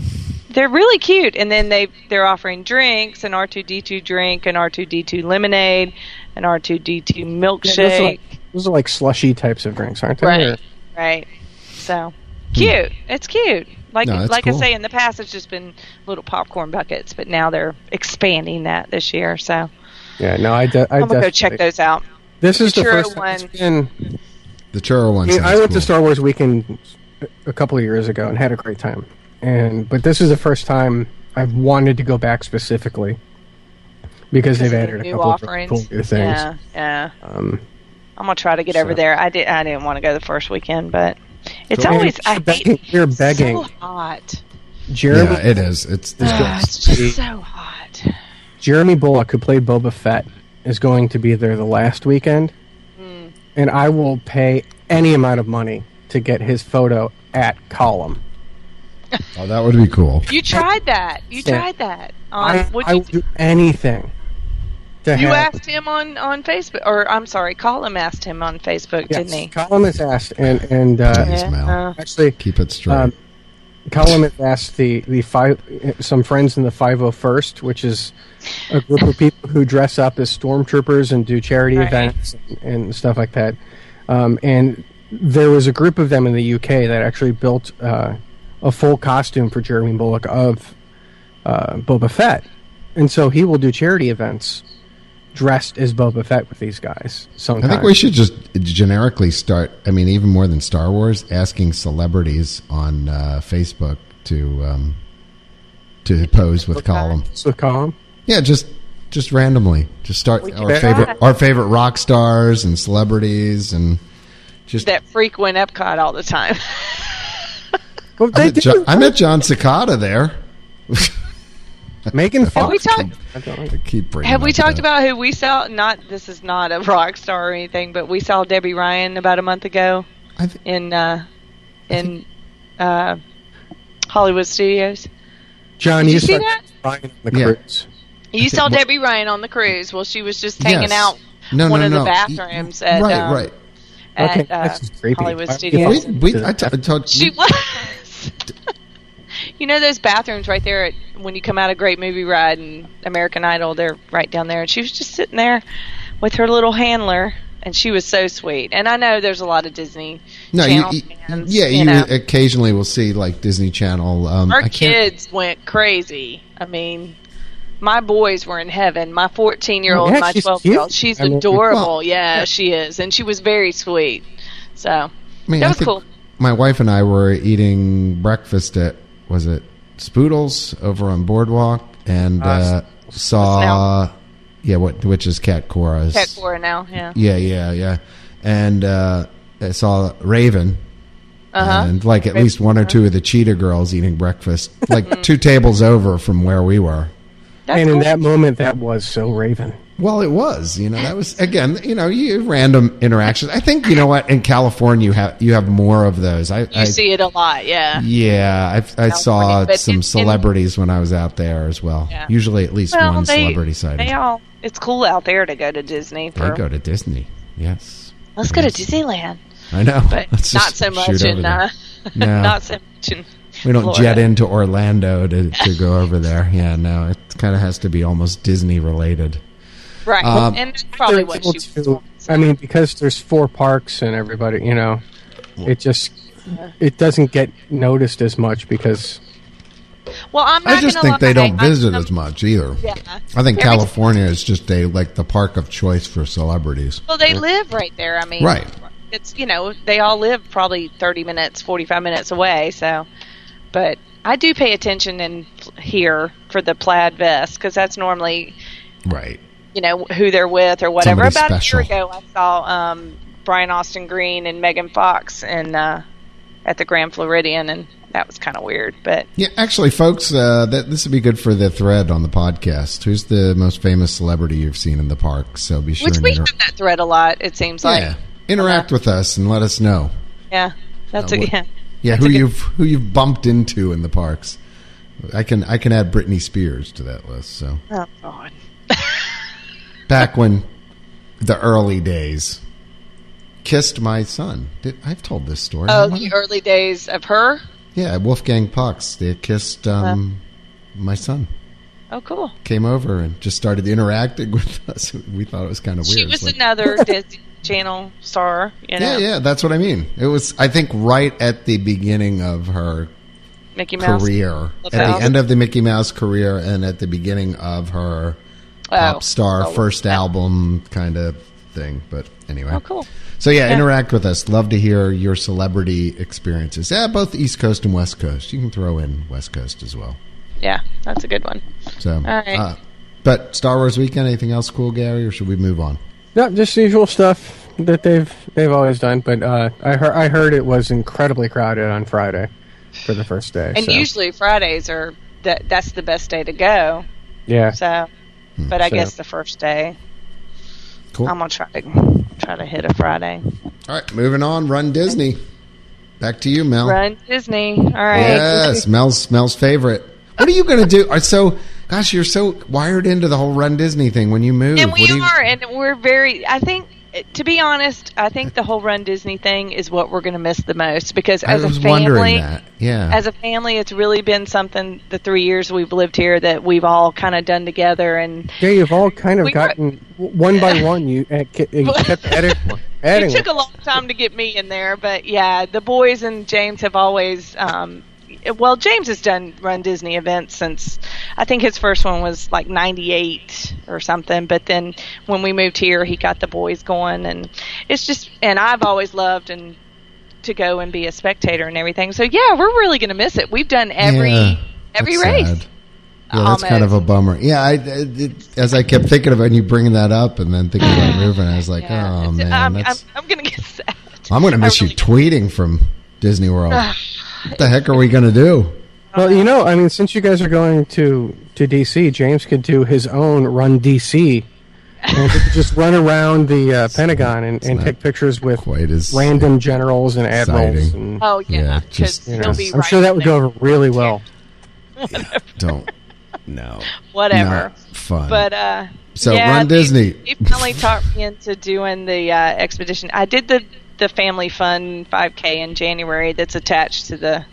S6: they're really cute. And then they they're offering drinks, an R two D two drink, an R two D two lemonade, an R two D two
S4: Those are,
S6: milkshake.
S4: like, those are like slushy types of drinks, aren't they?
S6: Right. Right. So cute. It's cute. Like
S2: No, that's
S6: like
S2: cool.
S6: I say, in the past it's just been little popcorn buckets, but now they're expanding that this year. So I'm
S4: Yeah. No, I. De- I
S6: gonna go
S4: definitely-
S6: check those out.
S4: This is the
S6: Churro
S4: first time
S6: one.
S4: it's been.
S2: The churro one.
S4: I, mean,
S2: sounds
S4: I went
S2: cool.
S4: to Star Wars Weekend a couple of years ago and had a great time. And but this is the first time I've wanted to go back specifically because they've
S6: Some
S4: added a
S6: new
S4: couple
S6: offerings.
S4: of really cool new things.
S6: Yeah, yeah.
S4: Um,
S6: I'm gonna try to get over
S4: So-
S6: there. I did. I didn't want to go the first weekend, but it's always I
S4: You're begging-
S6: hate.
S4: you're
S6: it's
S4: begging.
S6: So hot.
S4: Jeremy
S2: Yeah, it is. It's
S6: Ah, it's just so hot.
S4: Jeremy Bullock, who played Boba Fett, is going to be there the last weekend,
S6: Hmm.
S4: and I will pay any amount of money to get his photo at Column.
S2: oh, that would be cool.
S6: You tried that. You
S4: Yeah.
S6: tried that.
S4: I,
S6: Um, would
S4: I
S6: you
S4: will do anything. To
S6: You
S4: have,
S6: asked him on, on Facebook, or I'm sorry, Colum asked him on Facebook,
S4: yes,
S6: didn't he?
S4: Column has asked, and and uh,
S2: Jeez, Mel.
S6: uh,
S4: actually,
S2: Keep it straight.
S4: Um, Colin had asked the, the five some friends in the 501st, which is a group of people who dress up as stormtroopers and do charity
S6: Right.
S4: events and, and stuff like that. Um, and there was a group of them in the UK that actually built uh, a full costume for Jeremy Bullock of uh, Boba Fett, and so he will do charity events dressed as Boba Fett with these guys.
S2: I
S4: Sometimes
S2: think we should just generically start. I mean, even more than Star Wars, asking celebrities on uh, Facebook to um, to pose with column.
S4: so calm.
S2: Yeah, just just randomly, just start our
S4: try.
S2: favorite our favorite rock stars and celebrities, and just
S6: that frequent Epcot all the time.
S4: Well,
S2: I
S4: they
S2: met,
S4: do
S2: jo- I met John Cicada there.
S4: Megan Fox.
S6: Have we talked?
S4: I don't like it.
S2: Keep bringing
S6: Have we
S2: up
S6: talked
S2: that.
S6: about who we saw? Not this is not a rock star or anything, but we saw Debbie Ryan about a month ago
S2: I th-
S6: in uh, in uh, Hollywood Studios.
S4: John,
S6: Did you
S4: you
S6: see
S4: saw
S6: that?
S4: Ryan on the
S2: Yeah.
S4: cruise.
S6: You saw Debbie Ryan on the cruise. Well, she was just hanging
S2: Yes.
S6: out
S2: no,
S6: one
S2: no,
S6: of the
S2: no.
S6: bathrooms at,
S2: right,
S6: um,
S2: right.
S6: at
S4: Okay,
S6: uh,
S4: that's just creepy.
S6: Hollywood
S4: Why-
S6: Studios.
S4: Yeah.
S2: We, we, I t- I told-
S6: She was. you know those bathrooms right there at, when you come out of Great Movie Ride and American Idol, they're right down there. And she was just sitting there with her little handler, and she was so sweet. And I know there's a lot of Disney
S2: no, you,
S6: Channel
S2: you-
S6: fans.
S2: yeah, you,
S6: know.
S2: occasionally will see like Disney Channel. Um, I
S6: Our
S2: can't-
S6: kids went crazy. I mean, my boys were in heaven. My 14 year old,
S4: Yeah,
S6: my
S4: she's
S6: 12 year old.
S4: cute.
S6: She's
S4: I mean,
S6: adorable.
S2: well-
S6: yeah, she is, and she was very sweet. So
S2: I mean,
S6: That
S2: I
S6: was
S2: think
S6: cool.
S2: My wife and I were eating breakfast at was it Spoodles over on Boardwalk, and uh, saw yeah, what which is Cat Cora's
S6: pet for her now. Yeah.
S2: Yeah, yeah, yeah, and uh, I saw Raven.
S6: Uh huh.
S2: And like at least one or two of the cheetah girls eating breakfast,
S6: Mm-hmm.
S2: like two tables over from where we were.
S6: That's
S4: And in
S6: cool.
S4: that moment, that was so Raven.
S2: Well, it was, you know, that was again, you know, you random interactions. I think you know what in California you have you have more of those. I,
S6: you
S2: I
S6: see it a lot. Yeah.
S2: Yeah, I, I saw
S6: but
S2: some
S6: in- in-
S2: celebrities when I was out there as well.
S6: Yeah.
S2: Usually, at least
S6: Well,
S2: one
S6: they-
S2: celebrity sighting.
S6: They all. It's cool out there to go to Disney.
S2: They
S6: For,
S2: go to Disney. Yes,
S6: let's go to
S2: Yes.
S6: Disneyland,
S2: I know.
S6: but
S2: Let's
S6: not
S2: just
S6: so much
S2: shoot over
S6: in.
S2: there.
S6: Uh,
S2: No.
S6: not so much in.
S2: we don't
S6: Florida.
S2: jet into Orlando to, to go over there. Yeah, no, it kind of has to be almost Disney related.
S6: Right,
S2: Um,
S6: and that's probably what
S4: They're
S6: she
S4: able
S6: was
S4: to-
S6: wanting.
S4: I mean, because there's four parks and everybody, you know, it just it doesn't get noticed as much because
S6: Well, I'm not
S2: I just
S6: gonna
S2: think they
S6: lie,
S2: don't
S6: I'm-
S2: visit
S6: I'm-
S2: as much either. I
S6: Yeah.
S2: think
S6: Every time-
S2: California is just a like the park of choice for celebrities.
S6: Well, they live right there. I mean,
S2: Right.
S6: It's you know they all live probably thirty minutes, forty five minutes away. So, but I do pay attention in here for the plaid vest because that's normally
S2: Right.
S6: you know who they're with or whatever.
S2: Somebody
S6: About
S2: special.
S6: a year ago, I saw um, Brian Austin Green and Megan Fox and uh, at the Grand Floridian, and that was kind of weird. But
S2: Yeah, actually, folks, uh, that this would be good for the thread on the podcast. Who's the most famous celebrity you've seen in the park? So be sure
S6: which
S2: and
S6: we
S2: inter-
S6: have that thread a lot. It seems
S2: yeah,
S6: like
S2: interact with us and let us know.
S6: yeah, that's
S2: Uh,
S6: a,
S2: what-
S6: yeah.
S2: Yeah, who you've who you've bumped into in the parks. I can I can add Britney Spears to that list. So
S6: Oh God.
S2: back when the early days, kissed my son. Did, I've told this story.
S6: Oh,
S2: What?
S6: the early days of her.
S2: yeah, Wolfgang Pucks. They kissed
S6: Uh-huh.
S2: um, my son.
S6: Oh, cool.
S2: Came over and just started interacting with us. We thought it was kind of weird.
S6: She
S2: It's
S6: was
S2: like-
S6: another Disney Channel star. You
S2: Yeah,
S6: know,
S2: yeah, that's what I mean. It was, I think, right at the beginning of her
S6: Mickey Mouse. Oh.
S2: career,
S6: Mouse.
S2: at
S6: Mouse.
S2: the end of the Mickey Mouse career, and at the beginning of her
S6: Oh.
S2: pop star
S6: Oh,
S2: first
S6: yeah.
S2: album kind of thing. But anyway,
S6: Oh, cool.
S2: So yeah, interact with us. Love to hear your celebrity experiences. Yeah, both East Coast and West Coast. You can throw in West Coast as well.
S6: Yeah, that's a good one.
S2: So,
S6: right.
S2: uh, but Star Wars weekend. Anything else cool, Gary, or should we move on?
S4: no, just the usual stuff that they've they've always done. But uh, I heard I heard it was incredibly crowded on Friday for the first day.
S6: And
S4: so,
S6: usually Fridays are that. That's the best day to go.
S4: yeah,
S6: So,
S2: Hmm,
S6: but I
S4: So-
S6: guess the first day
S2: Cool.
S6: I'm gonna try to try to hit a Friday.
S2: All right, moving on. Run Disney. Back to you, Mel.
S6: Run Disney. All right.
S2: Yes, Mel's Mel's favorite. What are you going to do? Are so gosh, you're so wired into the whole Run Disney thing when you move.
S6: And
S2: What
S6: we
S2: do you-
S6: are, and we're very. I think to be honest, I think the whole Run Disney thing is what we're going to miss the most because as
S2: I was
S6: a family,
S2: wondering that. Yeah.
S6: as a family, it's really been something the three years we've lived here that we've all kind of done together and
S4: Yeah, you've all kind of
S6: We were-
S4: gotten w one by one. You, uh, ke- you kept adding, adding.
S6: it took a long time to get me in there, but yeah, the boys and James have always. Um, well, James has done Run Disney events since I think his first one was like '98 or something. But then when we moved here, he got the boys going, and it's just. And I've always loved and to go and be a spectator and everything. So yeah, we're really gonna miss it. We've done every
S2: Yeah,
S6: every
S2: that's
S6: race.
S2: sad. Yeah, that's kind of a bummer. Yeah, I, I- it, as I kept thinking about you bringing that up, and then thinking about Ruben, I was like,
S6: Yeah,
S2: oh
S6: it's- um,
S2: man,
S6: I'm, I'm,
S2: that's,
S6: I'm gonna get sad.
S2: I'm, going to
S6: I
S2: miss
S6: really-
S2: you tweeting from Disney World. what the heck are we going to do?
S4: Well, you know, I mean, since you guys are going to to DC, James could do his own run DC, and he could just run around the uh, Pentagon and, and
S2: not
S4: take pictures with
S2: Quite as
S4: random generals and admirals.
S2: Exciting.
S4: And,
S6: Oh yeah,
S2: Yeah,
S6: 'cause
S2: just-
S6: they'll
S2: yeah.
S6: be
S4: I'm
S6: right
S4: sure that would
S6: there.
S4: go over really well.
S2: don't no
S6: whatever.
S2: not fun.
S6: But uh,
S2: So,
S6: yeah,
S2: Run
S6: they-
S2: Disney.
S6: They finally talked me into doing the uh, expedition. I did the the family fun 5K in January. That's attached to the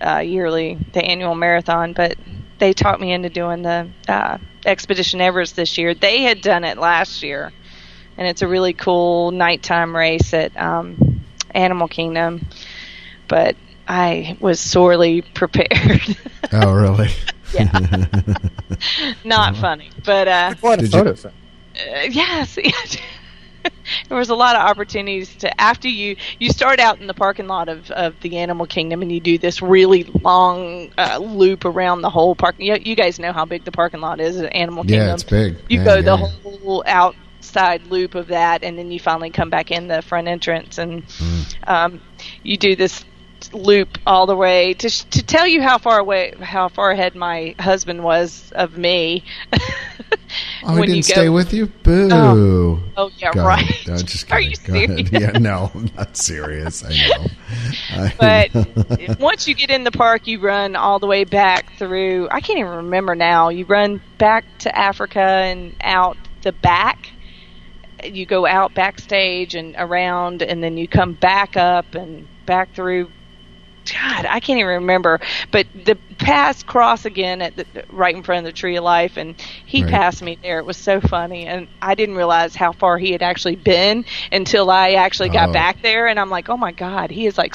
S6: uh, yearly the annual marathon, but they talked me into doing the uh, expedition Everest this year. They had done it last year, and it's a really cool nighttime race at um, Animal Kingdom. But I was sorely prepared.
S2: oh really? Uh-huh.
S6: Not funny, but uh,
S4: A lot of
S2: Did you-
S4: photos.
S6: uh, yes there was a lot of opportunities to after you you start out in the parking lot of, of the animal kingdom and you do this really long uh, loop around the whole park you, you guys know how big the parking lot is at animal kingdom
S2: Yeah, it's big.
S6: you
S2: Yeah,
S6: go
S2: yeah.
S6: the whole outside loop of that and then you finally come back in the front entrance and
S2: Mm.
S6: um, you do this loop all the way to sh- to tell you how far away how far ahead my husband was of me
S2: Oh,
S6: when
S2: I
S6: you
S2: didn't
S6: go-
S2: stay with you. Boo.
S6: Oh. Oh, yeah,
S2: Go
S6: right.
S2: ahead. No, just
S6: Are
S2: kidding.
S6: you
S2: Go ahead.
S6: serious?
S2: Yeah, no, I'm not serious. I know. I
S6: but
S2: know.
S6: once you get in the park, you run all the way back through. I can't even remember now. You run back to Africa and out the back. You go out backstage and around, and then you come back up and back through. God, I can't even remember. But the pass cross again at the, right in front of the Tree of Life, and he
S2: Right.
S6: passed me there. It was so funny, and I didn't realize how far he had actually been until I actually got
S2: Oh.
S6: back there, and I'm like, oh my God, he is like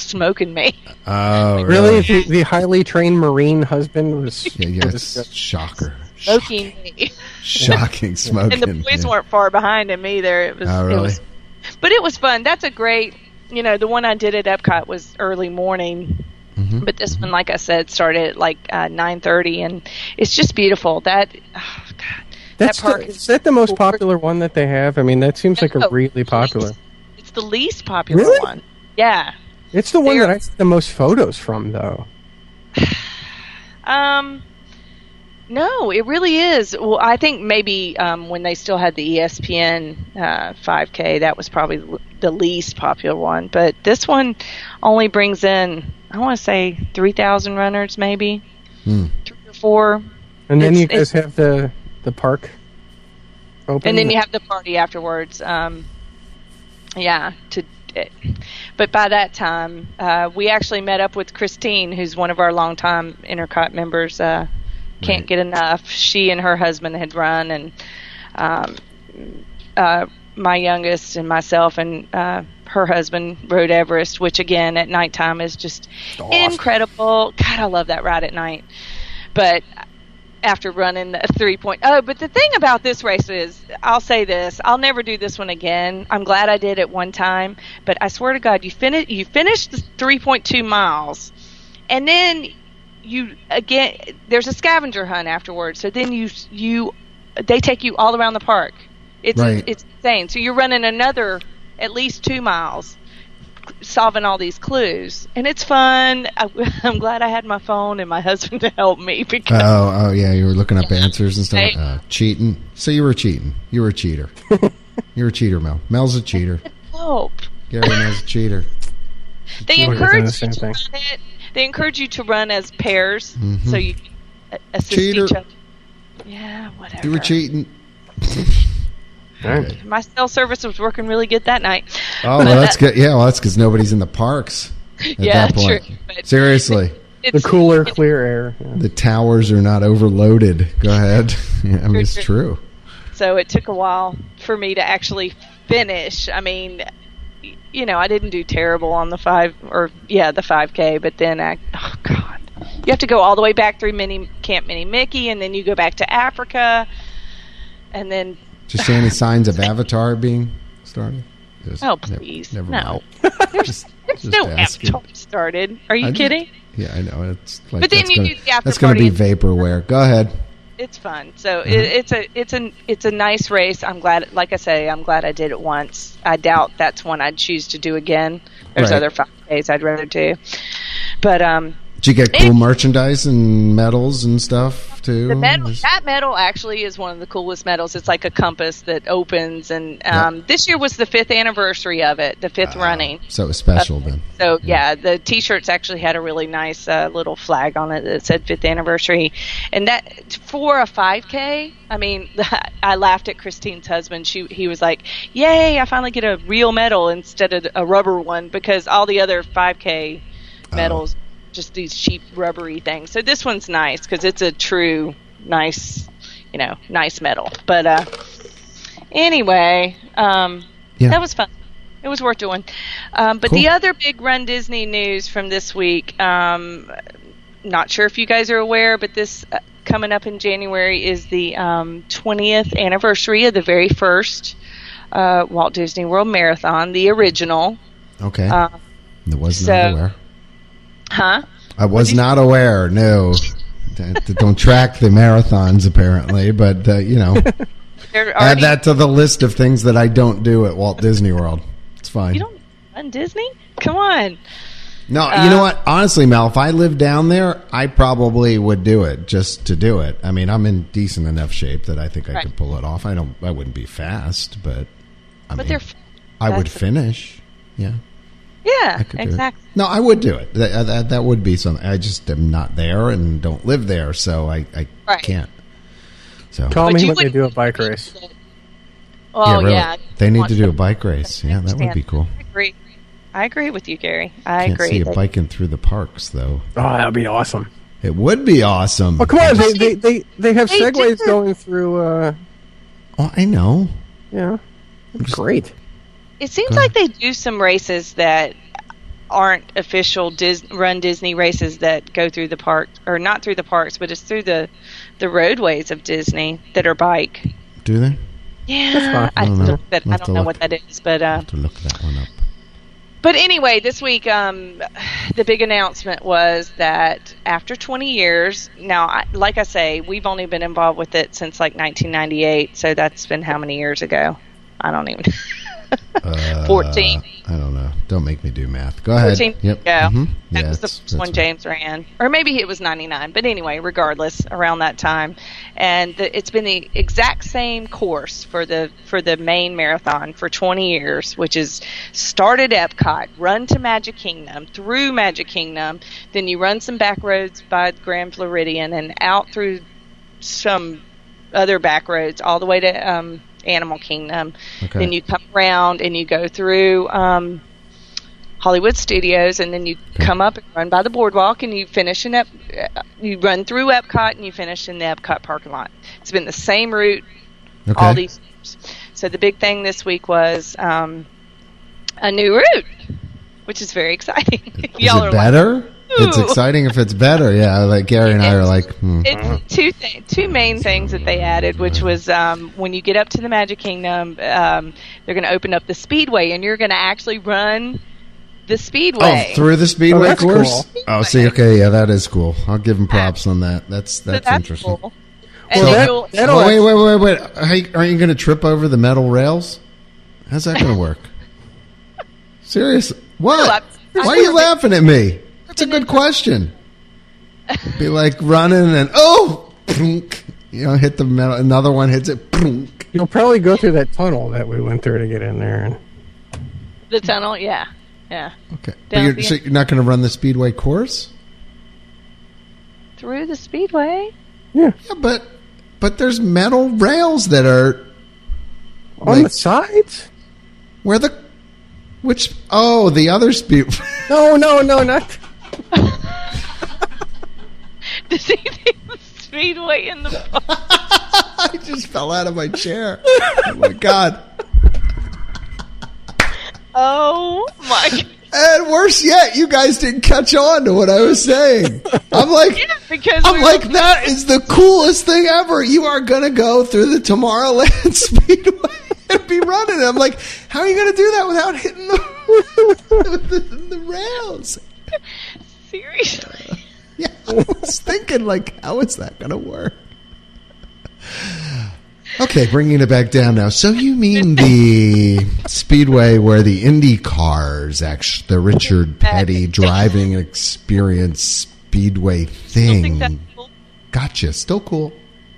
S6: smoking me.
S2: oh,
S4: Really, the, the highly trained Marine husband was.
S2: Yeah, yeah.
S4: was-
S2: It's shocker.
S6: smoking me.
S2: Shocking smoking.
S6: and the boys
S2: yeah.
S6: weren't far behind him either. It was,
S2: Oh,
S6: it
S2: really?
S6: was, but it was fun. That's a great, you know, the one I did at Epcot was early morning,
S2: Mm-hmm.
S6: but this one, like I said, started at like uh, nine thirty, and it's just beautiful. That, oh, God, that
S4: That's
S6: park
S4: the, is
S6: is.
S4: that the most popular one that they have? I mean, that seems like a
S6: No,
S4: really popular.
S6: It's the least popular
S4: Really?
S6: one. Yeah.
S4: It's the one
S6: They're-
S4: that I see the most photos from, though.
S6: Um. No, it really is. Well, I think maybe um, when they still had the ESPN uh, 5K, that was probably l- the least popular one. But this one only brings in, I want to say, 3,000 runners, maybe three or four.
S4: And then
S6: It's-
S4: you guys have the the park open.
S6: And then you have the party afterwards. Um, yeah, to. It. But by that time, uh, we actually met up with Christine, who's one of our longtime Intercot members. Uh, can't get enough. She and her husband had run, and um, uh, my youngest and myself and uh, her husband rode Everest, which again at nighttime is just incredible. God, I love that ride at night. But after running the three point oh, but the thing about this race is, I'll say this: I'll never do this one again. I'm glad I did it one time, but I swear to God, you finish you finish the three point two miles, and then you again there's a scavenger hunt afterwards so then you you they take you all around the park it's
S2: Right.
S6: it's insane so you're running another at least two miles solving all these clues and it's fun I, i'm glad i had my phone and my husband to help me because
S2: Oh, oh yeah, you were looking up answers and stuff.
S6: Hey.
S2: Uh, cheating. So you were cheating. You were a cheater. You're a cheater, Mel. Mel's a cheater.
S6: help
S2: Gary Mel's a cheater.
S6: they
S4: We're doing
S6: encourage
S4: the
S6: you to
S4: same
S6: run it they encourage you to run as pairs so you can a- assist
S2: Cheater.
S6: each other yeah whatever
S2: You were cheating.
S4: All right.
S6: My cell service was working really good that night. uh,
S2: Oh, well, that's good. Yeah, well, that's because nobody's in the parks at
S6: Yeah,
S2: that point.
S6: true, but-
S2: Seriously,
S4: The
S6: It's-
S4: cooler, clear air. yeah.
S2: the towers are not overloaded. Go ahead. Yeah, I mean, it's true.
S6: so it took a while for me to actually finish. I mean, y- you know, I didn't do terrible on the five or yeah, the five k, but then I oh god, you have to go all the way back through mini Camp Mini Mickey, and then you go back to Africa, and then
S2: Just see any signs of Avatar being started? Just-
S6: Oh,
S2: ne-
S6: please.
S2: Never,
S6: No.
S2: mind. just,
S6: there's
S2: just
S6: no
S2: asking.
S6: Avatar started. Are you
S2: I just-
S6: kidding?
S2: Yeah, I know. It's like
S6: But then
S2: that's
S6: you
S2: gonna,
S6: do the after
S2: That's going to
S6: party
S2: be
S6: and-
S2: vaporware. Go ahead.
S6: It's fun. So it, it's a it's an it's a nice race. I'm glad. Like I say, I'm glad I did it once. I doubt that's one I'd choose to do again. There's
S2: Right.
S6: other five days I'd rather do. But um,
S2: Did you get cool
S6: It-
S2: merchandise and medals and stuff too?
S6: The medal,
S2: Just-
S6: that medal actually is one of the coolest medals. It's like a compass that opens, and um, this year was the fifth anniversary of it, the fifth running.
S2: So it was special then.
S6: So yeah, the T-shirts actually had a really nice uh, little flag on it that said fifth anniversary, and that for a 5K, I mean, I laughed at Christine's husband. She he was like, "Yay, I finally get a real medal instead of a rubber one," because all the other 5K medals just these cheap rubbery things. So this one's nice because it's a true nice, you know, nice medal. But uh, anyway, um,
S2: Yeah.
S6: that was fun. It was worth doing. Um, but the
S2: Cool.
S6: other big Run Disney news from this week, um, not sure if you guys are aware, but this uh, coming up in January is the um, 20th anniversary of the very first uh, Walt Disney World Marathon, the original.
S2: Okay.
S6: Uh,
S2: I was
S6: so-
S2: not aware.
S6: Huh?
S2: I was not aware. No. That- that Don't track the marathons apparently, but uh, you know,
S6: They're
S2: add
S6: already-
S2: that to the list of things that I don't do at Walt Disney World. It's fine.
S6: You don't uh, run Disney? Come on.
S2: No, you know what? Honestly, Mel, if I lived down there, I probably would do it just to do it. I mean, I'm in decent enough shape that I think I
S6: Right.
S2: could pull it off. I don't. I wouldn't be fast, but I
S6: But
S2: mean,
S6: they're f-
S2: I would
S6: that's-
S2: finish. Yeah,
S6: yeah,
S2: I could do it.
S6: exactly.
S2: No, I would do it. That, uh, that, that would be something. I just am not there and don't live there, so I, I
S6: Right.
S2: can't. So
S4: Call
S6: But
S4: me
S6: you
S4: when they
S6: would-
S4: do a bike race.
S6: Oh
S2: really.
S6: yeah,
S2: they need
S6: want
S2: to do a bike race. Yeah, that would be
S6: understand.
S2: cool.
S6: I agree. I agree with you, Gary. I
S2: Can't
S6: agree.
S2: see it
S6: that-
S2: biking through the parks though.
S4: Oh, that would be awesome.
S2: It would be awesome.
S4: Oh, come on. They, they, they, they have
S6: They
S4: segways
S6: do.
S4: going through, uh,
S2: Oh, I know.
S4: yeah. Great.
S6: It seems
S2: Go
S6: like they do some races that aren't official Dis- run Disney races that go through the park or not through the parks, but it's through the the roadways of Disney that are bike.
S2: Do they?
S6: Yeah, I
S2: I don't
S6: don't,
S2: know.
S6: that,
S2: We'll
S6: I
S2: have to
S6: don't know
S2: look.
S6: what that is, but uh,
S2: To look that one up.
S6: But anyway, this week, um, the big announcement was that after 20 years, now, I, like I say, we've only been involved with it since like 1998, so that's been how many years ago? I don't even.
S2: Uh,
S6: 14.
S2: I don't know. Don't make me do math. Go ahead.
S6: 14
S2: Yep.
S6: Yeah.
S2: Mhm.
S6: That
S2: Yeah,
S6: was the
S2: it's-
S6: first
S2: that's
S6: one
S2: right.
S6: James ran. Or maybe it was 99. But anyway, regardless, around that time. And the, it's been the exact same course for the for the main marathon for 20 years, which is start at Epcot, run to Magic Kingdom, through Magic Kingdom, then you run some back roads by Grand Floridian and out through some other back roads all the way to um, Animal Kingdom.
S2: Okay.
S6: Then you come around and you go through um, Hollywood Studios, and then you come up and run by the boardwalk, and you finish in Ep- uh, you run through Epcot, and you finish in the Epcot parking lot. It's been the same route
S2: Okay.
S6: all these years. So the big thing this week was um, a new route, which is very exciting.
S2: Is
S6: Y'all
S2: it
S6: are like,
S2: better? It's
S6: "Ooh."
S2: exciting if it's better. Yeah, like Gary and I are like, hmm.
S6: it's two th- two main things that they added,
S2: Mm-hmm.
S6: which was um, when you get up to the Magic Kingdom, um, they're going to open up the speedway, and you're going to actually run the
S2: oh,
S6: speedway.
S2: through the speedway
S4: that's
S2: course.
S4: cool.
S2: Oh, see, okay, yeah, that is cool. I'll give him props on that. That's
S6: So
S2: that's, interesting.
S6: cool. And
S4: Well,
S6: then
S4: that-
S6: you'll-
S4: that'll-
S2: Oh, wait, wait, wait, wait. Hey, aren't you going to trip over the metal rails? How's that going to work? Seriously, what?
S6: No, I- I-
S2: Why are you laughing at me? That's a good question. Be like running and oh, plunk. you know, hit the metal. Another one hits it. plunk.
S4: You'll probably go through that tunnel that we went through to get in there. And
S6: the tunnel, yeah, yeah,
S2: Okay, but
S6: Down
S2: you're,
S6: the-
S2: so you're not going to run the speedway course.
S6: through the speedway.
S2: Yeah, but but there's metal rails that are
S4: On the
S2: Like-
S4: sides?
S2: Where the which? Oh, the other speed.
S4: No, no, no, not.
S6: Does he think the speedway in the box?
S2: I just fell out of my chair. Oh my god!
S6: Oh my! God.
S2: And worse yet, you guys didn't catch on to what I was saying. I'm like,
S6: Because
S2: I'm
S6: we
S2: like,
S6: were-
S2: that is the coolest thing ever. You are gonna go through the Tomorrowland Speedway and be running. I'm like, how are you gonna do that without hitting the the, the rails?
S6: seriously.
S2: Yeah, I was thinking like, how is that gonna work? Okay, bringing it back down now. So you mean the speedway where the Indy cars, actually, the Richard Petty driving experience speedway
S6: I think that's
S2: thing?
S6: cool.
S2: Gotcha. Still cool.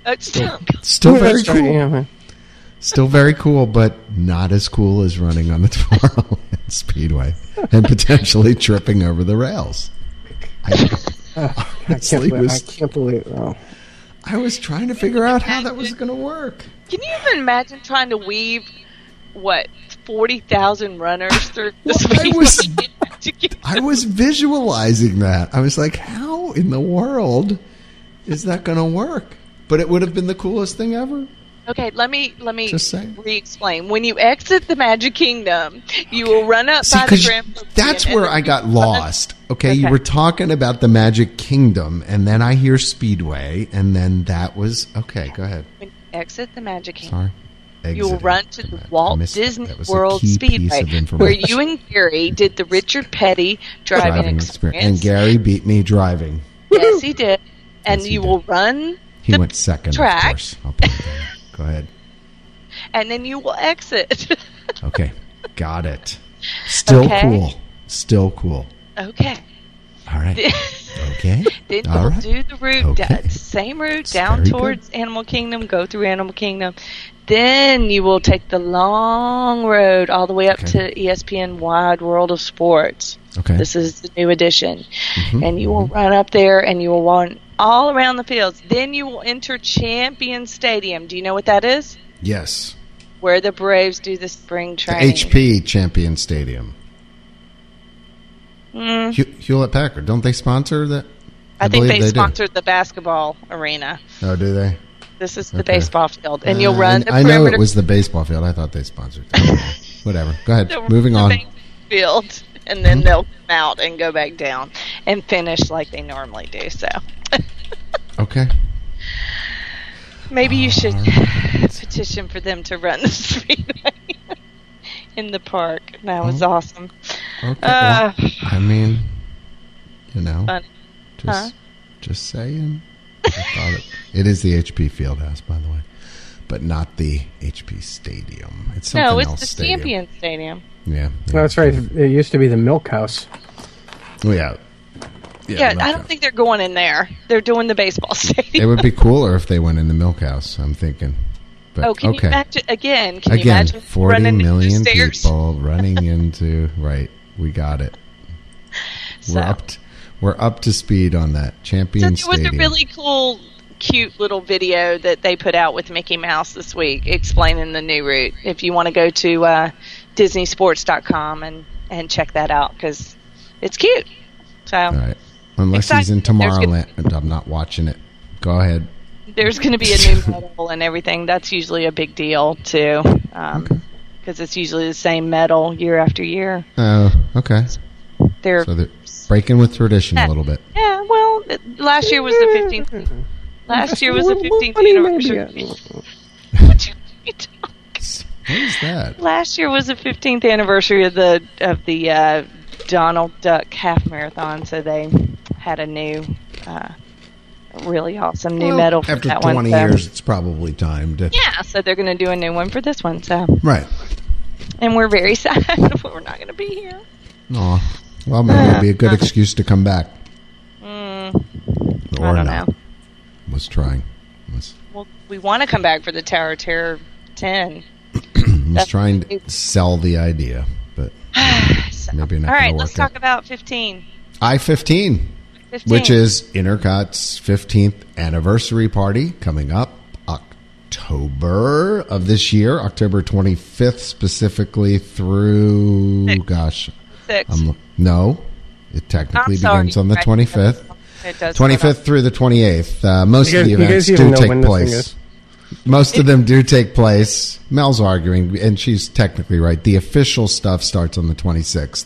S6: Uh, still,
S2: Still very
S4: Oh, That's right,
S2: cool.
S4: yeah, man.
S2: Still very cool, but not as cool as running on the Tomorrowland Speedway and potentially tripping over the rails. I,
S4: I can't
S2: honestly
S4: believe. I
S2: was,
S4: can't believe. Oh.
S2: I was trying to figure out how that was going to work.
S6: can you even imagine trying to weave what forty thousand runners through the
S2: Well, I
S6: speedway?
S2: was-
S6: to get-
S2: I was visualizing that. I was like, how in the world is that going to work? But it would have been the coolest thing ever.
S6: Okay, let me let me
S2: Just saying.
S6: re-explain. When you exit the Magic Kingdom, you will run up
S2: See,
S6: by the
S2: 'cause
S6: Grand Pavilion
S2: that's
S6: and
S2: where
S6: then
S2: I
S6: you
S2: got
S6: run-
S2: lost. Okay, you
S6: Uh-huh. Okay.
S2: were talking about the Magic Kingdom, and then I hear Speedway, and then that was okay. Go ahead.
S6: When you exit the Magic Kingdom,
S2: Sorry.
S6: you will
S2: Exited.
S6: run to the
S2: Damn it. I
S6: Walt
S2: missed that.
S6: Disney
S2: That was a
S6: World
S2: key piece
S6: Speedway,
S2: of
S6: where
S2: information.
S6: you and Gary did the Richard Petty driving, experience.
S2: and Gary beat me driving.
S6: yes, he did. And
S2: Yes, he
S6: you
S2: did.
S6: will run,
S2: He
S6: The
S2: went second.
S6: track.
S2: Of course. I'll put it down. Go ahead.
S6: and then you will exit.
S2: Okay, got it. Still
S6: Okay.
S2: cool. Still cool.
S6: okay.
S2: All right. Okay.
S6: Then
S2: All
S6: you'll
S2: right.
S6: do the route,
S2: Okay.
S6: down, same route down
S2: very good.
S6: towards Animal Kingdom, go through Animal Kingdom. Then you will take the long road all the way up
S2: Okay.
S6: to E ESPN Wide World of Sports.
S2: Okay. Mm-hmm.
S6: This is the new edition. And you will run up there and you will run all around the fields. Then you will enter Champion Stadium. Do you know what that is?
S2: yes.
S6: Where the Braves do the spring
S2: The
S6: training.
S2: HP Champion Stadium.
S6: Mm,
S2: Hew- Hewlett Packard. Don't they sponsor that?
S6: I, think
S2: believe do.
S6: they, sponsored the basketball arena.
S2: Oh, do they?
S6: This is the
S2: Okay.
S6: baseball field. And you'll
S2: Uh,
S6: run
S2: and
S6: the
S2: I know
S6: perimeter.
S2: it was the baseball field. I thought they sponsored. That. Whatever. Go ahead.
S6: the-
S2: Moving
S6: the
S2: on.
S6: main Field, and then they'll come out and go back down and finish like they normally do. So
S2: Okay.
S6: maybe you should petition for them to run the speedway in the park. That was awesome.
S2: Okay.
S6: Uh,
S2: well, I mean, you know,
S6: Funny.
S2: just just saying. I thought it, it is the HP Fieldhouse, by the way, but not the HP Stadium. It's something
S6: No, it's
S2: else
S6: the
S2: stadium.
S6: Champion Stadium.
S2: Yeah, yeah.
S4: No, Oh, that's right. It used to be the Milk House.
S2: Oh, yeah.
S6: Yeah, I
S2: Milk
S6: don't
S2: House.
S6: think they're going in there. They're doing the baseball
S2: it
S6: stadium.
S2: would be cooler if they went in the Milk House. I'm thinking. But,
S6: Oh, can
S2: okay.
S6: you imagine again? Can you
S2: Again,
S6: imagine
S2: forty
S6: running
S2: million
S6: into stairs?
S2: people running into right. We got it.
S6: So,
S2: We're up. To, we're up to speed on that
S6: so
S2: champion
S6: there was a
S2: stadium.
S6: really cool, cute little video that they put out with Mickey Mouse this week explaining the new route. If you want to go to uh, DisneySports.com and and check that out because it's cute. So
S2: All right. Unless he's in
S6: Excited. There's
S2: Tomorrowland, and I'm not watching it. Go ahead.
S6: there's going to be a new medal and everything. That's usually a big deal too, because it's usually the same medal year after year.
S2: Oh, okay.
S6: They're
S2: So they're breaking with tradition a little bit.
S6: Yeah, well, th- last year was the 15th. Last year was the 15th
S4: Money,
S6: anniversary.
S4: maybe.
S6: What you- you talking-
S2: What is that?
S6: last year was the 15th anniversary of the of the uh, Donald Duck half marathon, so they had a new, uh, really awesome new medal for
S2: After
S6: that
S2: 20
S6: one. so-
S2: years, it's probably time to.
S6: Yeah, so they're going to do a new one for this one. So,
S2: Right.
S6: and we're very sad that we're not going to be here.
S2: Aw. Well, maybe it'd be a good excuse to come back. or
S6: Mm. I don't
S2: not.
S6: know.
S2: Was trying. Was
S6: Well, we want to come back for the Tower of Terror 10.
S2: was trying to sell the idea, but
S6: So-
S2: maybe not
S6: all right,
S2: gonna
S6: let's
S2: work
S6: talk
S2: out.
S6: about 15.
S2: I 15.
S6: 15.
S2: which is Intercot's 15th anniversary party coming up October October of this year, October 25th specifically through,
S6: Six.
S2: gosh,
S6: Six.
S2: um, no, it technically
S6: I'm sorry.
S2: begins on the
S6: Right.
S2: 25th.
S6: It does.
S2: 25th through the 28th. Uh, most
S4: You
S2: of the
S4: guys- you
S2: events
S4: guys even
S2: do
S4: know
S2: take
S4: when this thing
S2: place.
S4: is.
S2: Most of them do take place. Mel's arguing, and she's technically right. The official stuff starts on the 26th.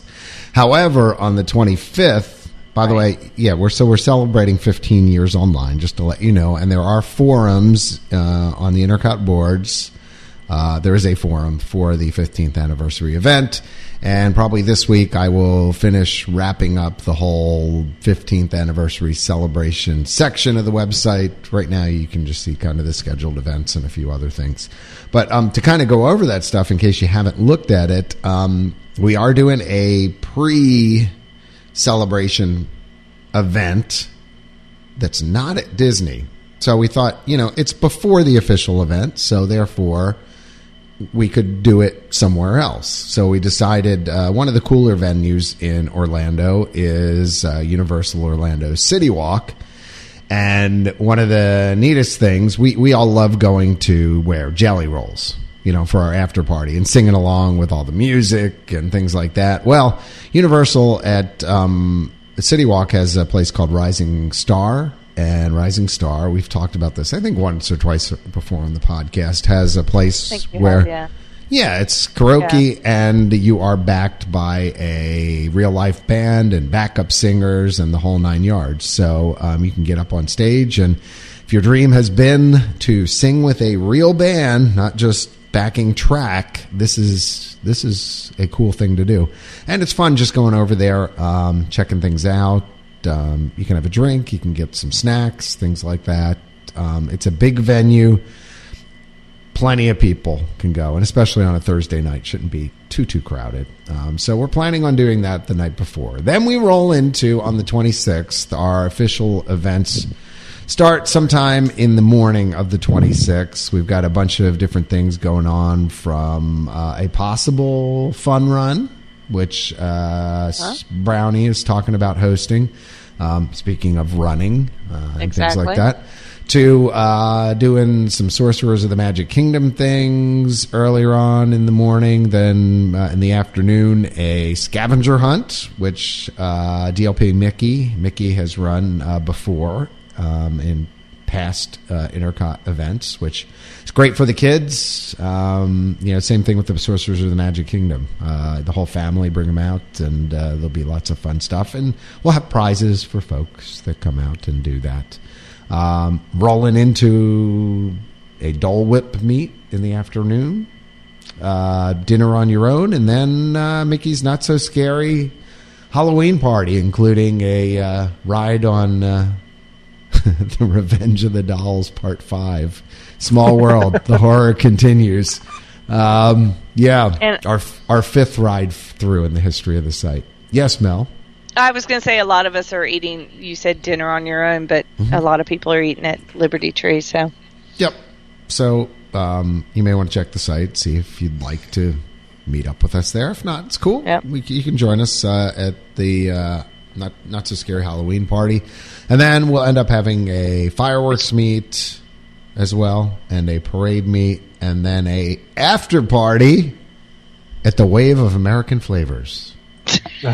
S2: However, on the 25th, by the way, yeah, we're so we're celebrating 15 years online, just to let you know. And there are forums uh, on the Intercot boards. Uh, there is a forum for the 15th anniversary event. And probably this week, I will finish wrapping up the whole 15th anniversary celebration section of the website. Right now, you can just see kind of the scheduled events and a few other things. But um, to kind of go over that stuff in case you haven't looked at it, um, we are doing a pre celebration event that's not at Disney. So we thought, you know, it's before the official event, so therefore we could do it somewhere else. So we decided uh, one of the cooler venues in Orlando is uh, Universal Orlando City Walk. And one of the neatest things, we, we all love going to where? Jelly Rolls, you know, for our after party and singing along with all the music and things like that. Well, Universal at um, City Walk has a place called Rising Star. And Rising Star, we've talked about this, I think once or twice before on the podcast, has a place
S6: Think we have,
S2: where.
S6: yeah.
S2: Yeah, it's karaoke, and you are backed by a real life band and backup singers and the whole nine yards. So um, you can get up on stage, and if your dream has been to sing with a real band, not just backing track, this is this is a cool thing to do, and it's fun just going over there, um, checking things out. Um, you can have a drink, you can get some snacks, things like that. Um, it's a big venue plenty of people can go, and especially on a Thursday night, shouldn't be too too crowded. Um, so we're planning on doing that the night before. Then we roll into on the 26th. Our official events start sometime in the morning of the 26th. We've got a bunch of different things going on, from uh, a possible fun run, which uh, S- Brownie is talking about hosting. Um, speaking of running uh, and things
S6: Exactly.
S2: like that to uh, doing some Sorcerers of the Magic Kingdom things earlier on in the morning. Then uh, in the afternoon, a scavenger hunt, which uh, DLP Mickey Mickey has run uh, before um, in past uh, Intercot events, which is great for the kids. Um, you know, same thing with the Sorcerers of the Magic Kingdom. Uh, the whole family bring them out, and uh, there'll be lots of fun stuff, and we'll have prizes for folks that come out and do that um, rolling into a Dole Whip meet in the afternoon, uh, dinner on your own, and then uh, Mickey's Not So Scary Halloween party, including a uh, ride on uh, The Revenge of the Dolls Part 5. Small World, the horror continues. Um, yeah,
S6: And-
S2: our, our fifth ride through in the history of the site. Yes, Mel.
S6: I was going to say a lot of us are eating. You said dinner on your own, but
S2: Mm-hmm.
S6: a lot of people are eating at Liberty Tree. So
S2: Yep. So um, you may want to check the site, see if you'd like to meet up with us there. If not, it's cool.
S6: Yep.
S2: We, c- you can join us uh, at the uh, not not so scary Halloween party, and then we'll end up having a fireworks meet as well, and a parade meet, and then a after party at the Wave of American Flavors.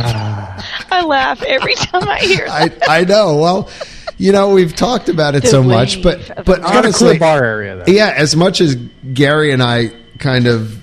S6: I laugh every time I hear that.
S2: I I know. Well, you know we've talked about it
S6: The
S2: so much,
S6: Wave
S2: but
S6: of
S2: but
S4: Got a
S2: honestly,
S4: cool bar area though.
S2: Yeah, as much as Gary and I kind of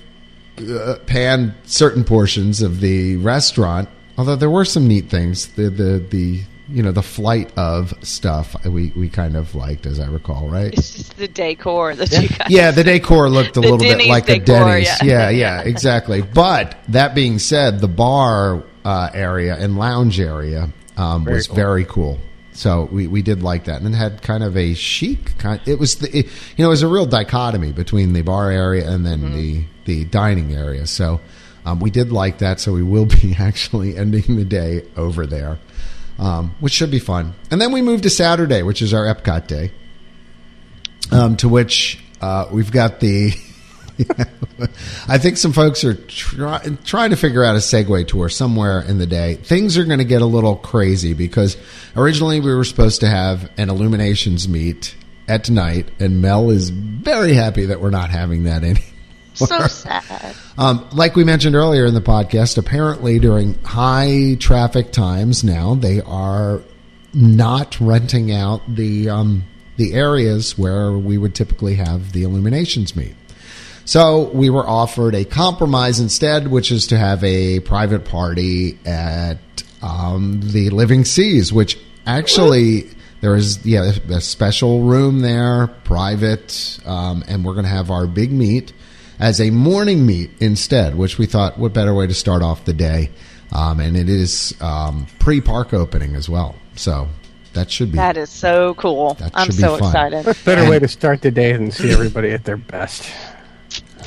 S2: uh, panned certain portions of the restaurant, although there were some neat things, the the the you know the flight of stuff we we kind of liked, as I recall, right?
S6: It's just the decor that you guys.
S2: Yeah, the decor looked a
S6: The
S2: little bit
S6: Denny's
S2: like a
S6: decor,
S2: Denny's. Yeah.
S6: yeah.
S2: yeah, exactly. But that being said, the bar uh, area and lounge area um, was very cool. So we, we did like that, and it had kind of a chic kind. It was the it, you know it was a real dichotomy between the bar area and then
S6: Mm-hmm.
S2: the the dining area. So um, we did like that. So we will be actually ending the day over there, um, which should be fun. And then we move to Saturday, which is our Epcot day um, to which uh, we've got the. I think some folks are try, trying to figure out a Segway tour somewhere in the day. Things are going to get a little crazy because originally we were supposed to have an Illuminations meet at tonight, and Mel is very happy that we're not having that any.
S6: So sad.
S2: Um, like we mentioned earlier in the podcast, apparently during high traffic times now, they are not renting out the um, the areas where we would typically have the illuminations meet. So we were offered a compromise instead, which is to have a private party at um, the Living Seas, which actually there is yeah a special room there, private, um, and we're going to have our big meet as a morning meet instead, which we thought what better way to start off the day, um, and it is um, pre park opening as well, so that should be
S6: That is so cool.
S2: That
S6: I'm
S2: should be
S6: so
S2: fun.
S6: excited.
S4: Better way to start the day than see everybody at their best.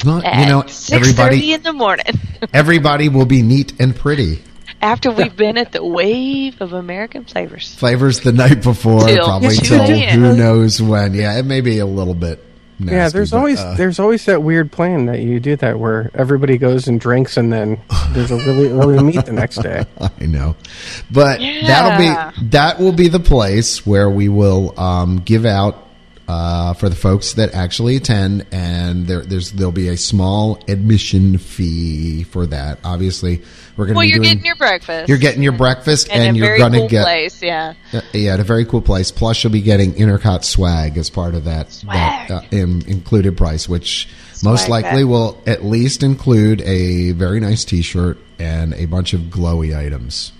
S2: Well, you
S6: At
S2: know
S6: 6:30
S2: everybody
S6: in the morning,
S2: everybody will be neat and pretty.
S6: after we've been at the wave of American flavors.
S2: flavors the night before,
S6: Till
S2: probably
S6: 2
S2: till
S6: a.m.
S2: who knows when. Yeah, it may be a little bit. Nasty,
S4: yeah, there's
S2: but,
S4: always
S2: uh,
S4: there's always that weird plan that you do that where everybody goes and drinks and then there's a really early meet the next day.
S2: I know, but
S6: Yeah.
S2: that'll be that will be the place where we will um, give out uh, for the folks that actually attend, and there, there's there'll be a small admission fee for that. Obviously, we're going to
S6: Well,
S2: be
S6: you're
S2: doing.
S6: getting your breakfast.
S2: you're getting your breakfast,
S6: in
S2: and
S6: a
S2: you're
S6: very
S2: going to
S6: cool
S2: get
S6: place. Yeah.
S2: Uh, yeah, at a very cool place. Plus, you'll be getting Intercot swag as part of that, that uh, im- included price, which most
S6: Swag
S2: likely
S6: bag.
S2: will at least include a very nice T-shirt and a bunch of glowy items.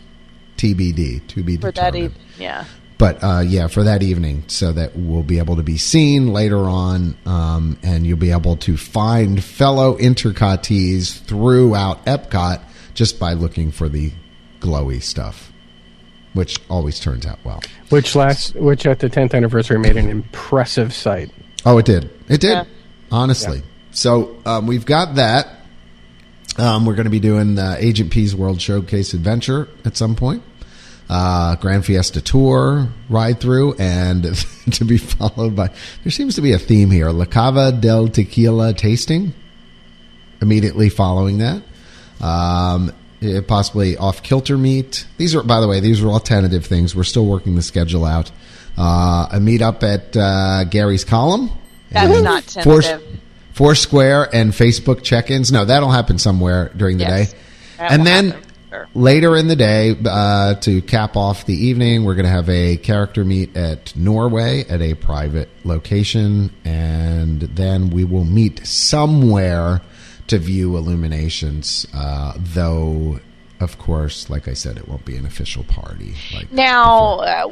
S2: TBD, to be
S6: For that
S2: determined.
S6: evening. Yeah.
S2: but uh, yeah, for that evening, so that we'll be able to be seen later on, um, and you'll be able to find fellow Intercotees throughout Epcot just by looking for the glowy stuff, which always turns out well.
S4: Which last which at the tenth anniversary made an impressive sight.
S2: Oh, it did. It did.
S6: Yeah.
S2: Honestly. So um, we've got that. Um, we're going to be doing the Agent P's World Showcase Adventure at some point. Uh, Grand Fiesta Tour ride through, and to be followed by. There seems to be a theme here La Cava del Tequila tasting. Immediately following that, um, eh, possibly off kilter meet. These are, by the way, these are all tentative things. We're still working the schedule out. Uh, a meetup at uh, Gary's Column.
S6: That's
S2: And
S6: not
S2: Four-
S6: tentative.
S2: Foursquare and Facebook check-ins. No, that'll happen somewhere during the
S6: Yes.
S2: day.
S6: That
S2: and
S6: will
S2: then
S6: happen, sure.
S2: later in the day, uh, to cap off the evening, we're going to have a character meet at Norway at a private location, and then we will meet somewhere to view illuminations. Uh, though, of course, like I said, it won't be an official party. Like
S6: Now,
S2: before.
S6: uh,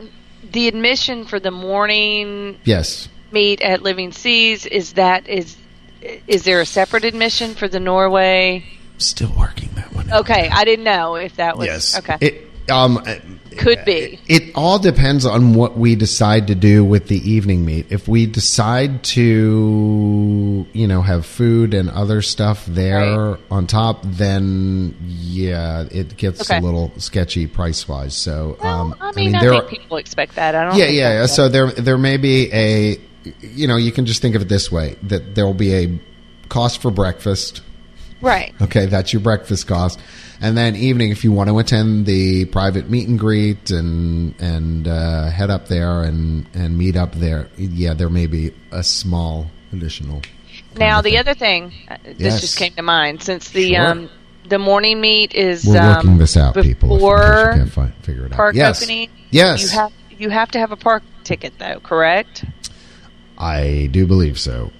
S6: the admission for the morning
S2: yes,
S6: meet at Living Seas is that is is there a separate admission for the Norway?
S2: still working that one. out.
S6: Okay, I didn't know if that was
S2: Yes.
S6: Oh, okay.
S2: It um
S6: Could be.
S2: It, it all depends on what we decide to do with the evening meet. If we decide to, you know, have food and other stuff there on top, then yeah, it gets a
S6: Okay.
S2: little sketchy price wise. So um,
S6: well, I mean, I,
S2: there
S6: think
S2: are-
S6: people expect that. I don't.
S2: yeah,
S6: think
S2: yeah. yeah.
S6: that's
S2: So there, there may be a, you know, you can just think of it this way: that there will be a cost for breakfast,
S6: a- right.
S2: Okay, that's your breakfast cost, and then evening if you want to attend the private meet and greet and and uh, head up there and and meet up there. Yeah, there may be a small additional.
S6: Now, the other thing, uh, this
S2: Yes.
S6: just came to mind since the
S2: Sure.
S6: um, the morning meet is
S2: We're
S6: um,
S2: working this out, people. if in case you
S6: before
S2: can't find, figure it out.
S6: park
S2: yes,
S6: opening.
S2: yes,
S6: you have you have to have a park ticket though, correct?
S2: I do believe so.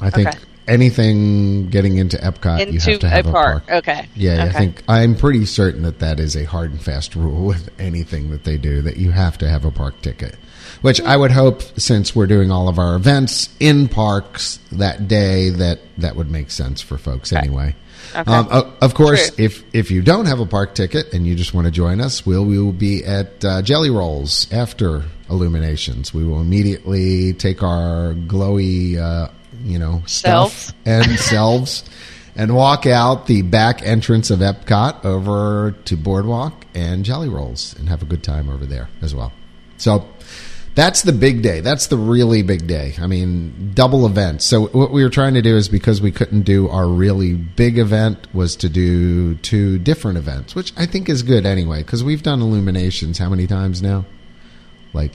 S2: I think
S6: Okay.
S2: anything getting into Epcot, you
S6: Into
S2: have to have
S6: a park. Okay.
S2: Yeah,
S6: okay.
S2: I think I'm pretty certain that that is a hard and fast rule with anything that they do that you have to have a park ticket. Which I would hope, since we're doing all of our events in parks that day, that that would make sense for folks anyway. Um, o- of course,
S6: True.
S2: if if you don't have a park ticket and you just want to join us, we'll we will be at uh, Jelly Rolls after Illuminations. We will immediately take our glowy, uh, you know, stuff
S6: Selves.
S2: and selves and walk out the back entrance of Epcot over to Boardwalk and Jelly Rolls and have a good time over there as well. So that's the big day. That's the really big day. I mean, double events. So what we were trying to do is because we couldn't do our really big event was to do two different events, which I think is good anyway because we've done illuminations how many times now? Like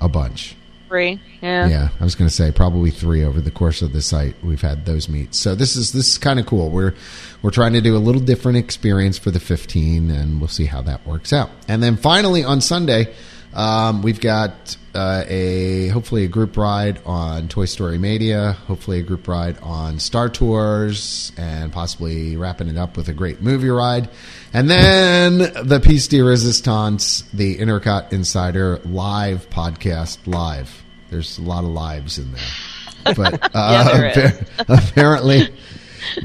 S2: a bunch.
S6: three. Yeah.
S2: Yeah, I was going to say probably three over the course of the site. We've had those meets, so this is this is kind of cool. We're we're trying to do a little different experience for the 15, and we'll see how that works out. And then finally on Sunday, um, we've got uh, a hopefully a group ride on Toy Story Mania, hopefully a group ride on Star Tours, and possibly wrapping it up with a great movie ride. And then the piece de resistance, the Intercot Insider live podcast live. There's a lot of lives in there. But uh,
S6: there is.
S2: apparently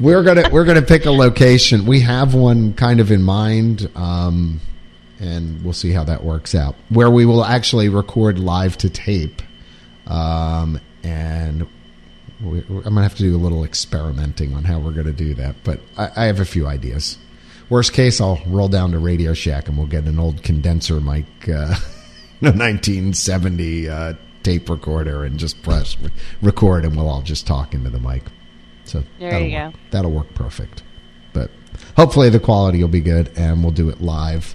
S2: we're gonna we're gonna pick a location. We have one kind of in mind, um, and we'll see how that works out. Where we will actually record live to tape, um, and we, I'm gonna have to do a little experimenting on how we're gonna do that. But I, I have a few ideas. Worst case, I'll roll down to Radio Shack and we'll get an old condenser mic, uh, you know, 1970 uh, tape recorder, and just press re- record, and we'll all just talk into the mic. So
S6: There
S2: that'll
S6: you
S2: work.
S6: go.
S2: That'll work perfect. But hopefully the quality will be good, and we'll do it live.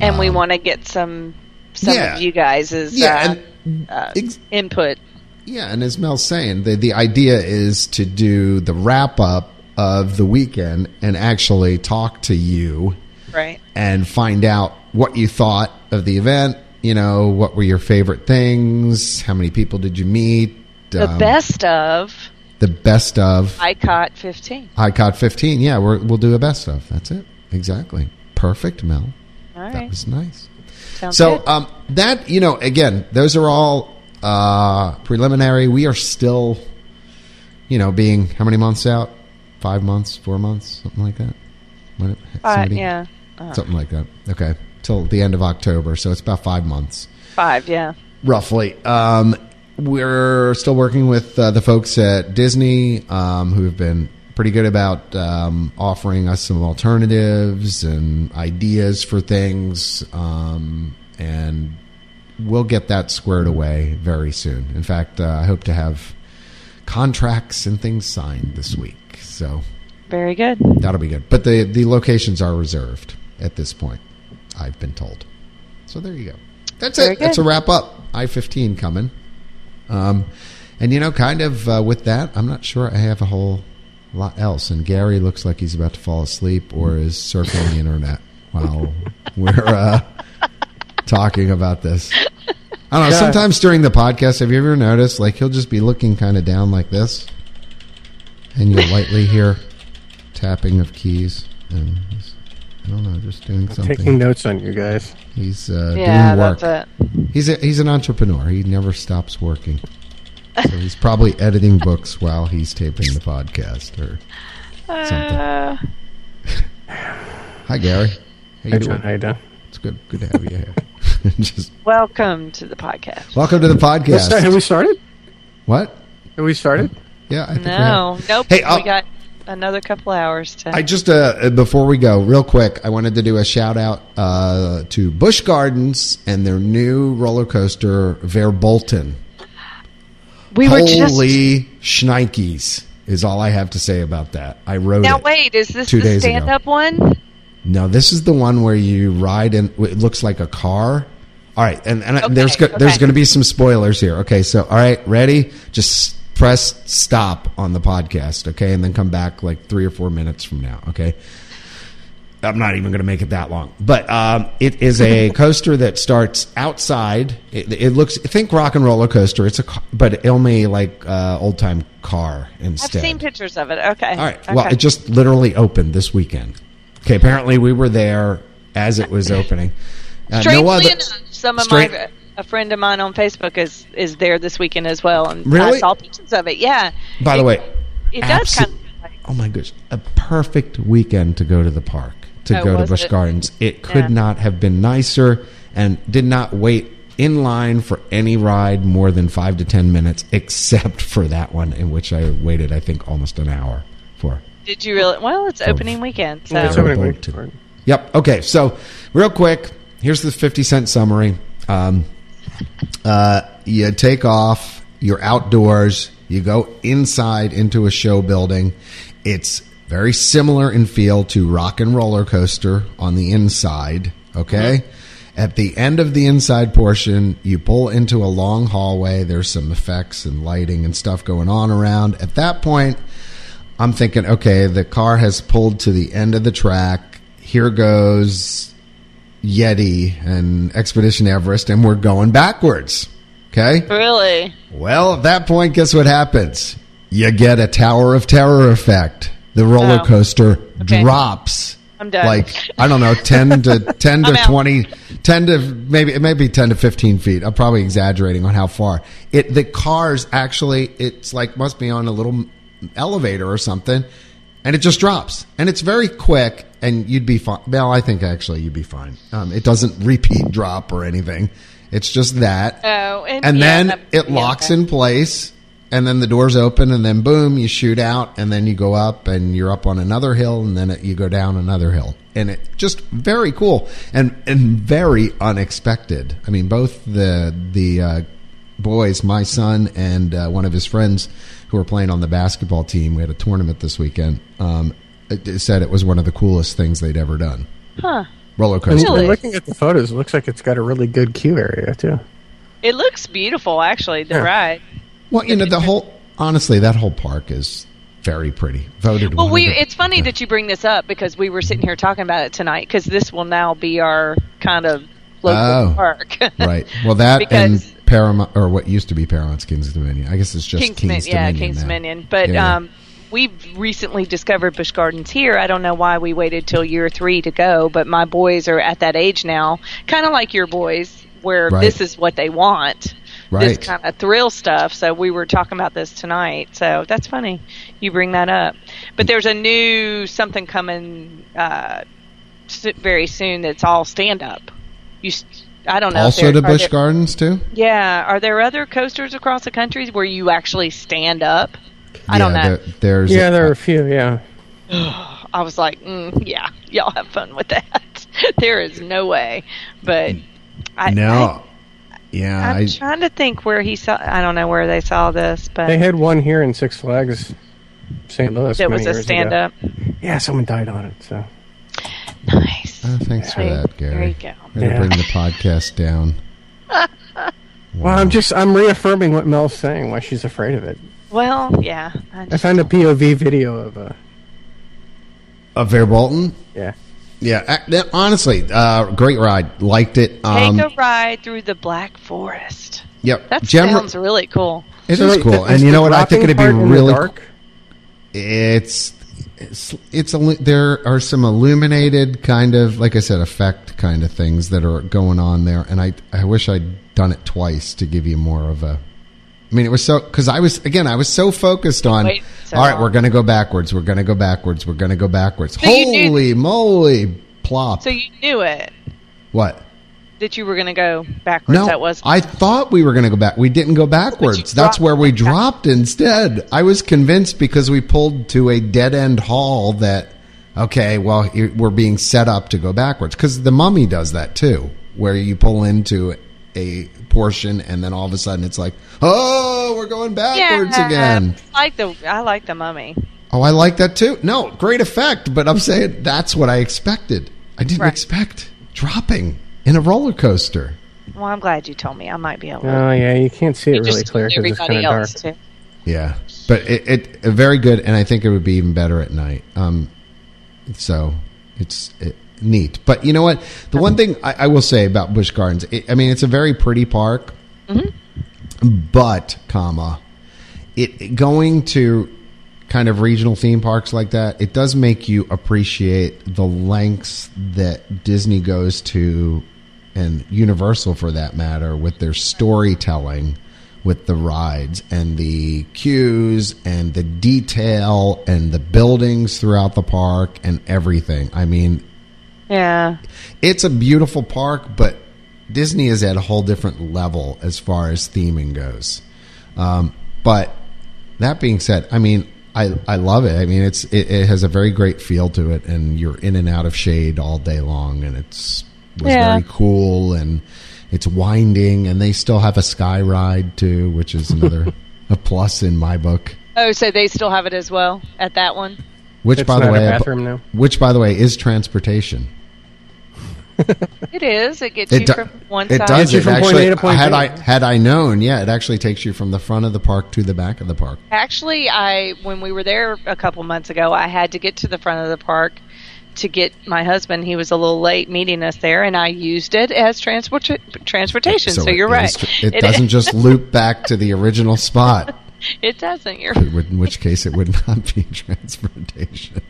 S6: And we want to get some some
S2: Yeah.
S6: of you guys' uh,
S2: Yeah, and
S6: uh,
S2: ex-
S6: input.
S2: yeah, and as Mel's saying, the the idea is to do the wrap up of the weekend and actually talk to you
S6: Right.
S2: and find out what you thought of the event. You know, what were your favorite things? How many people did you meet?
S6: The
S2: Um,
S6: best of
S2: The best of.
S6: ICOT 15.
S2: ICOT 15. Yeah, we're, we'll do a best of. That's it. Exactly. Perfect, Mel.
S6: All
S2: That
S6: right.
S2: was nice.
S6: Sounds
S2: so
S6: good.
S2: um, that you know, again, those are all uh, preliminary. We are still, you know, being how many months out? Five months, four months, something like that. What,
S6: Five,
S2: somebody-
S6: Uh, yeah.
S2: something like that. Okay, till the end of October. So it's about five months
S6: Five, yeah.
S2: roughly. Um, we're still working with uh, the folks at Disney um, who have been pretty good about um, offering us some alternatives and ideas for things. Um, and we'll get that squared away very soon. In fact, uh, I hope to have contracts and things signed this week. So
S6: Very good.
S2: that'll be good. But the, the locations are reserved at this point, I've been told. So there you go. That's
S6: Very
S2: it. That's a
S6: good.
S2: wrap up. I 15 coming. Um, and, you know, kind of uh, with that, I'm not sure I have a whole lot else. And Gary looks like he's about to fall asleep or is surfing the internet while we're uh, talking about this. I don't know.
S4: Yeah.
S2: Sometimes during the podcast, have you ever noticed, like, he'll just be looking kind of down like this, and you'll lightly hear tapping of keys. And he's, I don't know, just doing
S4: Taking
S2: something.
S4: notes on you guys.
S2: He's uh,
S6: Yeah,
S2: doing work.
S6: that's it.
S2: He's a, he's an entrepreneur. He never stops working. So he's probably editing books while he's taping the podcast. Or
S6: Uh,
S2: hi, Gary. How you
S4: Hey, John,
S2: doing?
S4: how you doing?
S2: It's good. Good to have you here. Just
S6: welcome to the podcast.
S2: welcome to the
S4: Let's start- Have
S2: podcast.
S4: we started?
S2: What?
S4: Have we started?
S2: Yeah, I think we have-
S6: No, nope.
S2: Hey, I'll-
S6: we got another couple hours to.
S2: I just uh, before we go, real quick, I wanted to do a shout out uh, to Busch Gardens and their new roller coaster, Verbolten.
S6: we were just.
S2: Holy shnikes is all I have to say about that. I wrote
S6: Now
S2: it.
S6: wait, is this
S2: two
S6: the
S2: days ago.
S6: stand-up one?
S2: No, this is the one where you ride and it looks like a car. All right, and, and
S6: Okay,
S2: there's go- there's
S6: okay.
S2: going to be some spoilers here. Okay, so all right, ready? Just press stop on the podcast, okay, and then come back like three or four minutes from now, okay. I'm not even going to make it that long, but um, it is a coaster that starts outside. It, it looks think rock and roller coaster. It's a ca- but only like uh, old time car
S6: I've
S2: instead.
S6: seen pictures of it. Okay.
S2: All right.
S6: Okay.
S2: Well, it just literally opened this weekend. Okay. Apparently, we were there as it was opening. Uh,
S6: Strangely enough, some of
S2: Straight-
S6: my a friend of mine on Facebook is is there this weekend as well, and
S2: Really?
S6: I saw pictures of it. Yeah.
S2: By the
S6: It-
S2: way,
S6: it does
S2: abso-
S6: kind of. Like,
S2: Oh my gosh, a perfect weekend to go to the park, to
S6: Oh,
S2: go to
S6: was
S2: Busch
S6: it?
S2: Gardens. It could
S6: Yeah.
S2: not have been nicer, and did not wait in line for any ride more than five to ten minutes, except for that one in which I waited, I think, almost an hour for.
S6: did you really? Well, it's
S2: Oh.
S6: opening weekend, so
S4: It's opening week.
S2: Bolton. Yep. Okay. So, real quick, here's the 50 cent summary. Um, uh, you take off, you're outdoors, you go inside into a show building. It's very similar in feel to Rock and Roller Coaster on the inside. Okay. At the end of the inside portion, you pull into a long hallway. There's some effects and lighting and stuff going on around. At that point, I'm thinking, okay, the car has pulled to the end of the track. Here goes Yeti and Expedition Everest, and we're going backwards. Okay?
S6: Really?
S2: Well, at that point, guess what happens? You get a Tower of Terror effect. The roller
S6: Oh.
S2: coaster
S6: Okay.
S2: drops.
S6: I'm done.
S2: Like I don't know, ten to ten to
S6: I'm out.
S2: twenty, ten to maybe it may be ten to fifteen feet. I'm probably exaggerating on how far it. The cars actually, it's like must be on a little elevator or something, and it just drops, and it's very quick, and you'd be fine. Well, I think actually you'd be fine. Um, it doesn't repeat drop or anything. It's just that
S6: Oh, and,
S2: and
S6: yeah,
S2: then
S6: that-
S2: it
S6: yeah,
S2: locks
S6: okay.
S2: in place and then the doors open and then boom you shoot out and then you go up and you're up on another hill and then it, you go down another hill and it just very cool and and very unexpected i mean both the the uh, boys my son and uh, one of his friends who were playing on the basketball team we had a tournament this weekend um, it- it said it was one of the coolest things they'd ever done
S6: Huh.
S2: roller
S4: And
S2: coaster
S4: Looking at the photos, it looks like it's got a really good queue area too.
S6: It looks beautiful, actually. The
S4: Yeah.
S6: ride.
S2: Well, you know the whole. Honestly, that whole park is very pretty. Voted.
S6: Well,
S2: one
S6: we.
S2: of the-
S6: It's funny that you bring this up because we were sitting here talking about it tonight because this will now be our kind of local
S2: Oh.
S6: park.
S2: right. Well, that
S6: Because-
S2: and Paramount, or what used to be Paramount's Kings Dominion. I guess it's just Kings,
S6: Kings, Dominion, yeah,
S2: Dominion
S6: Kings
S2: now.
S6: Dominion. But
S2: Yeah.
S6: um, we've recently discovered Busch Gardens here. I don't know why we waited till year three to go, but my boys are at that age now, kind of like your boys, where
S2: Right.
S6: this is what they want. This
S2: Right.
S6: kind of thrill stuff. So we were talking about this tonight. So that's funny you bring that up. But there's a new something coming uh, s- very soon that's all stand up. You, s- I don't know. if
S2: also
S6: there-
S2: to
S6: are
S2: Busch
S6: there-
S2: Gardens too.
S6: yeah. Are there other coasters across the country where you actually stand up? I
S2: yeah,
S6: don't know.
S2: There, there's
S4: Yeah, there are a few. Yeah,
S6: I was like, mm, yeah, y'all have fun with that. there is no way. But I,
S2: no. yeah,
S6: I,
S2: I,
S6: am trying to think where he saw. I don't know where they saw this, but
S4: they had one here in Six Flags, St. Louis.
S6: it
S4: many
S6: was a
S4: years ago.
S6: stand up.
S4: Yeah, someone died on it. So
S6: Nice.
S2: oh, thanks for
S6: See,
S2: that, Gary.
S6: There you go.
S2: Way to
S4: Yeah.
S2: bring the podcast down.
S4: well, I'm just I'm reaffirming what Mel's saying. Why she's afraid of it.
S6: Well, yeah. I
S4: I
S6: just-
S4: found a POV video of a
S2: Of Fair Bolton.
S4: yeah.
S2: Yeah, ac- honestly, uh, great ride. Liked it.
S6: take
S2: Um,
S6: a ride through the Black Forest.
S2: yep.
S6: That
S2: Gem-
S6: sounds really cool.
S2: It is
S4: So the-
S2: cool,
S4: the-
S2: and you
S4: the
S2: know what? I think
S4: dropping
S2: it'd be
S4: part in the
S2: really cool.
S4: dark.
S2: it's it's, it's a, there are some illuminated kind of like I said effect kind of things that are going on there, and I I wish I'd done it twice to give you more of a. I mean, it was so because I was again I was so focused on.
S6: Wait, so
S2: all right,
S6: long.
S2: we're going to go backwards. We're going to go backwards. We're going to go backwards.
S6: you knew-
S2: Holy moly! Plop.
S6: So you knew it
S2: what?
S6: that you were going to go backwards.
S2: No,
S6: that was
S2: I thought we were going to go back. We didn't go backwards. That's
S6: dropped
S2: where we dropped instead. I was convinced because we pulled to a dead end hall that okay, well, here- we're being set up to go backwards because the mummy does that too, where you pull into a portion and then all of a sudden it's like, oh, we're going backwards again.
S6: I like the I like the mummy.
S2: Oh, I like that too. No, great effect, but I'm saying that's what I expected. I didn't
S6: Right.
S2: expect dropping in a roller coaster.
S6: Well, I'm glad you told me. I might be able. to
S4: Oh yeah, you can't see it really
S6: just
S4: clear
S6: told
S4: because it's kind of
S6: everybody
S4: dark.
S6: else too.
S2: Yeah, but it, it uh, very good, and I think it would be even better at night. Um, so it's it, neat. But you know what? The one thing I, I will say about Busch Gardens, it, I mean, it's a very pretty park, but comma, it, it- going to kind of regional theme parks like that, it does make you appreciate the lengths that Disney goes to and Universal for that matter with their storytelling with the rides and the queues and the detail and the buildings throughout the park and everything. I mean,
S6: Yeah,
S2: it's a beautiful park, but Disney is at a whole different level as far as theming goes. Um, but that being said, I mean, I, I love it. I mean, it's it, it has a very great feel to it, and you're in and out of shade all day long, and it's was
S6: Yeah.
S2: very cool, and it's winding, and they still have a sky ride too, which is another a plus in my book.
S6: Oh, so they still have it as well at that one?
S2: Which,
S4: It's
S2: by the
S4: not a
S2: way,
S4: bathroom now.
S2: which by the way is transportation.
S6: It is. It gets
S2: It
S6: you
S2: do-
S6: from one
S2: it
S6: side.
S2: does.
S4: you
S2: It
S4: from point
S2: actually.
S4: A to point
S2: had
S4: B.
S2: I had I known, yeah, it actually takes you from the front of the park to the back of the park.
S6: Actually, I when we were there a couple months ago, I had to get to the front of the park to get my husband. He was a little late meeting us there, and I used it as transport transportation. So,
S2: it
S6: you're
S2: is
S6: right.
S2: tr- It, doesn't just loop back to the original spot,
S6: It doesn't. You're.
S2: in whi- in which case it would not be transportation.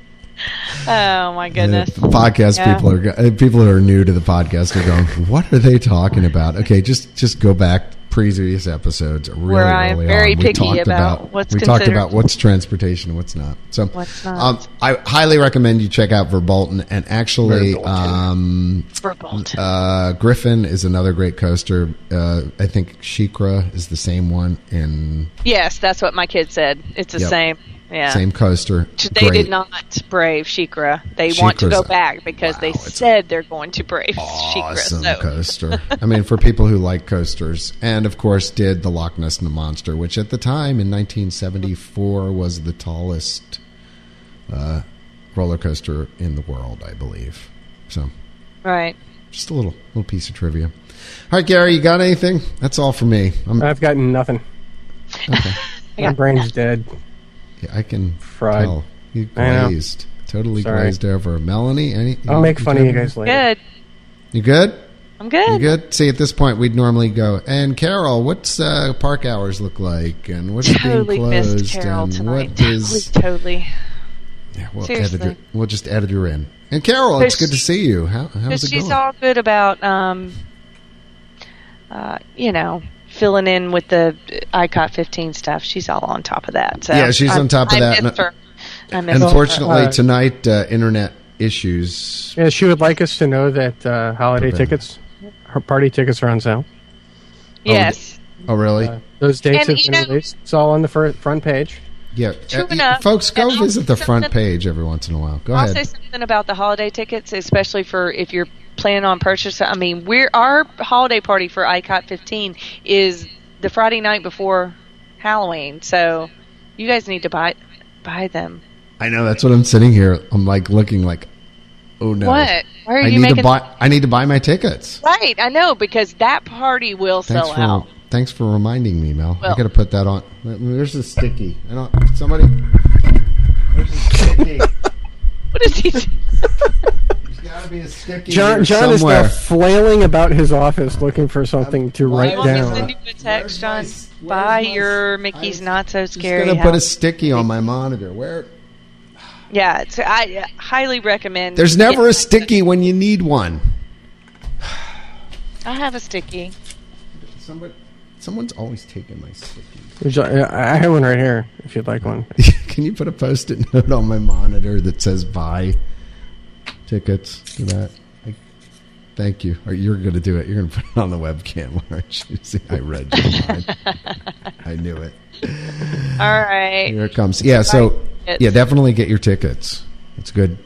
S6: Oh my goodness.
S2: Uh, podcast
S6: Yeah.
S2: people are go- uh, people who are new to the podcast are going, "What are they talking about?" Okay, just just go back previous episodes. Really,
S6: Where I am
S2: early
S6: very
S2: on. we
S6: picky
S2: talked
S6: about what's
S2: we talked
S6: considered-
S2: about what's transportation and what's not. So,
S6: What's not.
S2: Um, I highly recommend you check out Verbolten and actually. Um,
S6: Verboten.
S2: uh, Griffin is another great coaster. Uh, I think Shikra is the same one in
S6: Yes, that's what my kid said. It's the
S2: Yep.
S6: same. Yeah.
S2: same coaster.
S6: They
S2: Great.
S6: did not brave Shikra. They want to
S2: Shikra's
S6: go
S2: a-
S6: back because they
S2: wow, it's a
S6: said they're going to brave Shikra.
S2: awesome
S6: So
S2: coaster. I mean, for people who like coasters, and of course, did the Loch Ness Monster, which at the time in 1974 was the tallest uh, roller coaster in the world, I believe. So,
S6: right.
S2: just a little little piece of trivia. All right, Gary, you got anything? That's all for me. I'm,
S4: I've gotten nothing. My brain's dead.
S2: I can
S4: Fried.
S2: tell you
S4: I know.
S2: glazed, totally
S4: Sorry.
S2: glazed over. Melanie, any?
S4: I'll make fun of you guys later.
S6: Good.
S2: You good?
S6: I'm good.
S2: You good? See, at this point, we'd normally go. And Carol, what's uh, park hours look like, and what's
S6: Totally
S2: being closed,
S6: missed Carol
S2: and
S6: tonight.
S2: what is?
S6: Totally, totally.
S2: Yeah, we'll,
S6: Seriously.
S2: edit it. we'll just edit her in. And Carol, it's
S6: But
S2: good to see you. How, how's it
S6: she's
S2: going?
S6: all good about, um, uh, you know, filling in with the ICOT 15 stuff. She's all on top of that. So
S2: Yeah, she's
S6: I'm-
S2: on top of
S6: I
S2: that.
S6: Missed her. I missed her.
S2: Unfortunately,
S4: Uh,
S2: tonight uh, internet issues.
S4: Yeah, she would like us to know that uh, holiday
S2: Prevent.
S4: tickets, her party tickets are on sale.
S6: Yes.
S2: Oh, really?
S4: Those dates
S6: And,
S4: have
S6: you
S4: been
S6: know-
S4: released. It's all on the fir- front page.
S2: yeah, Uh,
S6: true
S2: y-
S6: enough.
S2: folks, go
S6: And I'll
S2: visit the
S6: send
S2: front
S6: them-
S2: page every once in a while. Go
S6: I'll say
S2: ahead.
S6: something about the holiday tickets, especially for if you're planning on purchasing. I mean, we're our holiday party for ICOT 15 is the Friday night before Halloween, so you guys need to buy buy them.
S2: I know that's what I'm sitting here. I'm like looking like, oh no,
S6: What? Why are
S2: I
S6: you
S2: need to
S6: making
S2: buy. I need to buy my tickets.
S6: Right, I know because that party will
S2: Thanks
S6: sell
S2: for
S6: out.
S2: thanks for reminding me, Mel. I
S6: Well-
S2: got to put that on. There's a sticky. I don't. Somebody. There's a sticky.
S6: What is he? doing?
S2: There's got to be a sticky.
S4: John,
S2: here
S4: John is
S2: somewhere.
S4: now flailing about his office looking for something to
S2: Why
S4: write
S6: You
S2: won't
S6: want me to
S2: Yeah.
S4: down.
S6: send you a text,
S2: Where's
S6: John?
S2: my-
S6: Buy
S2: where's my-
S6: your Mickey's
S2: I-
S6: not so
S2: Just
S6: scary.
S2: gonna put a
S6: house.
S2: sticky on my monitor. Where?
S6: yeah, it's, I uh, highly recommend.
S2: There's never
S6: Yeah.
S2: a sticky when you need one.
S6: I have a sticky.
S2: Somebody. Someone's always taking my sticky.
S4: Would you- I I have one right here if you'd like one.
S2: Can you put a post-it note on my monitor that says "buy tickets" to that? I, thank you. Or you're going to do it. You're going to put it on the webcam, aren't you? See, I read your mind. I knew it.
S6: All right.
S2: Here it comes. Yeah. So
S6: tickets.
S2: yeah, definitely get your tickets. It's good.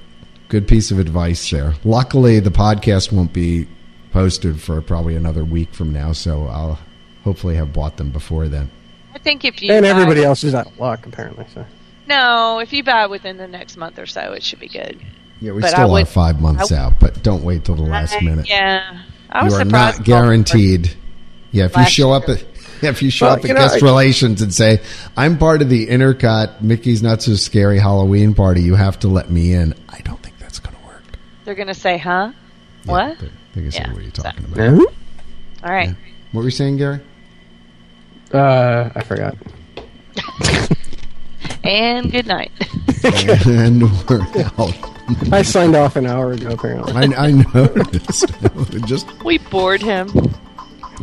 S2: Good piece of advice there. Luckily, the podcast won't be posted for probably another week from now, so I'll hopefully have bought them before then.
S6: I think if you
S4: And
S6: buy-
S4: everybody else is out of luck, apparently. So.
S6: no, if you buy within the next month or so, it should be good.
S2: Yeah, we
S6: But I
S2: still are
S6: would-
S2: five months
S6: I-
S2: out, but don't wait till the last minute.
S6: Yeah, I was
S2: you are
S6: surprised.
S2: not guaranteed. Yeah, if you
S6: Last
S2: show up
S6: year.
S2: at if you show
S4: Well,
S2: up
S4: you
S2: at
S4: know,
S2: guest
S4: I-
S2: relations and say I'm part of the Intercot Mickey's Not So Scary Halloween party, you have to let me in. I don't think that's going to work.
S6: They're gonna say, "Huh? What?"
S2: Yeah, I think I see
S6: Yeah,
S2: what you're talking about.
S6: All right.
S2: What were you saying, Gary?
S4: Uh, I forgot.
S6: And good night.
S2: and we're out.
S4: I signed off an hour ago, apparently.
S2: I, I noticed. Just
S6: we bored him.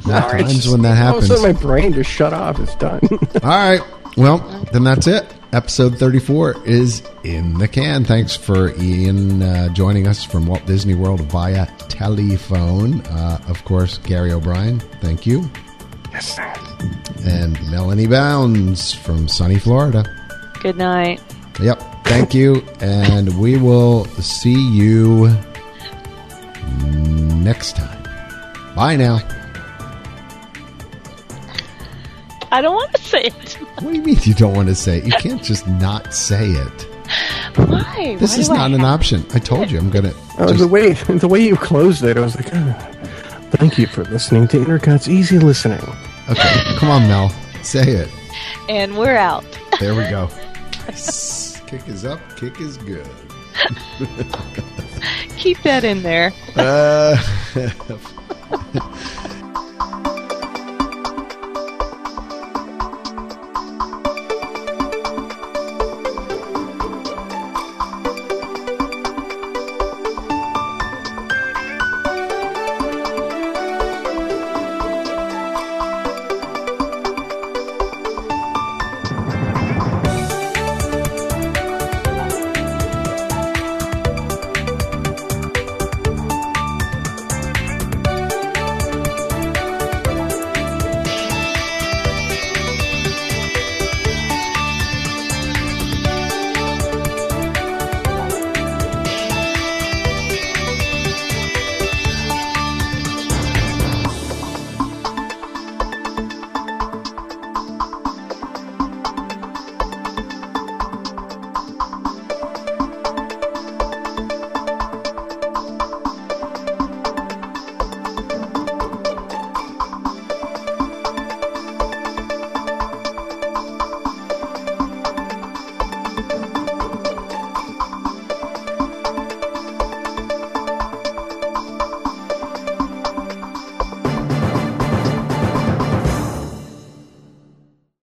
S2: there are times when that
S4: All of a
S2: happens.
S4: sudden, Oh, my brain just shut off. It's done.
S2: All right. Well, then that's it. Episode 34 is in the can. Thanks for Ian uh, joining us from Walt Disney World via telephone. Uh, of course, Gary O'Brien, thank you. Yes, sir. And Melanie Bounds from sunny Florida.
S6: Good night.
S2: Yep, thank you. And we will see you next time. Bye now.
S6: I don't want to say it.
S2: What do you mean you don't want to say it? You can't just not say it.
S6: Why?
S2: This
S6: Why
S2: is
S6: do I
S2: not an
S6: have-
S2: option. I told you I'm gonna.
S4: Oh,
S2: just-
S4: the way the way you closed it, I was like, "Ah, thank you for listening to Intercut's Easy Listening.
S2: okay, come on, Mel, say it.
S6: And we're out.
S2: There we go. kick is up. Kick is good.
S6: Keep that in there.
S2: Uh,